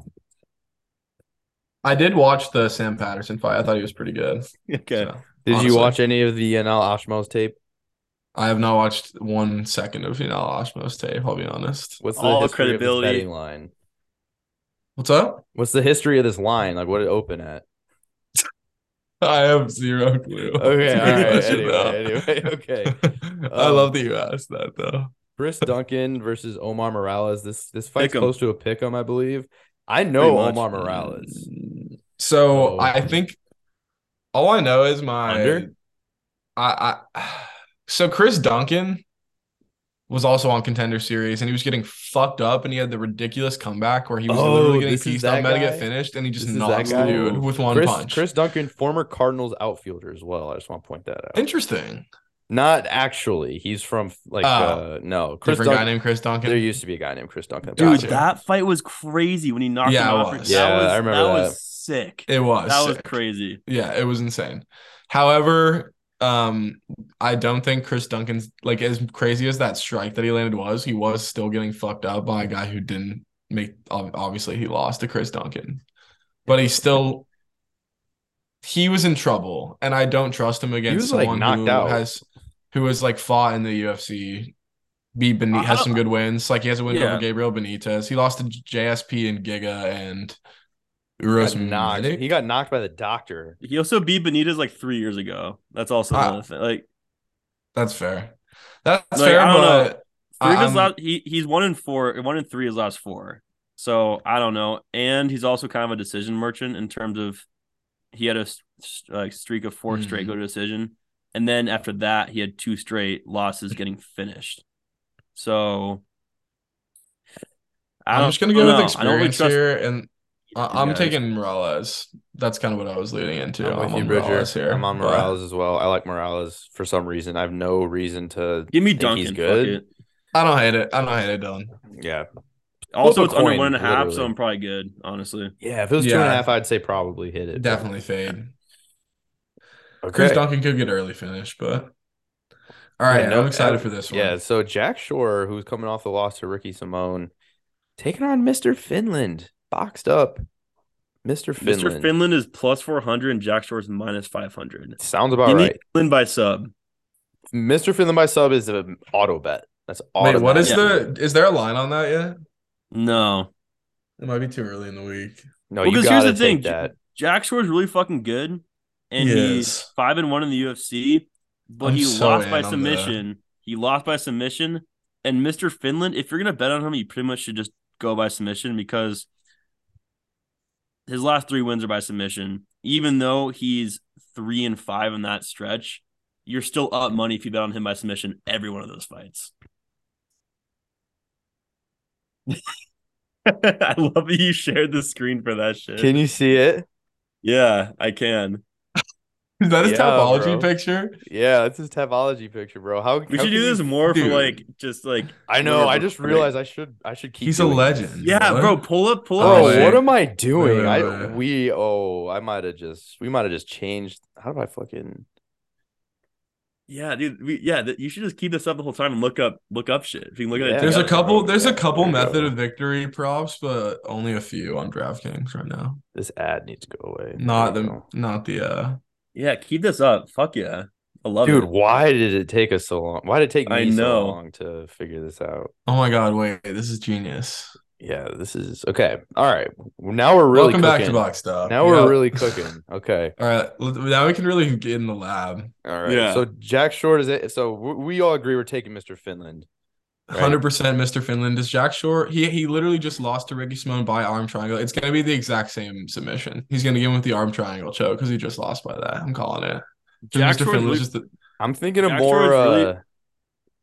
[SPEAKER 3] I did watch the Sam Patterson fight. I thought he was pretty good.
[SPEAKER 1] Okay.
[SPEAKER 3] So,
[SPEAKER 2] Did
[SPEAKER 3] honestly.
[SPEAKER 2] you watch any of the NL Ashmos tape?
[SPEAKER 3] I have not watched one second of Final Osmos tape, I'll be honest.
[SPEAKER 2] What's the
[SPEAKER 1] All
[SPEAKER 2] history
[SPEAKER 1] credibility.
[SPEAKER 2] of this betting line?
[SPEAKER 3] What's up?
[SPEAKER 2] What's the history of this line? Like, what did it open at?
[SPEAKER 3] I have zero clue.
[SPEAKER 2] Okay, all right. Anyway, anyway, okay.
[SPEAKER 3] I
[SPEAKER 2] Um,
[SPEAKER 3] love that you asked that though.
[SPEAKER 2] Chris Duncan versus Omar Morales. This this fight's
[SPEAKER 1] 'em.
[SPEAKER 2] close to a pick 'em, I believe. I know
[SPEAKER 1] much.
[SPEAKER 2] Omar Morales.
[SPEAKER 3] So
[SPEAKER 2] Oh.
[SPEAKER 3] I think all I know is my
[SPEAKER 2] Under?
[SPEAKER 3] I, I so Chris Duncan was also on contender series and he was getting fucked up and he had the ridiculous comeback where he was
[SPEAKER 2] Oh,
[SPEAKER 3] literally getting
[SPEAKER 2] this is
[SPEAKER 3] pieced up
[SPEAKER 2] that
[SPEAKER 3] about to
[SPEAKER 2] guy?
[SPEAKER 3] get finished and he just
[SPEAKER 2] This is that
[SPEAKER 3] knocks the
[SPEAKER 2] guy?
[SPEAKER 3] dude with one
[SPEAKER 2] Chris,
[SPEAKER 3] punch.
[SPEAKER 2] Chris Duncan, former Cardinals outfielder as well. I just want to point that out.
[SPEAKER 3] Interesting.
[SPEAKER 2] Not actually. He's from like
[SPEAKER 3] Oh.
[SPEAKER 2] uh no Chris
[SPEAKER 3] Different guy
[SPEAKER 2] Duncan.
[SPEAKER 3] named Chris Duncan.
[SPEAKER 2] There used to be a guy named Chris Duncan.
[SPEAKER 1] Dude,
[SPEAKER 3] Gotcha.
[SPEAKER 1] that fight was crazy when he knocked
[SPEAKER 3] Yeah,
[SPEAKER 1] him
[SPEAKER 3] it
[SPEAKER 1] off.
[SPEAKER 3] was.
[SPEAKER 1] That
[SPEAKER 2] Yeah,
[SPEAKER 1] was-
[SPEAKER 2] I remember
[SPEAKER 1] that
[SPEAKER 2] that.
[SPEAKER 1] was sick.
[SPEAKER 3] it was.
[SPEAKER 1] that was
[SPEAKER 3] sick.
[SPEAKER 1] crazy.
[SPEAKER 3] Yeah, it was insane. However, um, I don't think Chris Duncan's like as crazy as that strike that he landed was. He was still getting fucked up by a guy who didn't make. ob- Obviously, he lost to Chris Duncan, but he still he was in trouble, and I don't trust him against
[SPEAKER 2] was, like,
[SPEAKER 3] someone
[SPEAKER 2] knocked
[SPEAKER 3] who
[SPEAKER 2] out.
[SPEAKER 3] has who has like fought in the UFC. Be
[SPEAKER 1] I- I
[SPEAKER 3] Bene- has
[SPEAKER 1] don't-
[SPEAKER 3] some good wins. Like he has a win
[SPEAKER 1] Yeah.
[SPEAKER 3] over Gabriel Benitez. He lost to JSP and Giga and Uros
[SPEAKER 2] Got knocked.
[SPEAKER 3] Medic.
[SPEAKER 2] He got knocked by the doctor.
[SPEAKER 1] He also beat Benitez like three years ago. That's also
[SPEAKER 3] Ah.
[SPEAKER 1] another thing. Like
[SPEAKER 3] That's fair. That's
[SPEAKER 1] Like,
[SPEAKER 3] fair,
[SPEAKER 1] I don't know.
[SPEAKER 3] but
[SPEAKER 1] three of his
[SPEAKER 3] Um,
[SPEAKER 1] last, he he's one in four, one in three his last four. So I don't know. And he's also kind of a decision merchant in terms of he had a s- s- like streak of 4 straight
[SPEAKER 3] Mhm.
[SPEAKER 1] go to decision, and then after that he had two straight losses getting finished. So I
[SPEAKER 3] I'm
[SPEAKER 1] don't-
[SPEAKER 3] just
[SPEAKER 1] I
[SPEAKER 3] gonna
[SPEAKER 1] don't
[SPEAKER 3] go with
[SPEAKER 1] know. I don't really
[SPEAKER 3] experience
[SPEAKER 1] trust
[SPEAKER 3] here, and I- I'm
[SPEAKER 1] guys.
[SPEAKER 3] taking Morales. That's kind of what I was leading into.
[SPEAKER 2] I'm with you,
[SPEAKER 3] on
[SPEAKER 2] Bridger.
[SPEAKER 3] Morales here,
[SPEAKER 2] I'm on
[SPEAKER 3] but
[SPEAKER 2] Morales as well. I like Morales for some reason. I have no reason to.
[SPEAKER 1] Give me
[SPEAKER 2] Think
[SPEAKER 1] Duncan.
[SPEAKER 2] he's
[SPEAKER 1] fuck
[SPEAKER 2] good?
[SPEAKER 1] it.
[SPEAKER 3] I don't hate it. I don't hate it, Dylan.
[SPEAKER 2] Yeah,
[SPEAKER 1] Also,
[SPEAKER 2] a
[SPEAKER 1] it's under
[SPEAKER 2] coin,
[SPEAKER 1] one and a half, so
[SPEAKER 2] literally.
[SPEAKER 1] I'm probably good. Honestly,
[SPEAKER 2] yeah. If it was two and a
[SPEAKER 3] Yeah.
[SPEAKER 2] half, I'd say probably hit it.
[SPEAKER 3] Definitely fade.
[SPEAKER 2] Okay.
[SPEAKER 3] Chris Duncan could get early finish, but all right,
[SPEAKER 2] Yeah, no,
[SPEAKER 3] I'm excited
[SPEAKER 2] uh,
[SPEAKER 3] for this one.
[SPEAKER 2] Yeah, so Jack Shore, who's coming off the loss to Ricky Simone, taking on Mr. Finland, boxed up. Mr. Finland.
[SPEAKER 1] Mr. Finland is plus four hundred and Jack Shore is minus five hundred.
[SPEAKER 2] Sounds about
[SPEAKER 1] you
[SPEAKER 2] right.
[SPEAKER 1] need Finland by sub.
[SPEAKER 2] Mr. Finland by sub is an auto bet. That's
[SPEAKER 3] Wait,
[SPEAKER 2] auto.
[SPEAKER 3] what is
[SPEAKER 1] Yeah.
[SPEAKER 3] the? Is there a line on that yet?
[SPEAKER 1] No,
[SPEAKER 3] It might be too early in the week.
[SPEAKER 2] No,
[SPEAKER 1] Well,
[SPEAKER 2] you
[SPEAKER 1] 'cause here's
[SPEAKER 2] gotta
[SPEAKER 1] the thing,
[SPEAKER 2] take that.
[SPEAKER 1] Jack Shore is really fucking good, and
[SPEAKER 3] He
[SPEAKER 1] he's
[SPEAKER 3] is.
[SPEAKER 1] five and one in the UFC. But
[SPEAKER 3] I'm
[SPEAKER 1] he
[SPEAKER 3] so
[SPEAKER 1] lost
[SPEAKER 3] in
[SPEAKER 1] by
[SPEAKER 3] on the-
[SPEAKER 1] submission. He lost by submission. And Mr. Finland, if you're gonna bet on him, you pretty much should just go by submission because his last three wins are by submission. Even though he's three and five in that stretch, you're still up money if you bet on him by submission every one of those fights. I love that you shared the screen for that shit.
[SPEAKER 2] Can you see it?
[SPEAKER 1] Yeah, I can.
[SPEAKER 3] Is that his
[SPEAKER 2] Yeah, bro.
[SPEAKER 3] topology picture?
[SPEAKER 2] Yeah, that's his topology picture, bro. How
[SPEAKER 1] We
[SPEAKER 2] how
[SPEAKER 1] should
[SPEAKER 2] can
[SPEAKER 1] do this
[SPEAKER 2] you-
[SPEAKER 1] more
[SPEAKER 3] dude.
[SPEAKER 1] for like just like
[SPEAKER 2] I know. I
[SPEAKER 1] whatever.
[SPEAKER 2] just realized I should. I should keep.
[SPEAKER 3] He's a
[SPEAKER 2] doing this.
[SPEAKER 3] legend.
[SPEAKER 1] Yeah,
[SPEAKER 3] What?
[SPEAKER 1] bro, pull up, pull up.
[SPEAKER 2] Bro,
[SPEAKER 3] Oh,
[SPEAKER 1] shit.
[SPEAKER 3] wait.
[SPEAKER 2] what am I doing?
[SPEAKER 3] wait,
[SPEAKER 2] I
[SPEAKER 3] wait.
[SPEAKER 2] we oh I might have just we might have just changed. How do I fucking?
[SPEAKER 1] Yeah, dude. We, yeah, th- you should just keep this up the whole time and look up, look up shit. If you can look at
[SPEAKER 2] Yeah.
[SPEAKER 1] it,
[SPEAKER 3] There's a
[SPEAKER 1] together.
[SPEAKER 3] couple. There's a
[SPEAKER 2] Yeah,
[SPEAKER 3] couple
[SPEAKER 2] there you go.
[SPEAKER 3] method of victory props, but only a few on DraftKings right now.
[SPEAKER 2] This ad needs to go away. There
[SPEAKER 3] Not
[SPEAKER 2] we
[SPEAKER 3] the
[SPEAKER 2] go.
[SPEAKER 3] not the uh
[SPEAKER 1] Yeah, keep this up. Fuck yeah, I love
[SPEAKER 2] dude.
[SPEAKER 1] it.
[SPEAKER 2] Why did it take us so long? Why did it take me
[SPEAKER 1] I
[SPEAKER 2] so
[SPEAKER 1] know.
[SPEAKER 2] long to figure this out?
[SPEAKER 3] oh my god, wait, this is genius.
[SPEAKER 2] Yeah, this is okay. All right, now we're really
[SPEAKER 3] Welcome back to
[SPEAKER 2] cooking.
[SPEAKER 3] Box Stop.
[SPEAKER 2] Now we're
[SPEAKER 3] Yep.
[SPEAKER 2] really cooking. Okay,
[SPEAKER 3] all right. let- Now we can really get in the lab.
[SPEAKER 2] all right.
[SPEAKER 1] Yeah.
[SPEAKER 2] So Jack Short is it? So we, we all agree we're taking Mr. Finland. Right.
[SPEAKER 3] Hundred percent, Mr. Finland is Jack Shore. He he literally just lost to Ricky Simone by arm triangle. It's gonna be the exact same submission. He's gonna get him with the arm triangle choke because he just lost by that. I'm calling it.
[SPEAKER 1] Jack
[SPEAKER 3] Mr.
[SPEAKER 1] Shore's
[SPEAKER 3] Finland's
[SPEAKER 1] really-
[SPEAKER 3] just the,
[SPEAKER 2] I'm thinking of
[SPEAKER 1] Jack
[SPEAKER 2] more.
[SPEAKER 1] Shore is really-
[SPEAKER 2] uh...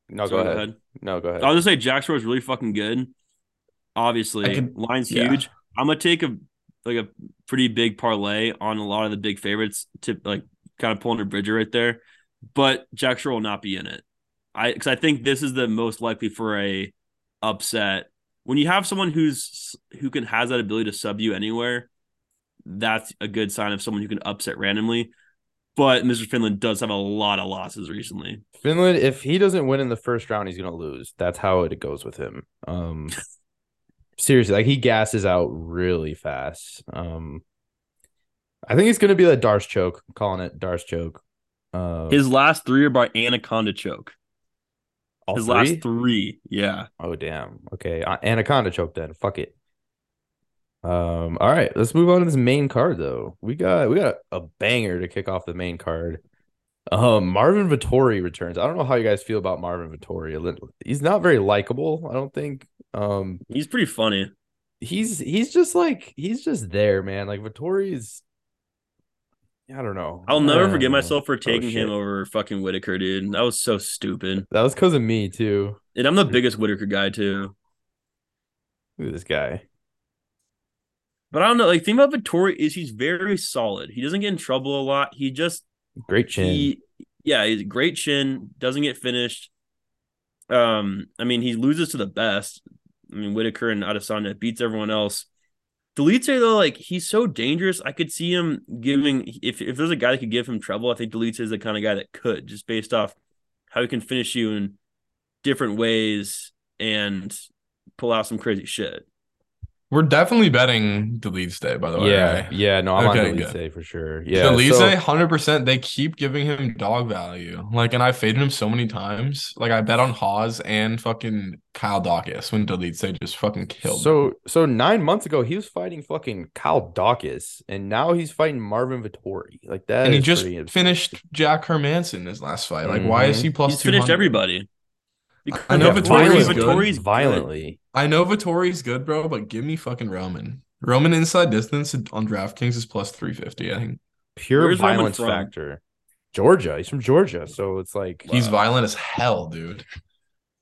[SPEAKER 2] No, go
[SPEAKER 1] Sorry,
[SPEAKER 2] ahead. No, go ahead.
[SPEAKER 1] I'll just say Jack Shore is really fucking good. Obviously,
[SPEAKER 3] I could-
[SPEAKER 1] line's
[SPEAKER 3] yeah.
[SPEAKER 1] huge. I'm gonna take a like a pretty big parlay on a lot of the big favorites to like kind of pull under Bridger right there, but Jack Shore will not be in it. I because I think this is the most likely for a upset when you have someone who's who can has that ability to sub you anywhere. That's a good sign of someone who can upset randomly. But Mr. Finland does have a lot of losses recently.
[SPEAKER 2] Finland, if he doesn't win in the first round, he's gonna lose. That's how it goes with him. Um, seriously, like he gasses out really fast. Um, I think it's gonna be like Darce choke. I'm calling it Darce choke. Uh,
[SPEAKER 1] His last three are by Anaconda Choke.
[SPEAKER 2] all
[SPEAKER 1] His
[SPEAKER 2] three?
[SPEAKER 1] last three. Yeah.
[SPEAKER 2] Oh damn. Okay, uh, Anaconda choke then. Fuck it. Um. All right, let's move on to this main card though. We got we got a banger to kick off the main card. Um, Marvin Vittori returns. I don't know how you guys feel about Marvin Vittori. He's not very likable. I don't think. Um,
[SPEAKER 1] He's pretty funny.
[SPEAKER 2] he's he's just like he's just there, man. Like Vittori is. I don't know.
[SPEAKER 1] I'll never
[SPEAKER 2] I
[SPEAKER 1] forgive
[SPEAKER 2] don't know.
[SPEAKER 1] myself for taking
[SPEAKER 2] shit.
[SPEAKER 1] him over fucking Whitaker, dude. That was so stupid.
[SPEAKER 2] That was because of me too.
[SPEAKER 1] And I'm the biggest Whitaker guy too.
[SPEAKER 2] Look at this guy.
[SPEAKER 1] But I don't know. Like, the thing about Vittori is he's very solid. He doesn't get in trouble a lot. He just
[SPEAKER 2] Great chin.
[SPEAKER 1] he yeah, he's a great chin, doesn't get finished. Um, I mean, he loses to the best. I mean, Whitaker and Adesanya beats everyone else. Delete though, like he's so dangerous. I could see him giving if if there's a guy that could give him trouble, I think Delete is the kind of guy that could, just based off how he can finish you in different ways and pull out some crazy shit.
[SPEAKER 3] We're definitely betting Delete Day, by the way.
[SPEAKER 2] yeah,
[SPEAKER 3] right?
[SPEAKER 2] yeah. No, I'm
[SPEAKER 3] Okay,
[SPEAKER 2] on
[SPEAKER 3] good.
[SPEAKER 2] Elise for sure. Yeah,
[SPEAKER 3] Delete
[SPEAKER 2] so-
[SPEAKER 3] Day, 100%. They keep giving him dog value. Like, and I faded him so many times. Like, I bet on Hawes and fucking Kyle Dawkins when Delete Day just fucking killed. him.
[SPEAKER 2] So so nine months ago he was fighting fucking Kyle Dawkins, and now he's fighting Marvin Vittori. Like that,
[SPEAKER 3] and he
[SPEAKER 2] is
[SPEAKER 3] just
[SPEAKER 2] pretty absurd.
[SPEAKER 3] finished Jack Hermanson his last fight. Like, why is
[SPEAKER 2] Mhm.
[SPEAKER 3] he plus
[SPEAKER 1] he's
[SPEAKER 3] two?
[SPEAKER 1] finished everybody.
[SPEAKER 3] I know
[SPEAKER 2] Yeah,
[SPEAKER 3] Vittori's
[SPEAKER 2] violently,
[SPEAKER 3] good.
[SPEAKER 1] Vittori's good.
[SPEAKER 2] violently.
[SPEAKER 3] I know Vittori's good, bro, but give me fucking Roman. Roman inside distance on DraftKings is plus 350. I think
[SPEAKER 2] Pure
[SPEAKER 1] Where's Roman
[SPEAKER 2] violence
[SPEAKER 1] from?
[SPEAKER 2] factor. Georgia. He's from Georgia, so it's like
[SPEAKER 3] he's violent as hell, dude.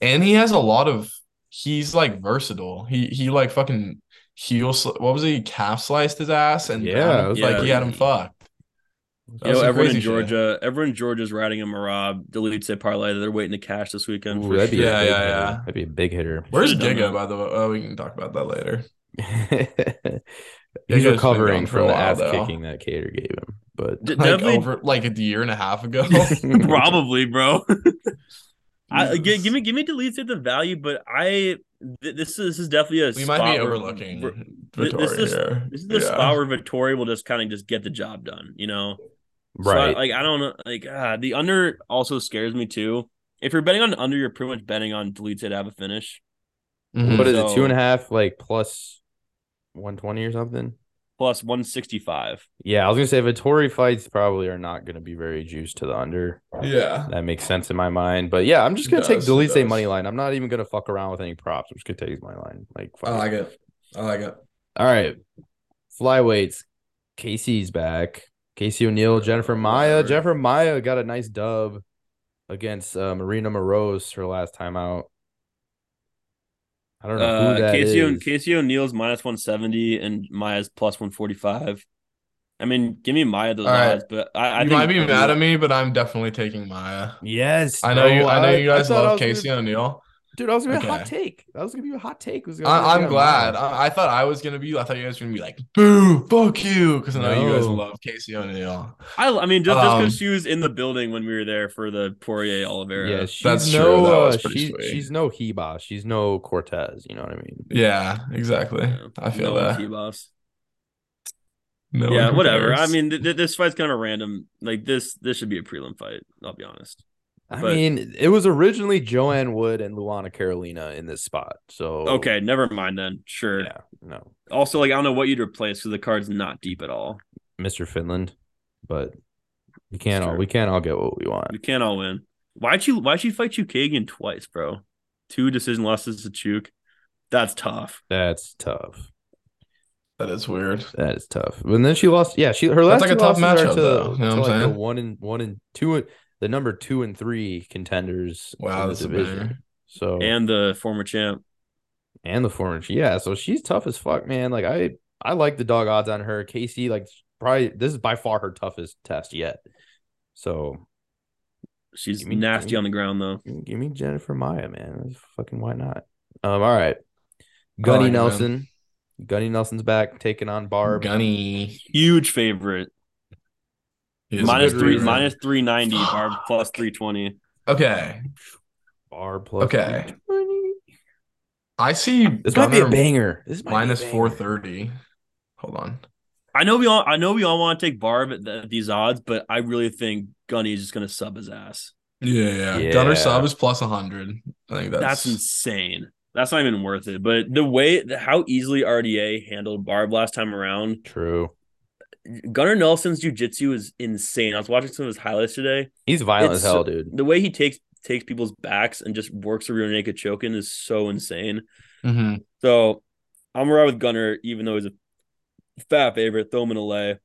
[SPEAKER 3] And he has a lot of he's like versatile. He he like fucking heel sl- what was he calf sliced his ass and
[SPEAKER 2] Yeah, it
[SPEAKER 3] like
[SPEAKER 2] was
[SPEAKER 3] he had him
[SPEAKER 2] crazy.
[SPEAKER 3] fucked.
[SPEAKER 1] You
[SPEAKER 3] That was
[SPEAKER 1] know, everyone
[SPEAKER 3] some
[SPEAKER 1] in
[SPEAKER 3] crazy shit.
[SPEAKER 1] Georgia, everyone in Georgia's riding a Marab. Deletes it parlay. They're waiting to cash this weekend.
[SPEAKER 2] Ooh,
[SPEAKER 1] for
[SPEAKER 2] that'd be
[SPEAKER 1] sure.
[SPEAKER 2] a
[SPEAKER 3] Yeah,
[SPEAKER 2] big
[SPEAKER 3] yeah,
[SPEAKER 2] hitter.
[SPEAKER 3] yeah.
[SPEAKER 2] That'd be a big hitter.
[SPEAKER 3] Where's
[SPEAKER 1] Should've done that.
[SPEAKER 3] Giga by the way? Oh, we can talk about that later.
[SPEAKER 2] he's
[SPEAKER 3] Giga's been
[SPEAKER 2] recovering
[SPEAKER 3] gone for
[SPEAKER 2] from
[SPEAKER 3] a
[SPEAKER 2] the
[SPEAKER 3] while,
[SPEAKER 2] ass
[SPEAKER 3] though.
[SPEAKER 2] kicking that Cater gave him, but
[SPEAKER 1] D-
[SPEAKER 3] Like
[SPEAKER 1] definitely,
[SPEAKER 3] over like a year and a half ago.
[SPEAKER 1] probably, bro. I, uh, gi-
[SPEAKER 3] Jesus.
[SPEAKER 1] give me, give me deletes at the value, but I th- this is this is definitely a
[SPEAKER 3] we might be
[SPEAKER 1] spot where-
[SPEAKER 3] overlooking
[SPEAKER 1] where- th- this
[SPEAKER 3] Vittori
[SPEAKER 1] is-
[SPEAKER 3] here.
[SPEAKER 1] this is the
[SPEAKER 3] Yeah.
[SPEAKER 1] spot where Vittori will just kind of just get the job done, you know. So I-
[SPEAKER 2] right.
[SPEAKER 1] like I don't know. Like ah, the under also scares me too. If you're betting on under, you're pretty much betting on deletes it to have a finish
[SPEAKER 3] Mhm.
[SPEAKER 2] what is it?
[SPEAKER 1] so-
[SPEAKER 2] Two and a half, like plus one twenty or something.
[SPEAKER 1] plus one sixty five.
[SPEAKER 2] Yeah, I was gonna say Vittori fights probably are not gonna be very juiced to the under.
[SPEAKER 3] Yeah.
[SPEAKER 2] That makes sense in my mind. But yeah, I'm just gonna
[SPEAKER 3] It
[SPEAKER 2] take
[SPEAKER 3] does, it
[SPEAKER 2] Delise
[SPEAKER 3] does.
[SPEAKER 2] money line. I'm not even gonna fuck around with any props. I'm just gonna take his money line. Like fuck
[SPEAKER 3] Oh, I
[SPEAKER 2] it.
[SPEAKER 3] like it. I like it.
[SPEAKER 2] All right. Flyweights. Casey's back. Casey O'Neill, Jennifer Maya.
[SPEAKER 3] Whatever.
[SPEAKER 2] Jennifer Maya got a nice dub against uh, Marina Moroz her last time out. I don't know
[SPEAKER 1] Uh,
[SPEAKER 2] who that is.
[SPEAKER 1] Casey, O- Casey O'Neal's minus 170 and Maya's plus 145. I mean, give me Maya those
[SPEAKER 3] All right.
[SPEAKER 1] odds, but I, I
[SPEAKER 3] you
[SPEAKER 1] think
[SPEAKER 3] might be mad at me, but I'm definitely taking Maya.
[SPEAKER 2] Yes.
[SPEAKER 3] I know you.
[SPEAKER 2] bro,
[SPEAKER 3] I know you guys
[SPEAKER 2] thought Oh, I
[SPEAKER 3] love
[SPEAKER 2] was gonna-
[SPEAKER 3] Casey O'Neill.
[SPEAKER 2] Dude, I was gonna be a hot
[SPEAKER 3] Okay.
[SPEAKER 2] take. That was gonna be a hot take. It Was gonna be
[SPEAKER 3] I, I'm
[SPEAKER 2] Jennifer
[SPEAKER 3] glad.
[SPEAKER 2] Maya.
[SPEAKER 3] I, I thought I was gonna be. I thought you guys were gonna be like, "Boo, fuck you," because I know you guys
[SPEAKER 2] No.
[SPEAKER 3] love Casey O'Neill.
[SPEAKER 1] I, I mean, just because
[SPEAKER 3] Um,
[SPEAKER 1] she was in the building when we were there for the Poirier Oliveira.
[SPEAKER 2] Yeah, she's
[SPEAKER 3] That's true.
[SPEAKER 2] no,
[SPEAKER 3] That was
[SPEAKER 2] uh,
[SPEAKER 3] pretty
[SPEAKER 2] she's-
[SPEAKER 3] sweet.
[SPEAKER 2] she's no Heba. She's no Cortez. You know what I mean?
[SPEAKER 3] Yeah, exactly.
[SPEAKER 1] Yeah.
[SPEAKER 3] I feel
[SPEAKER 1] No
[SPEAKER 3] that.
[SPEAKER 1] T-Boss.
[SPEAKER 3] No one
[SPEAKER 1] yeah, whatever. I
[SPEAKER 3] compares.
[SPEAKER 1] mean, th- th- this fight's kind of random. Like this, this should be a prelim fight. I'll be honest.
[SPEAKER 2] I
[SPEAKER 1] But-
[SPEAKER 2] mean, it was originally Joanne Wood and Luana Carolina in this spot. So
[SPEAKER 1] Okay, never mind then. Sure.
[SPEAKER 2] yeah, no,
[SPEAKER 1] Also, like I don't know what you'd replace because the card's not deep at all.
[SPEAKER 2] Mr. Finland, but we can't
[SPEAKER 1] It's
[SPEAKER 2] all
[SPEAKER 1] true.
[SPEAKER 2] we can't all get what we want.
[SPEAKER 1] We can't all win. Why'd you Why'd you fight Chukagian twice, bro? Two decision losses to Chuk. That's tough.
[SPEAKER 2] That's tough.
[SPEAKER 3] that is weird.
[SPEAKER 2] That is tough. And then she lost. Yeah, she her last
[SPEAKER 3] That's like a
[SPEAKER 2] two
[SPEAKER 3] tough
[SPEAKER 2] losses are
[SPEAKER 3] matchup,
[SPEAKER 2] to,
[SPEAKER 3] though. You
[SPEAKER 2] to,
[SPEAKER 3] know what I'm
[SPEAKER 2] like, the
[SPEAKER 3] saying?
[SPEAKER 2] one and one and two and the number two and three contenders.
[SPEAKER 3] Wow,
[SPEAKER 2] in the
[SPEAKER 3] that's a
[SPEAKER 2] division.
[SPEAKER 3] banger. Oh.
[SPEAKER 2] So
[SPEAKER 1] and the former champ.
[SPEAKER 2] and the former yeah so she's tough as fuck man like i i like the dog odds on her casey like probably this is by far her toughest test yet so
[SPEAKER 1] She's
[SPEAKER 2] Give me-
[SPEAKER 1] nasty
[SPEAKER 2] give me-
[SPEAKER 1] on the ground though.
[SPEAKER 2] Give me- Give me Jennifer Maya, man. That's Fucking why not? Um, all right. Gunny
[SPEAKER 3] it, man.
[SPEAKER 2] Nelson. Gunny Nelson's back, taking on Barb.
[SPEAKER 3] Gunny.
[SPEAKER 1] Huge favorite.
[SPEAKER 3] He is a
[SPEAKER 1] Minus
[SPEAKER 3] good
[SPEAKER 1] three,
[SPEAKER 3] reader.
[SPEAKER 1] minus three ninety. Barb
[SPEAKER 3] Fuck.
[SPEAKER 1] plus three twenty.
[SPEAKER 3] Okay.
[SPEAKER 2] Barb plus
[SPEAKER 3] Okay.
[SPEAKER 2] 320.
[SPEAKER 3] I see
[SPEAKER 2] This might be a
[SPEAKER 3] Gunner
[SPEAKER 2] banger. This might
[SPEAKER 3] minus
[SPEAKER 2] be a banger.
[SPEAKER 3] 430. Hold on.
[SPEAKER 1] I know we all, I know we all want to take Barb at, the, at these odds, but I really think Gunny is just gonna sub his ass.
[SPEAKER 3] Yeah, yeah.
[SPEAKER 2] Yeah.
[SPEAKER 3] Gunner sub is plus 100. I think that's
[SPEAKER 1] That's insane. That's not even worth it. But the way how easily RDA handled Barb last time around,
[SPEAKER 2] True.
[SPEAKER 1] Gunnar Nelson's jujitsu is insane. I was watching some of his highlights today.
[SPEAKER 2] He's violent
[SPEAKER 1] It's-
[SPEAKER 2] as hell, dude.
[SPEAKER 1] The way he takes takes people's backs and just works a rear naked choke in is so insane.
[SPEAKER 3] Mhm.
[SPEAKER 1] So I'm gonna ride with Gunnar, even though he's a fat favorite. Throw him in a lay.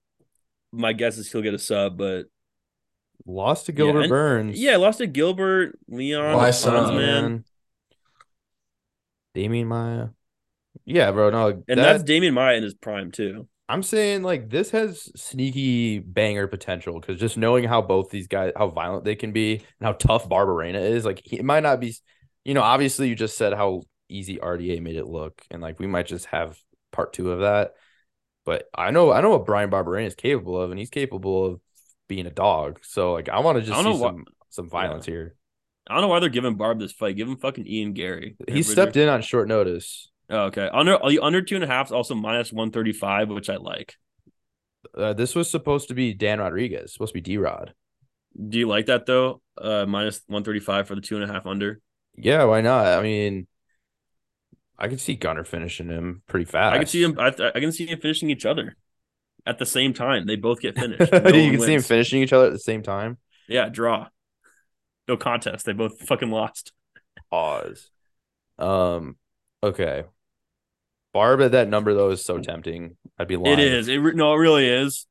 [SPEAKER 1] My guess is he'll get a sub, but
[SPEAKER 2] Lost to Gilbert
[SPEAKER 1] and-
[SPEAKER 2] Burns.
[SPEAKER 1] yeah, lost to Gilbert, Leon,
[SPEAKER 3] Why
[SPEAKER 1] Sons,
[SPEAKER 3] sub?
[SPEAKER 1] man.
[SPEAKER 2] Damien Maya. Yeah, bro. No,
[SPEAKER 1] And
[SPEAKER 2] that-
[SPEAKER 1] that's Damien Maya in his prime too.
[SPEAKER 2] I'm saying like this has sneaky banger potential because just knowing how both these guys, how violent they can be, and how tough Barbarena is, like he, it might not be, you know, obviously you just said how easy RDA made it look, and like we might just have part two of that. But I know, I know what Brian Barbarena is capable of, and he's capable of being a dog. So like I want to just
[SPEAKER 1] I
[SPEAKER 2] see
[SPEAKER 1] don't know why-
[SPEAKER 2] some some violence here.
[SPEAKER 1] I don't know why they're giving Barb this fight. Give him fucking Ian Gary.
[SPEAKER 2] He stepped in on short notice.
[SPEAKER 1] Oh, okay, under under two and a half is also minus one thirty five, which I like.
[SPEAKER 2] Uh, this was supposed to be Dan Rodriguez, supposed to be D Rod.
[SPEAKER 1] Do you like that though? Uh, minus one thirty five for the two and a half under.
[SPEAKER 2] Yeah, why not? I mean, I could see Gunner finishing him pretty fast.
[SPEAKER 1] I can see them. I, I can see them finishing each other at the same time. They both get
[SPEAKER 2] you
[SPEAKER 1] finished. No
[SPEAKER 2] can
[SPEAKER 1] one
[SPEAKER 2] see him
[SPEAKER 1] wins.
[SPEAKER 2] finishing each other at the same time.
[SPEAKER 1] Yeah, draw. No contest. They both fucking lost.
[SPEAKER 2] Pause. Um. Okay. Barb at that number though is so tempting. I'd be lying.
[SPEAKER 1] It is. It re- no, it really is.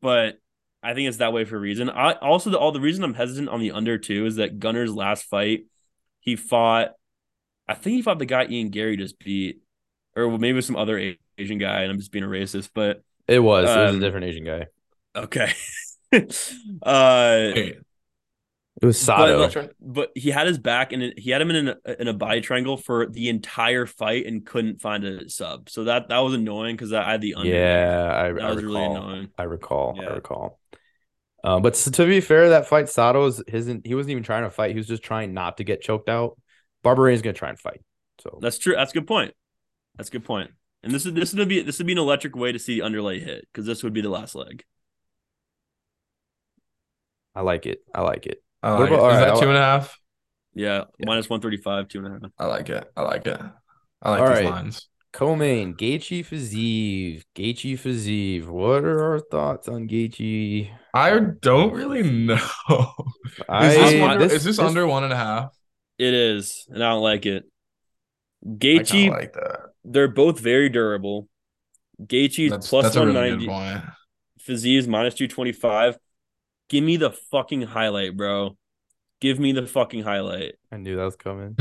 [SPEAKER 1] But I think it's that way for a reason. I also the, all the reason I'm hesitant on the under too is that Gunner's last fight, he fought. I think he fought the guy Ian Gary just beat, or maybe it was some other A- Asian guy, and I'm just being a racist, but.
[SPEAKER 2] It was. it was a
[SPEAKER 1] Um,
[SPEAKER 2] different Asian guy.
[SPEAKER 1] Okay. uh,
[SPEAKER 3] Wait,
[SPEAKER 2] It was Sato.
[SPEAKER 1] but, but he had his back and he had him in a, in a body triangle for the entire fight and couldn't find a sub. So that that was annoying because I had the under.
[SPEAKER 2] yeah, I, I
[SPEAKER 1] that
[SPEAKER 2] recall.
[SPEAKER 1] was really annoying.
[SPEAKER 2] I recall.
[SPEAKER 1] Yeah.
[SPEAKER 2] I recall. Um, but s- to be fair, that fight Sato is isn't. He wasn't even trying to fight. He was just trying not to get choked out. Barbarena's gonna try and fight. So
[SPEAKER 1] That's true. That's a good point. That's a good point. And this is this would be this would be an electric way to see the underlay hit because this would be the last leg.
[SPEAKER 2] I like it. I like it.
[SPEAKER 3] I
[SPEAKER 2] What
[SPEAKER 3] like it.
[SPEAKER 2] about- all
[SPEAKER 3] Is
[SPEAKER 2] right,
[SPEAKER 3] that
[SPEAKER 2] I-
[SPEAKER 3] two and a half?
[SPEAKER 1] Yeah,
[SPEAKER 2] Yeah.
[SPEAKER 1] minus one thirty five, two and a half.
[SPEAKER 3] I like it. I like it. I like
[SPEAKER 2] All
[SPEAKER 3] these
[SPEAKER 2] right.
[SPEAKER 3] lines.
[SPEAKER 2] Co-main, Gaethje Fazeev. Gaethje Fazeev. What are our thoughts on Gaethje?
[SPEAKER 3] I don't really know. is,
[SPEAKER 2] I,
[SPEAKER 3] this under, is this, under one and a half?
[SPEAKER 1] It is, and I don't like it.
[SPEAKER 3] I
[SPEAKER 1] Gaethje,
[SPEAKER 3] kinda like that.
[SPEAKER 1] they're both very durable. Gaethje's
[SPEAKER 3] That's,
[SPEAKER 1] E plus
[SPEAKER 3] that's a
[SPEAKER 1] one
[SPEAKER 3] really
[SPEAKER 1] ninety.
[SPEAKER 3] good point.
[SPEAKER 1] Fazeev's minus 225. Give me the fucking highlight, bro. Give me the fucking highlight.
[SPEAKER 2] I knew that was coming.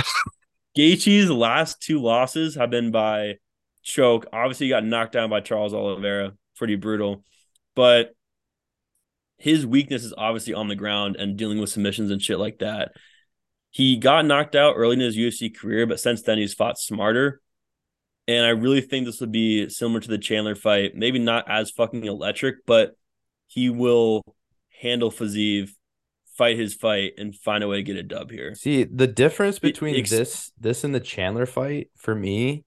[SPEAKER 1] Gaethje's last two losses have been by choke. Obviously, he got knocked down by Charles Oliveira. Pretty brutal. But his weakness is obviously on the ground and dealing with submissions and shit like that. He got knocked out early in his UFC career, but since then he's fought smarter. And I really think this would be similar to the Chandler fight. Maybe not as fucking electric, but he will handle Fazeev, fight his fight, and find a way to get a dub here.
[SPEAKER 2] See, the difference between
[SPEAKER 1] E-, ex-
[SPEAKER 2] this this and the Chandler fight for me,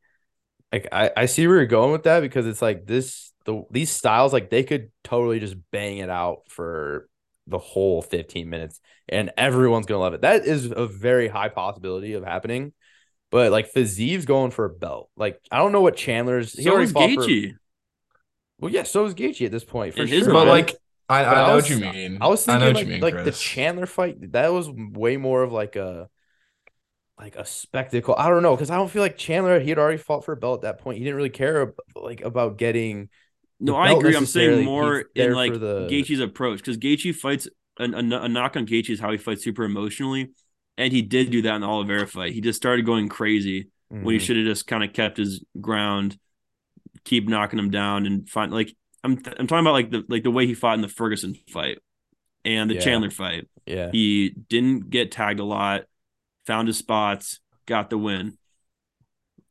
[SPEAKER 2] like I, I see where you're going with that because it's like this the these styles, like they could totally just bang it out for the whole 15 minutes and everyone's gonna love it. That is a very high possibility of happening. But like Fazeev's going for a belt. Like I don't know what Chandler's he
[SPEAKER 1] So
[SPEAKER 2] already
[SPEAKER 1] is
[SPEAKER 2] fought for-
[SPEAKER 1] Gaethje.
[SPEAKER 2] Well, yeah, so is Gaethje at this point for
[SPEAKER 1] In his
[SPEAKER 2] sure.
[SPEAKER 3] But
[SPEAKER 1] mind.
[SPEAKER 3] like, I,
[SPEAKER 2] But
[SPEAKER 3] I
[SPEAKER 2] I
[SPEAKER 3] know
[SPEAKER 2] was-
[SPEAKER 3] what you mean.
[SPEAKER 2] I was
[SPEAKER 3] I
[SPEAKER 2] thinking
[SPEAKER 3] know what
[SPEAKER 2] like,
[SPEAKER 3] you mean,
[SPEAKER 2] like the
[SPEAKER 3] Chris.
[SPEAKER 2] Chandler fight that was way more of like a like a spectacle. I don't know because I don't feel like Chandler he had already fought for a belt at that point. He didn't really care ab- like about getting the
[SPEAKER 1] No, I
[SPEAKER 2] belt
[SPEAKER 1] agree. I'm saying
[SPEAKER 2] necessarily.
[SPEAKER 1] more
[SPEAKER 2] He's
[SPEAKER 1] in
[SPEAKER 2] there
[SPEAKER 1] like
[SPEAKER 2] for the-
[SPEAKER 1] Gaethje's approach because Gaethje fights an, a, a knock on Gaethje is how he fights super emotionally, and he did do that in the Oliveira fight. He just started going crazy when he
[SPEAKER 2] Mm.
[SPEAKER 1] should have just kind of kept his ground, keep knocking him down, and find like I'm I'm talking about like the like the way he fought in the Ferguson fight and the
[SPEAKER 2] Yeah.
[SPEAKER 1] Chandler fight.
[SPEAKER 2] Yeah.
[SPEAKER 1] He didn't get tagged a lot, found his spots, got the win.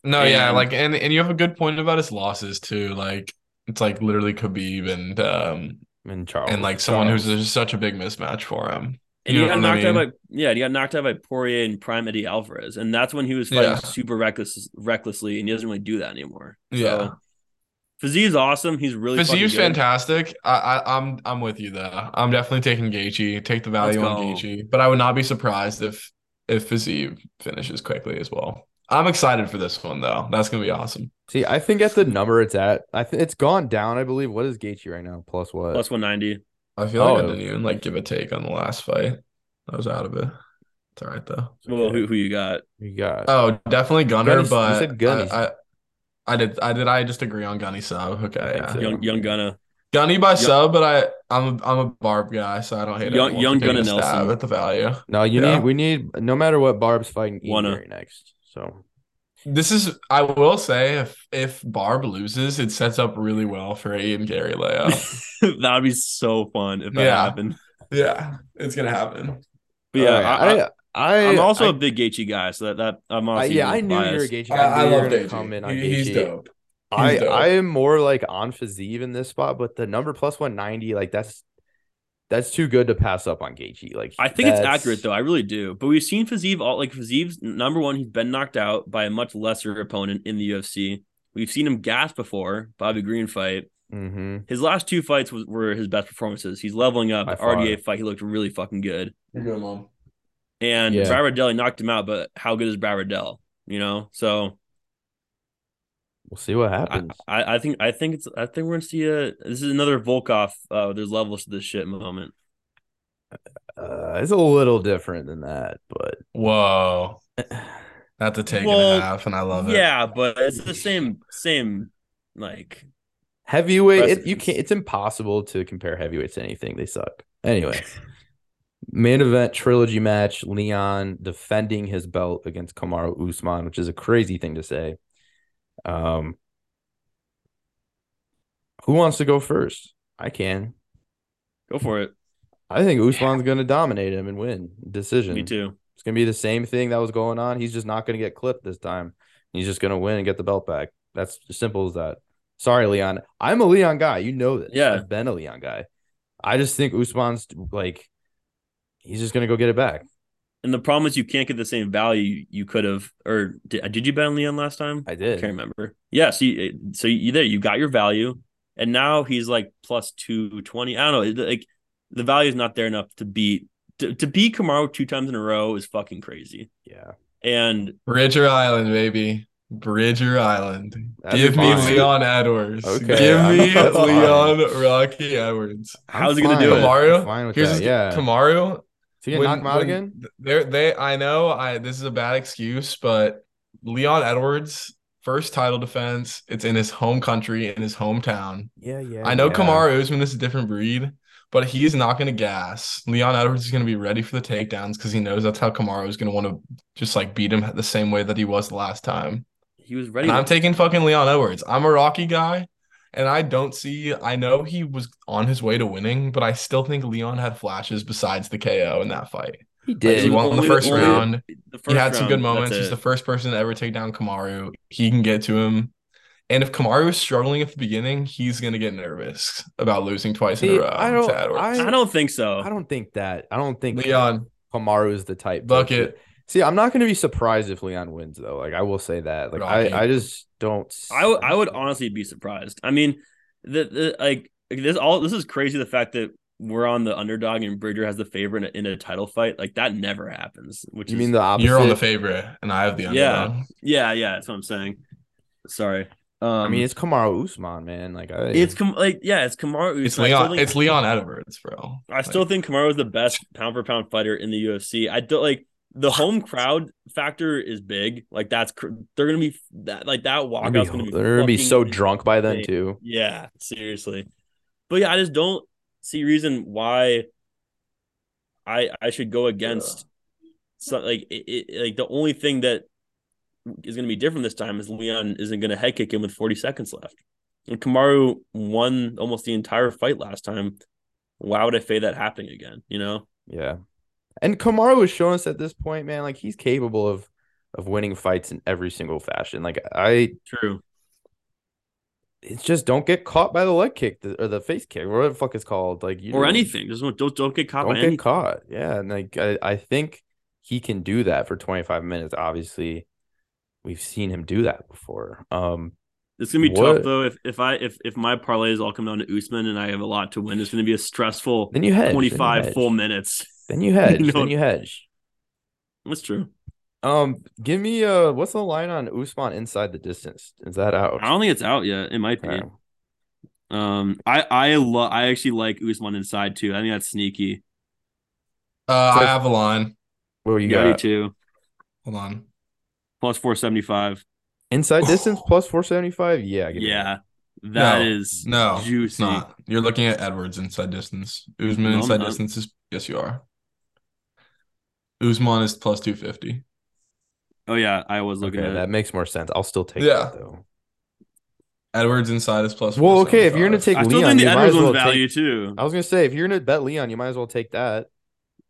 [SPEAKER 3] No, yeah,
[SPEAKER 1] And-
[SPEAKER 3] like and and you have a good point about his losses too. Like it's like literally Khabib and um
[SPEAKER 2] And Charles.
[SPEAKER 3] and like someone who's
[SPEAKER 2] Oh, Charles.
[SPEAKER 3] just such a big mismatch for him.
[SPEAKER 1] And he
[SPEAKER 3] You know
[SPEAKER 1] got
[SPEAKER 3] what I
[SPEAKER 1] knocked out
[SPEAKER 3] mean?
[SPEAKER 1] by yeah, and he got knocked out by Poirier and Prime Eddie Alvarez, and that's when he was fighting
[SPEAKER 3] Yeah.
[SPEAKER 1] super reckless, recklessly, and he doesn't really do that anymore.
[SPEAKER 3] Yeah.
[SPEAKER 1] so, Fazeev's awesome. He's really
[SPEAKER 3] But
[SPEAKER 1] fucking
[SPEAKER 3] Fazeev's
[SPEAKER 1] good.
[SPEAKER 3] fantastic. I, I I'm I'm with you though. I'm definitely taking Gaethje. Take the value on
[SPEAKER 1] go.
[SPEAKER 3] Gaethje, but I would not be surprised if if Fazeev finishes quickly as well. I'm excited for this one though. That's gonna be awesome.
[SPEAKER 2] See, I think at the number it's at, I think it's gone down. I believe. What is Gaethje right now? Plus what?
[SPEAKER 1] Plus one ninety.
[SPEAKER 3] I feel like
[SPEAKER 2] Oh.
[SPEAKER 3] I didn't even like give a take on the last fight. I was out of it. It's all right though.
[SPEAKER 1] Well, who who you got?
[SPEAKER 2] you got.
[SPEAKER 3] Oh, definitely Gunner,
[SPEAKER 2] Gunny- you
[SPEAKER 3] but
[SPEAKER 2] said Gunny.
[SPEAKER 3] I, I, I did. I did. I just agree on Gunny sub. Okay, yeah.
[SPEAKER 2] Yeah.
[SPEAKER 1] Young Young Gunna.
[SPEAKER 3] Gunny by sub, but I, I'm, a, I'm a Barb guy, so I don't hate
[SPEAKER 1] Young-
[SPEAKER 3] anyone for
[SPEAKER 1] Young
[SPEAKER 3] taking
[SPEAKER 1] Gunna
[SPEAKER 3] a stab
[SPEAKER 1] Nelson.
[SPEAKER 3] at the value.
[SPEAKER 2] no, you
[SPEAKER 3] yeah.
[SPEAKER 2] need. We need. No matter what, Barb's fighting
[SPEAKER 1] Wanna.
[SPEAKER 2] Eatery next. So
[SPEAKER 3] This is, I will say, if if Barb loses, it sets up really well for a and Gary layoff.
[SPEAKER 1] that would be so fun if that
[SPEAKER 3] Yeah.
[SPEAKER 1] happened.
[SPEAKER 3] yeah, it's gonna happen.
[SPEAKER 1] But yeah, I,
[SPEAKER 2] Alright,
[SPEAKER 1] I,
[SPEAKER 2] I,
[SPEAKER 1] I,
[SPEAKER 2] I
[SPEAKER 1] am also a
[SPEAKER 2] I-
[SPEAKER 1] big Gaethje guy, so that, that I'm
[SPEAKER 2] I-
[SPEAKER 1] honestly
[SPEAKER 2] yeah, I knew you were
[SPEAKER 1] biased.
[SPEAKER 2] Gaethje.
[SPEAKER 3] I, I
[SPEAKER 2] knew you were
[SPEAKER 3] love
[SPEAKER 2] gonna
[SPEAKER 3] Gaethje.
[SPEAKER 2] comment on
[SPEAKER 3] He- he's
[SPEAKER 2] Gaethje.
[SPEAKER 3] dope.
[SPEAKER 2] I
[SPEAKER 3] dope.
[SPEAKER 2] I am more like on Fazeev in this spot, but the number plus one ninety, like that's that's too good to pass up on Gaethje. Like
[SPEAKER 1] I think it's
[SPEAKER 2] that's-
[SPEAKER 1] accurate though. I really do. But we've seen Fazeev all like Fazeev's number one. He's been knocked out by a much lesser opponent in the UFC. We've seen him gas before Bobby Green fight.
[SPEAKER 2] Mhm.
[SPEAKER 1] His last two fights was, were his best performances. He's leveling up.
[SPEAKER 2] By
[SPEAKER 1] The RDA fight, he looked really fucking good.
[SPEAKER 3] You're good, mom.
[SPEAKER 1] And
[SPEAKER 2] Yeah.
[SPEAKER 1] Brad Riddell knocked him out, but how good is Brad Riddell? You know, so
[SPEAKER 2] We'll see what
[SPEAKER 1] I,
[SPEAKER 2] happens.
[SPEAKER 1] I, I think I think it's I think we're gonna see a this is another Volkov. Uh, there's levels to this shit moment.
[SPEAKER 2] uh, it's a little different than that, but
[SPEAKER 3] Whoa, that's a take
[SPEAKER 1] Well,
[SPEAKER 3] and a half, and I love it.
[SPEAKER 1] yeah, but it's the same same like
[SPEAKER 2] heavyweight, it, you
[SPEAKER 1] Precedence.
[SPEAKER 2] can't. It's impossible to compare heavyweights to anything. They suck. Anyway, main event trilogy match: Leon defending his belt against Kamaru Usman, which is a crazy thing to say. Um, who wants to go first? I can.
[SPEAKER 1] go for it.
[SPEAKER 2] I think Usman's going to dominate him and win decision.
[SPEAKER 1] Me too.
[SPEAKER 2] It's going to be the same thing that was going on. He's just not going to get clipped this time. He's just going to win and get the belt back. That's as simple as that. Sorry, Leon. I'm a Leon guy. You know this.
[SPEAKER 1] Yeah.
[SPEAKER 2] I've been a Leon guy. I just think Usman's like, he's just going to go get it back.
[SPEAKER 1] And the problem is you can't get the same value you could have. Or did, did you bet on Leon last time?
[SPEAKER 2] I
[SPEAKER 1] I can't
[SPEAKER 2] did.
[SPEAKER 1] remember. Yeah. So you, uh, so you there you got your value, and now he's like plus two twenty. I don't know. it- Like the value is not there enough to beat to, to beat Kamaru two times in a row is fucking crazy.
[SPEAKER 2] Yeah.
[SPEAKER 1] And
[SPEAKER 3] Bridger Island, baby. Bridger Island.
[SPEAKER 2] That's
[SPEAKER 3] Give
[SPEAKER 2] fine.
[SPEAKER 3] me Leon Edwards.
[SPEAKER 2] Okay,
[SPEAKER 3] Give
[SPEAKER 2] I'm
[SPEAKER 3] me
[SPEAKER 2] fine.
[SPEAKER 3] Leon Rocky Edwards.
[SPEAKER 1] how's he gonna do
[SPEAKER 2] fine.
[SPEAKER 1] it?
[SPEAKER 3] Kamaru?
[SPEAKER 2] I'm fine with
[SPEAKER 3] Here's
[SPEAKER 2] that. Yeah.
[SPEAKER 3] Kamaru.
[SPEAKER 2] Is he going to
[SPEAKER 3] when-
[SPEAKER 2] knock him out
[SPEAKER 3] when-
[SPEAKER 2] again?
[SPEAKER 3] They're, they I know I this is a bad excuse, but Leon Edwards first title defense. It's in his home country, in his hometown.
[SPEAKER 2] Yeah. Yeah.
[SPEAKER 3] I know
[SPEAKER 2] yeah.
[SPEAKER 3] Kamaru Usman is a different breed, but he's not going to gas. Leon Edwards is going to be ready for the takedowns because he knows that's how Kamaru is going to want to just like beat him the same way that he was the last time.
[SPEAKER 1] he was ready.
[SPEAKER 3] And I'm
[SPEAKER 1] to
[SPEAKER 3] taking fucking Leon Edwards. I'm a Rocky guy, and I don't see. I know he was on his way to winning, but I still think Leon had flashes besides the KO in that fight.
[SPEAKER 2] He
[SPEAKER 3] Like,
[SPEAKER 2] did.
[SPEAKER 3] he won the
[SPEAKER 1] Only-
[SPEAKER 3] first
[SPEAKER 1] only-
[SPEAKER 3] round.
[SPEAKER 1] the first
[SPEAKER 3] He had some
[SPEAKER 1] round,
[SPEAKER 3] good
[SPEAKER 1] that's
[SPEAKER 3] moments. He's
[SPEAKER 1] it.
[SPEAKER 3] the first person to ever take down Kamaru. He can get to him. And if Kamaru is struggling at the beginning, he's gonna get nervous about losing twice in
[SPEAKER 2] See,
[SPEAKER 3] a row.
[SPEAKER 2] I don't-
[SPEAKER 3] to Edwards.
[SPEAKER 1] I don't think so.
[SPEAKER 2] I don't think that. I don't think
[SPEAKER 3] Leon
[SPEAKER 2] Kamaru is the type. to-
[SPEAKER 3] bucket.
[SPEAKER 2] See, I'm not going to be surprised if Leon wins, though. Like, I will say that. Like,
[SPEAKER 3] Rocky.
[SPEAKER 2] I, I just don't.
[SPEAKER 1] I w- I would honestly be surprised. I mean, the, the like this all this is crazy. The fact that we're on the underdog and Bridger has the favor in a, in a title fight like that never happens. Which
[SPEAKER 2] You
[SPEAKER 1] is,
[SPEAKER 2] mean the opposite?
[SPEAKER 3] You're on the favorite, and I have the
[SPEAKER 1] Yeah.
[SPEAKER 3] underdog.
[SPEAKER 1] yeah, yeah. That's what I'm saying. Sorry. Um,
[SPEAKER 2] I mean, it's Kamaru Usman, man. Like, I,
[SPEAKER 1] it's com- like yeah, it's Kamaru.
[SPEAKER 3] It's
[SPEAKER 1] Usman. I still
[SPEAKER 3] Leon.
[SPEAKER 1] think-
[SPEAKER 3] It's Leon Edwards, bro.
[SPEAKER 1] I still think Kamaru is the best pound for pound fighter in the UFC. I don't like the home crowd factor is big. Like that's cr- they're gonna be that like that
[SPEAKER 2] they're
[SPEAKER 1] walkout's gonna
[SPEAKER 2] gonna be,
[SPEAKER 1] be
[SPEAKER 2] they're gonna be
[SPEAKER 1] fucking
[SPEAKER 2] so drunk by then
[SPEAKER 1] insane.
[SPEAKER 2] too.
[SPEAKER 1] Yeah, seriously. But yeah, I just don't see reason why I I should go against some like it, it, like the only thing that is going to be different this time is Leon isn't going to head kick him with 40 seconds left. And Kamaru won almost the entire fight last time. Why would I fade that happening again, you know?
[SPEAKER 2] Yeah, And Kamaru has shown us at this point, man, like he's capable of of winning fights in every single fashion. Like I,
[SPEAKER 1] True.
[SPEAKER 2] it's just don't get caught by the leg kick th- or the face kick, whatever the fuck it's called. Like you
[SPEAKER 1] Or
[SPEAKER 2] know,
[SPEAKER 1] anything. Just don't don't, don't get caught
[SPEAKER 2] don't
[SPEAKER 1] by
[SPEAKER 2] get
[SPEAKER 1] anything.
[SPEAKER 2] caught. Yeah, and like I, I think he can do that for 25 minutes. Obviously, we've seen him do that before. Um,
[SPEAKER 1] It's gonna be
[SPEAKER 2] What?
[SPEAKER 1] tough though. If if I if if my parlays all come down to Usman and I have a lot to win, it's gonna be a stressful
[SPEAKER 2] then you hedge. then
[SPEAKER 1] twenty
[SPEAKER 2] you
[SPEAKER 1] five
[SPEAKER 2] hedge,
[SPEAKER 1] full minutes.
[SPEAKER 2] Then you hedge.
[SPEAKER 1] know-
[SPEAKER 2] Then you hedge.
[SPEAKER 1] That's true.
[SPEAKER 2] Um, give me uh, what's the line on Usman inside the distance? Is that out?
[SPEAKER 1] I don't think it's out yet. It might be.
[SPEAKER 2] Okay.
[SPEAKER 1] Um, I I love. I actually like Usman inside too. I think that's sneaky.
[SPEAKER 3] Uh,
[SPEAKER 2] So-
[SPEAKER 3] I have a line.
[SPEAKER 2] What you
[SPEAKER 1] Yeah.
[SPEAKER 2] got?
[SPEAKER 1] too.
[SPEAKER 3] Hold on.
[SPEAKER 1] Plus four seventy five.
[SPEAKER 2] Inside distance plus 475. Yeah, give me that.
[SPEAKER 1] Yeah, that
[SPEAKER 3] No,
[SPEAKER 1] is
[SPEAKER 3] No, it's
[SPEAKER 1] juicy.
[SPEAKER 3] not. You're looking at Edwards inside distance. Usman
[SPEAKER 1] No, I'm
[SPEAKER 3] inside
[SPEAKER 1] not.
[SPEAKER 3] distance is yes, you are. Usman is plus two fifty.
[SPEAKER 1] Oh yeah, I was looking
[SPEAKER 2] Okay,
[SPEAKER 1] at
[SPEAKER 2] that makes more sense. I'll still take
[SPEAKER 3] Yeah.
[SPEAKER 2] that though.
[SPEAKER 3] Edwards inside is plus.
[SPEAKER 2] Well, okay, if you're gonna
[SPEAKER 3] 475.
[SPEAKER 2] take
[SPEAKER 1] I still
[SPEAKER 2] Leon,
[SPEAKER 1] think
[SPEAKER 2] you
[SPEAKER 1] the
[SPEAKER 2] might
[SPEAKER 1] Edwards
[SPEAKER 2] as well
[SPEAKER 1] one's
[SPEAKER 2] take-
[SPEAKER 1] value too.
[SPEAKER 2] I was gonna say if you're gonna bet Leon, you might as well take that.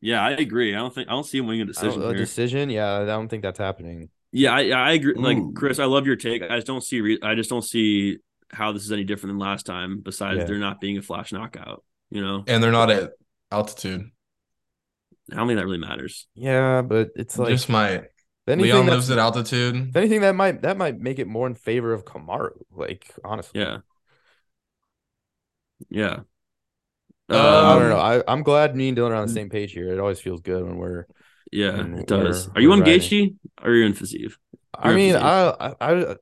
[SPEAKER 1] Yeah, I agree. I don't think I don't see him winning a
[SPEAKER 2] I don't-
[SPEAKER 1] decision
[SPEAKER 2] a
[SPEAKER 1] here.
[SPEAKER 2] decision. Yeah, I don't think that's happening.
[SPEAKER 1] Yeah, I, I agree.
[SPEAKER 3] Ooh.
[SPEAKER 1] Like Chris, I love your take. I just don't see. Re- I just don't see how this is any different than last time. Besides,
[SPEAKER 2] Yeah.
[SPEAKER 1] there not being a flash knockout. You know,
[SPEAKER 3] and they're not at altitude.
[SPEAKER 1] I don't think that really matters.
[SPEAKER 2] Yeah, but it's like
[SPEAKER 3] Just might.
[SPEAKER 2] if anything
[SPEAKER 3] Leon
[SPEAKER 2] that's-
[SPEAKER 3] lives at altitude.
[SPEAKER 2] if anything that might that might make it more in favor of Kamaru. Like honestly,
[SPEAKER 1] Yeah, yeah.
[SPEAKER 2] I
[SPEAKER 3] Um,
[SPEAKER 1] Uh,
[SPEAKER 2] don't know. I I'm glad me and Dylan are on the
[SPEAKER 1] Mm.
[SPEAKER 2] same page here. It always feels good when we're.
[SPEAKER 1] yeah,
[SPEAKER 2] and
[SPEAKER 1] it does.
[SPEAKER 2] we're-
[SPEAKER 1] Are you
[SPEAKER 2] we're
[SPEAKER 1] on
[SPEAKER 2] riding.
[SPEAKER 1] Gaethje or are you in Fazeev?
[SPEAKER 2] I
[SPEAKER 1] You're
[SPEAKER 2] mean,
[SPEAKER 1] Fazeev.
[SPEAKER 2] I I. I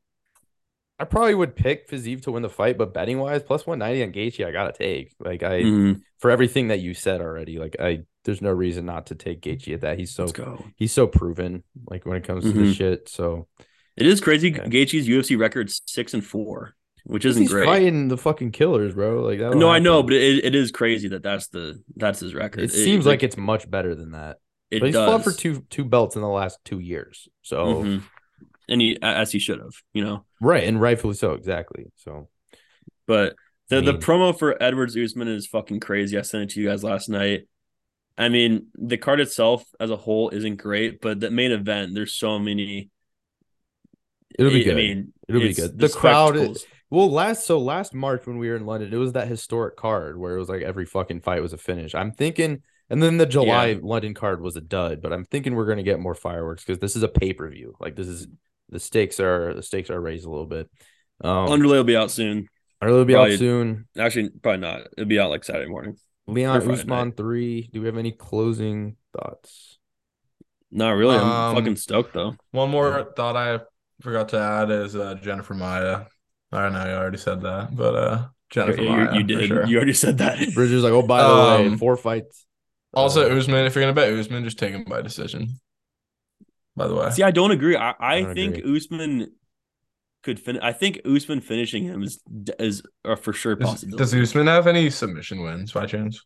[SPEAKER 2] I probably would pick Fazeev to win the fight, but betting wise, plus one ninety on Gaethje, I gotta take. Like I,
[SPEAKER 1] Mhm.
[SPEAKER 2] for everything that you said already. Like I, there's no reason not to take Gaethje at that. He's so
[SPEAKER 1] Let's go.
[SPEAKER 2] he's so proven. Like when it comes to
[SPEAKER 1] Mm-hmm.
[SPEAKER 2] this shit. So
[SPEAKER 1] It is crazy.
[SPEAKER 2] Yeah.
[SPEAKER 1] Gaethje's UFC record six and four, which isn't
[SPEAKER 2] he's
[SPEAKER 1] great.
[SPEAKER 2] fighting the fucking killers, bro. Like that.
[SPEAKER 1] No, I know, but it, it is crazy that that's the that's his record.
[SPEAKER 2] it, seems like it's much better than that.
[SPEAKER 1] it
[SPEAKER 2] but he's fought for
[SPEAKER 1] does.
[SPEAKER 2] two two belts in the last two years. So
[SPEAKER 1] Mhm. and he as he should have, you know.
[SPEAKER 2] right and rightfully so. Exactly. So
[SPEAKER 1] But the
[SPEAKER 2] I
[SPEAKER 1] the
[SPEAKER 2] mean-
[SPEAKER 1] promo for Edwards Usman is fucking crazy. I sent it to you guys last night. I mean, the card itself as a whole isn't great, but the main event, there's so many.
[SPEAKER 2] it'll be
[SPEAKER 1] I-
[SPEAKER 2] good.
[SPEAKER 1] I mean,
[SPEAKER 2] It'll be
[SPEAKER 1] it's
[SPEAKER 2] good. The crowd-
[SPEAKER 1] spectacles.
[SPEAKER 2] well, last so last March when we were in London, it was that historic card where it was like every fucking fight was a finish. I'm thinking. And then the July London card was a dud, but I'm thinking we're gonna get more fireworks because this is a pay per view. Like this is the stakes are the stakes are raised a little bit. Um,
[SPEAKER 1] Underlay will be out soon.
[SPEAKER 2] Or it'll be out
[SPEAKER 1] Probably-
[SPEAKER 2] soon.
[SPEAKER 1] Actually, probably not. It'll be out like Saturday morning.
[SPEAKER 2] Leon
[SPEAKER 1] Friday
[SPEAKER 2] Usman
[SPEAKER 1] night.
[SPEAKER 2] three. Do we have any closing thoughts?
[SPEAKER 1] Not really. I'm
[SPEAKER 3] Um,
[SPEAKER 1] fucking stoked though.
[SPEAKER 3] One more thought I forgot to add is uh, Jennifer Maya. I don't know. I already said that, but uh, Jennifer
[SPEAKER 1] You,
[SPEAKER 3] Maia,
[SPEAKER 1] you
[SPEAKER 3] for
[SPEAKER 1] did.
[SPEAKER 3] sure.
[SPEAKER 1] You already said that.
[SPEAKER 2] Bridges like, oh by the way,
[SPEAKER 3] Um,
[SPEAKER 2] four fights.
[SPEAKER 3] Also,
[SPEAKER 2] Uh,
[SPEAKER 3] Usman, if you're gonna bet Usman, just take him by decision. By the way,
[SPEAKER 1] See, I don't agree. I, I,
[SPEAKER 2] don't
[SPEAKER 1] think
[SPEAKER 2] agree.
[SPEAKER 1] Usman could finish. I think Usman finishing him is is a for sure
[SPEAKER 3] does,
[SPEAKER 1] possibility.
[SPEAKER 3] does Usman have any submission wins by chance?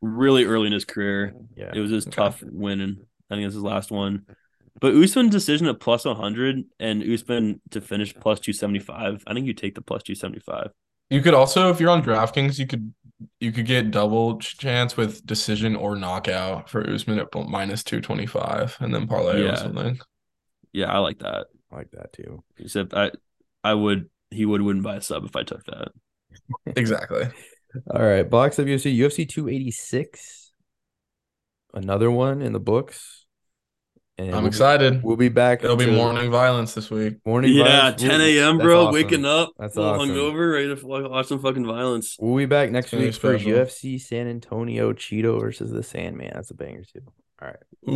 [SPEAKER 1] really early in his career,
[SPEAKER 2] yeah.
[SPEAKER 1] it was his
[SPEAKER 3] Okay.
[SPEAKER 1] tough win, and I think it's his last one. But Usman's decision at plus one hundred and Usman to finish plus two seventy five. I think you take the plus two seventy five.
[SPEAKER 3] You could also, if you're on DraftKings, you could you could get double ch- chance with decision or knockout for Usman at minus two twenty five, and then parlay
[SPEAKER 1] Yeah.
[SPEAKER 3] or something.
[SPEAKER 1] Yeah, I like that.
[SPEAKER 2] I like that too.
[SPEAKER 1] Except I, I would he would win by a sub if I took that.
[SPEAKER 3] Exactly.
[SPEAKER 2] All right, box of UFC, UFC two eighty six. Another one in the books. And
[SPEAKER 3] I'm
[SPEAKER 2] we'll-
[SPEAKER 3] excited.
[SPEAKER 2] We'll be back.
[SPEAKER 3] It'll be
[SPEAKER 2] to-
[SPEAKER 3] morning violence this week.
[SPEAKER 2] Morning.
[SPEAKER 1] Yeah,
[SPEAKER 2] vibes.
[SPEAKER 1] ten
[SPEAKER 2] We'll-
[SPEAKER 1] a.m.
[SPEAKER 2] that's
[SPEAKER 1] bro,
[SPEAKER 2] awesome.
[SPEAKER 1] waking up,
[SPEAKER 2] That's
[SPEAKER 1] a little
[SPEAKER 2] awesome.
[SPEAKER 1] hungover, ready to fuck- watch some fucking violence.
[SPEAKER 2] We'll be back next
[SPEAKER 3] gonna be
[SPEAKER 2] week for
[SPEAKER 3] special.
[SPEAKER 2] UFC San Antonio Cheeto versus the Sandman. That's a banger too.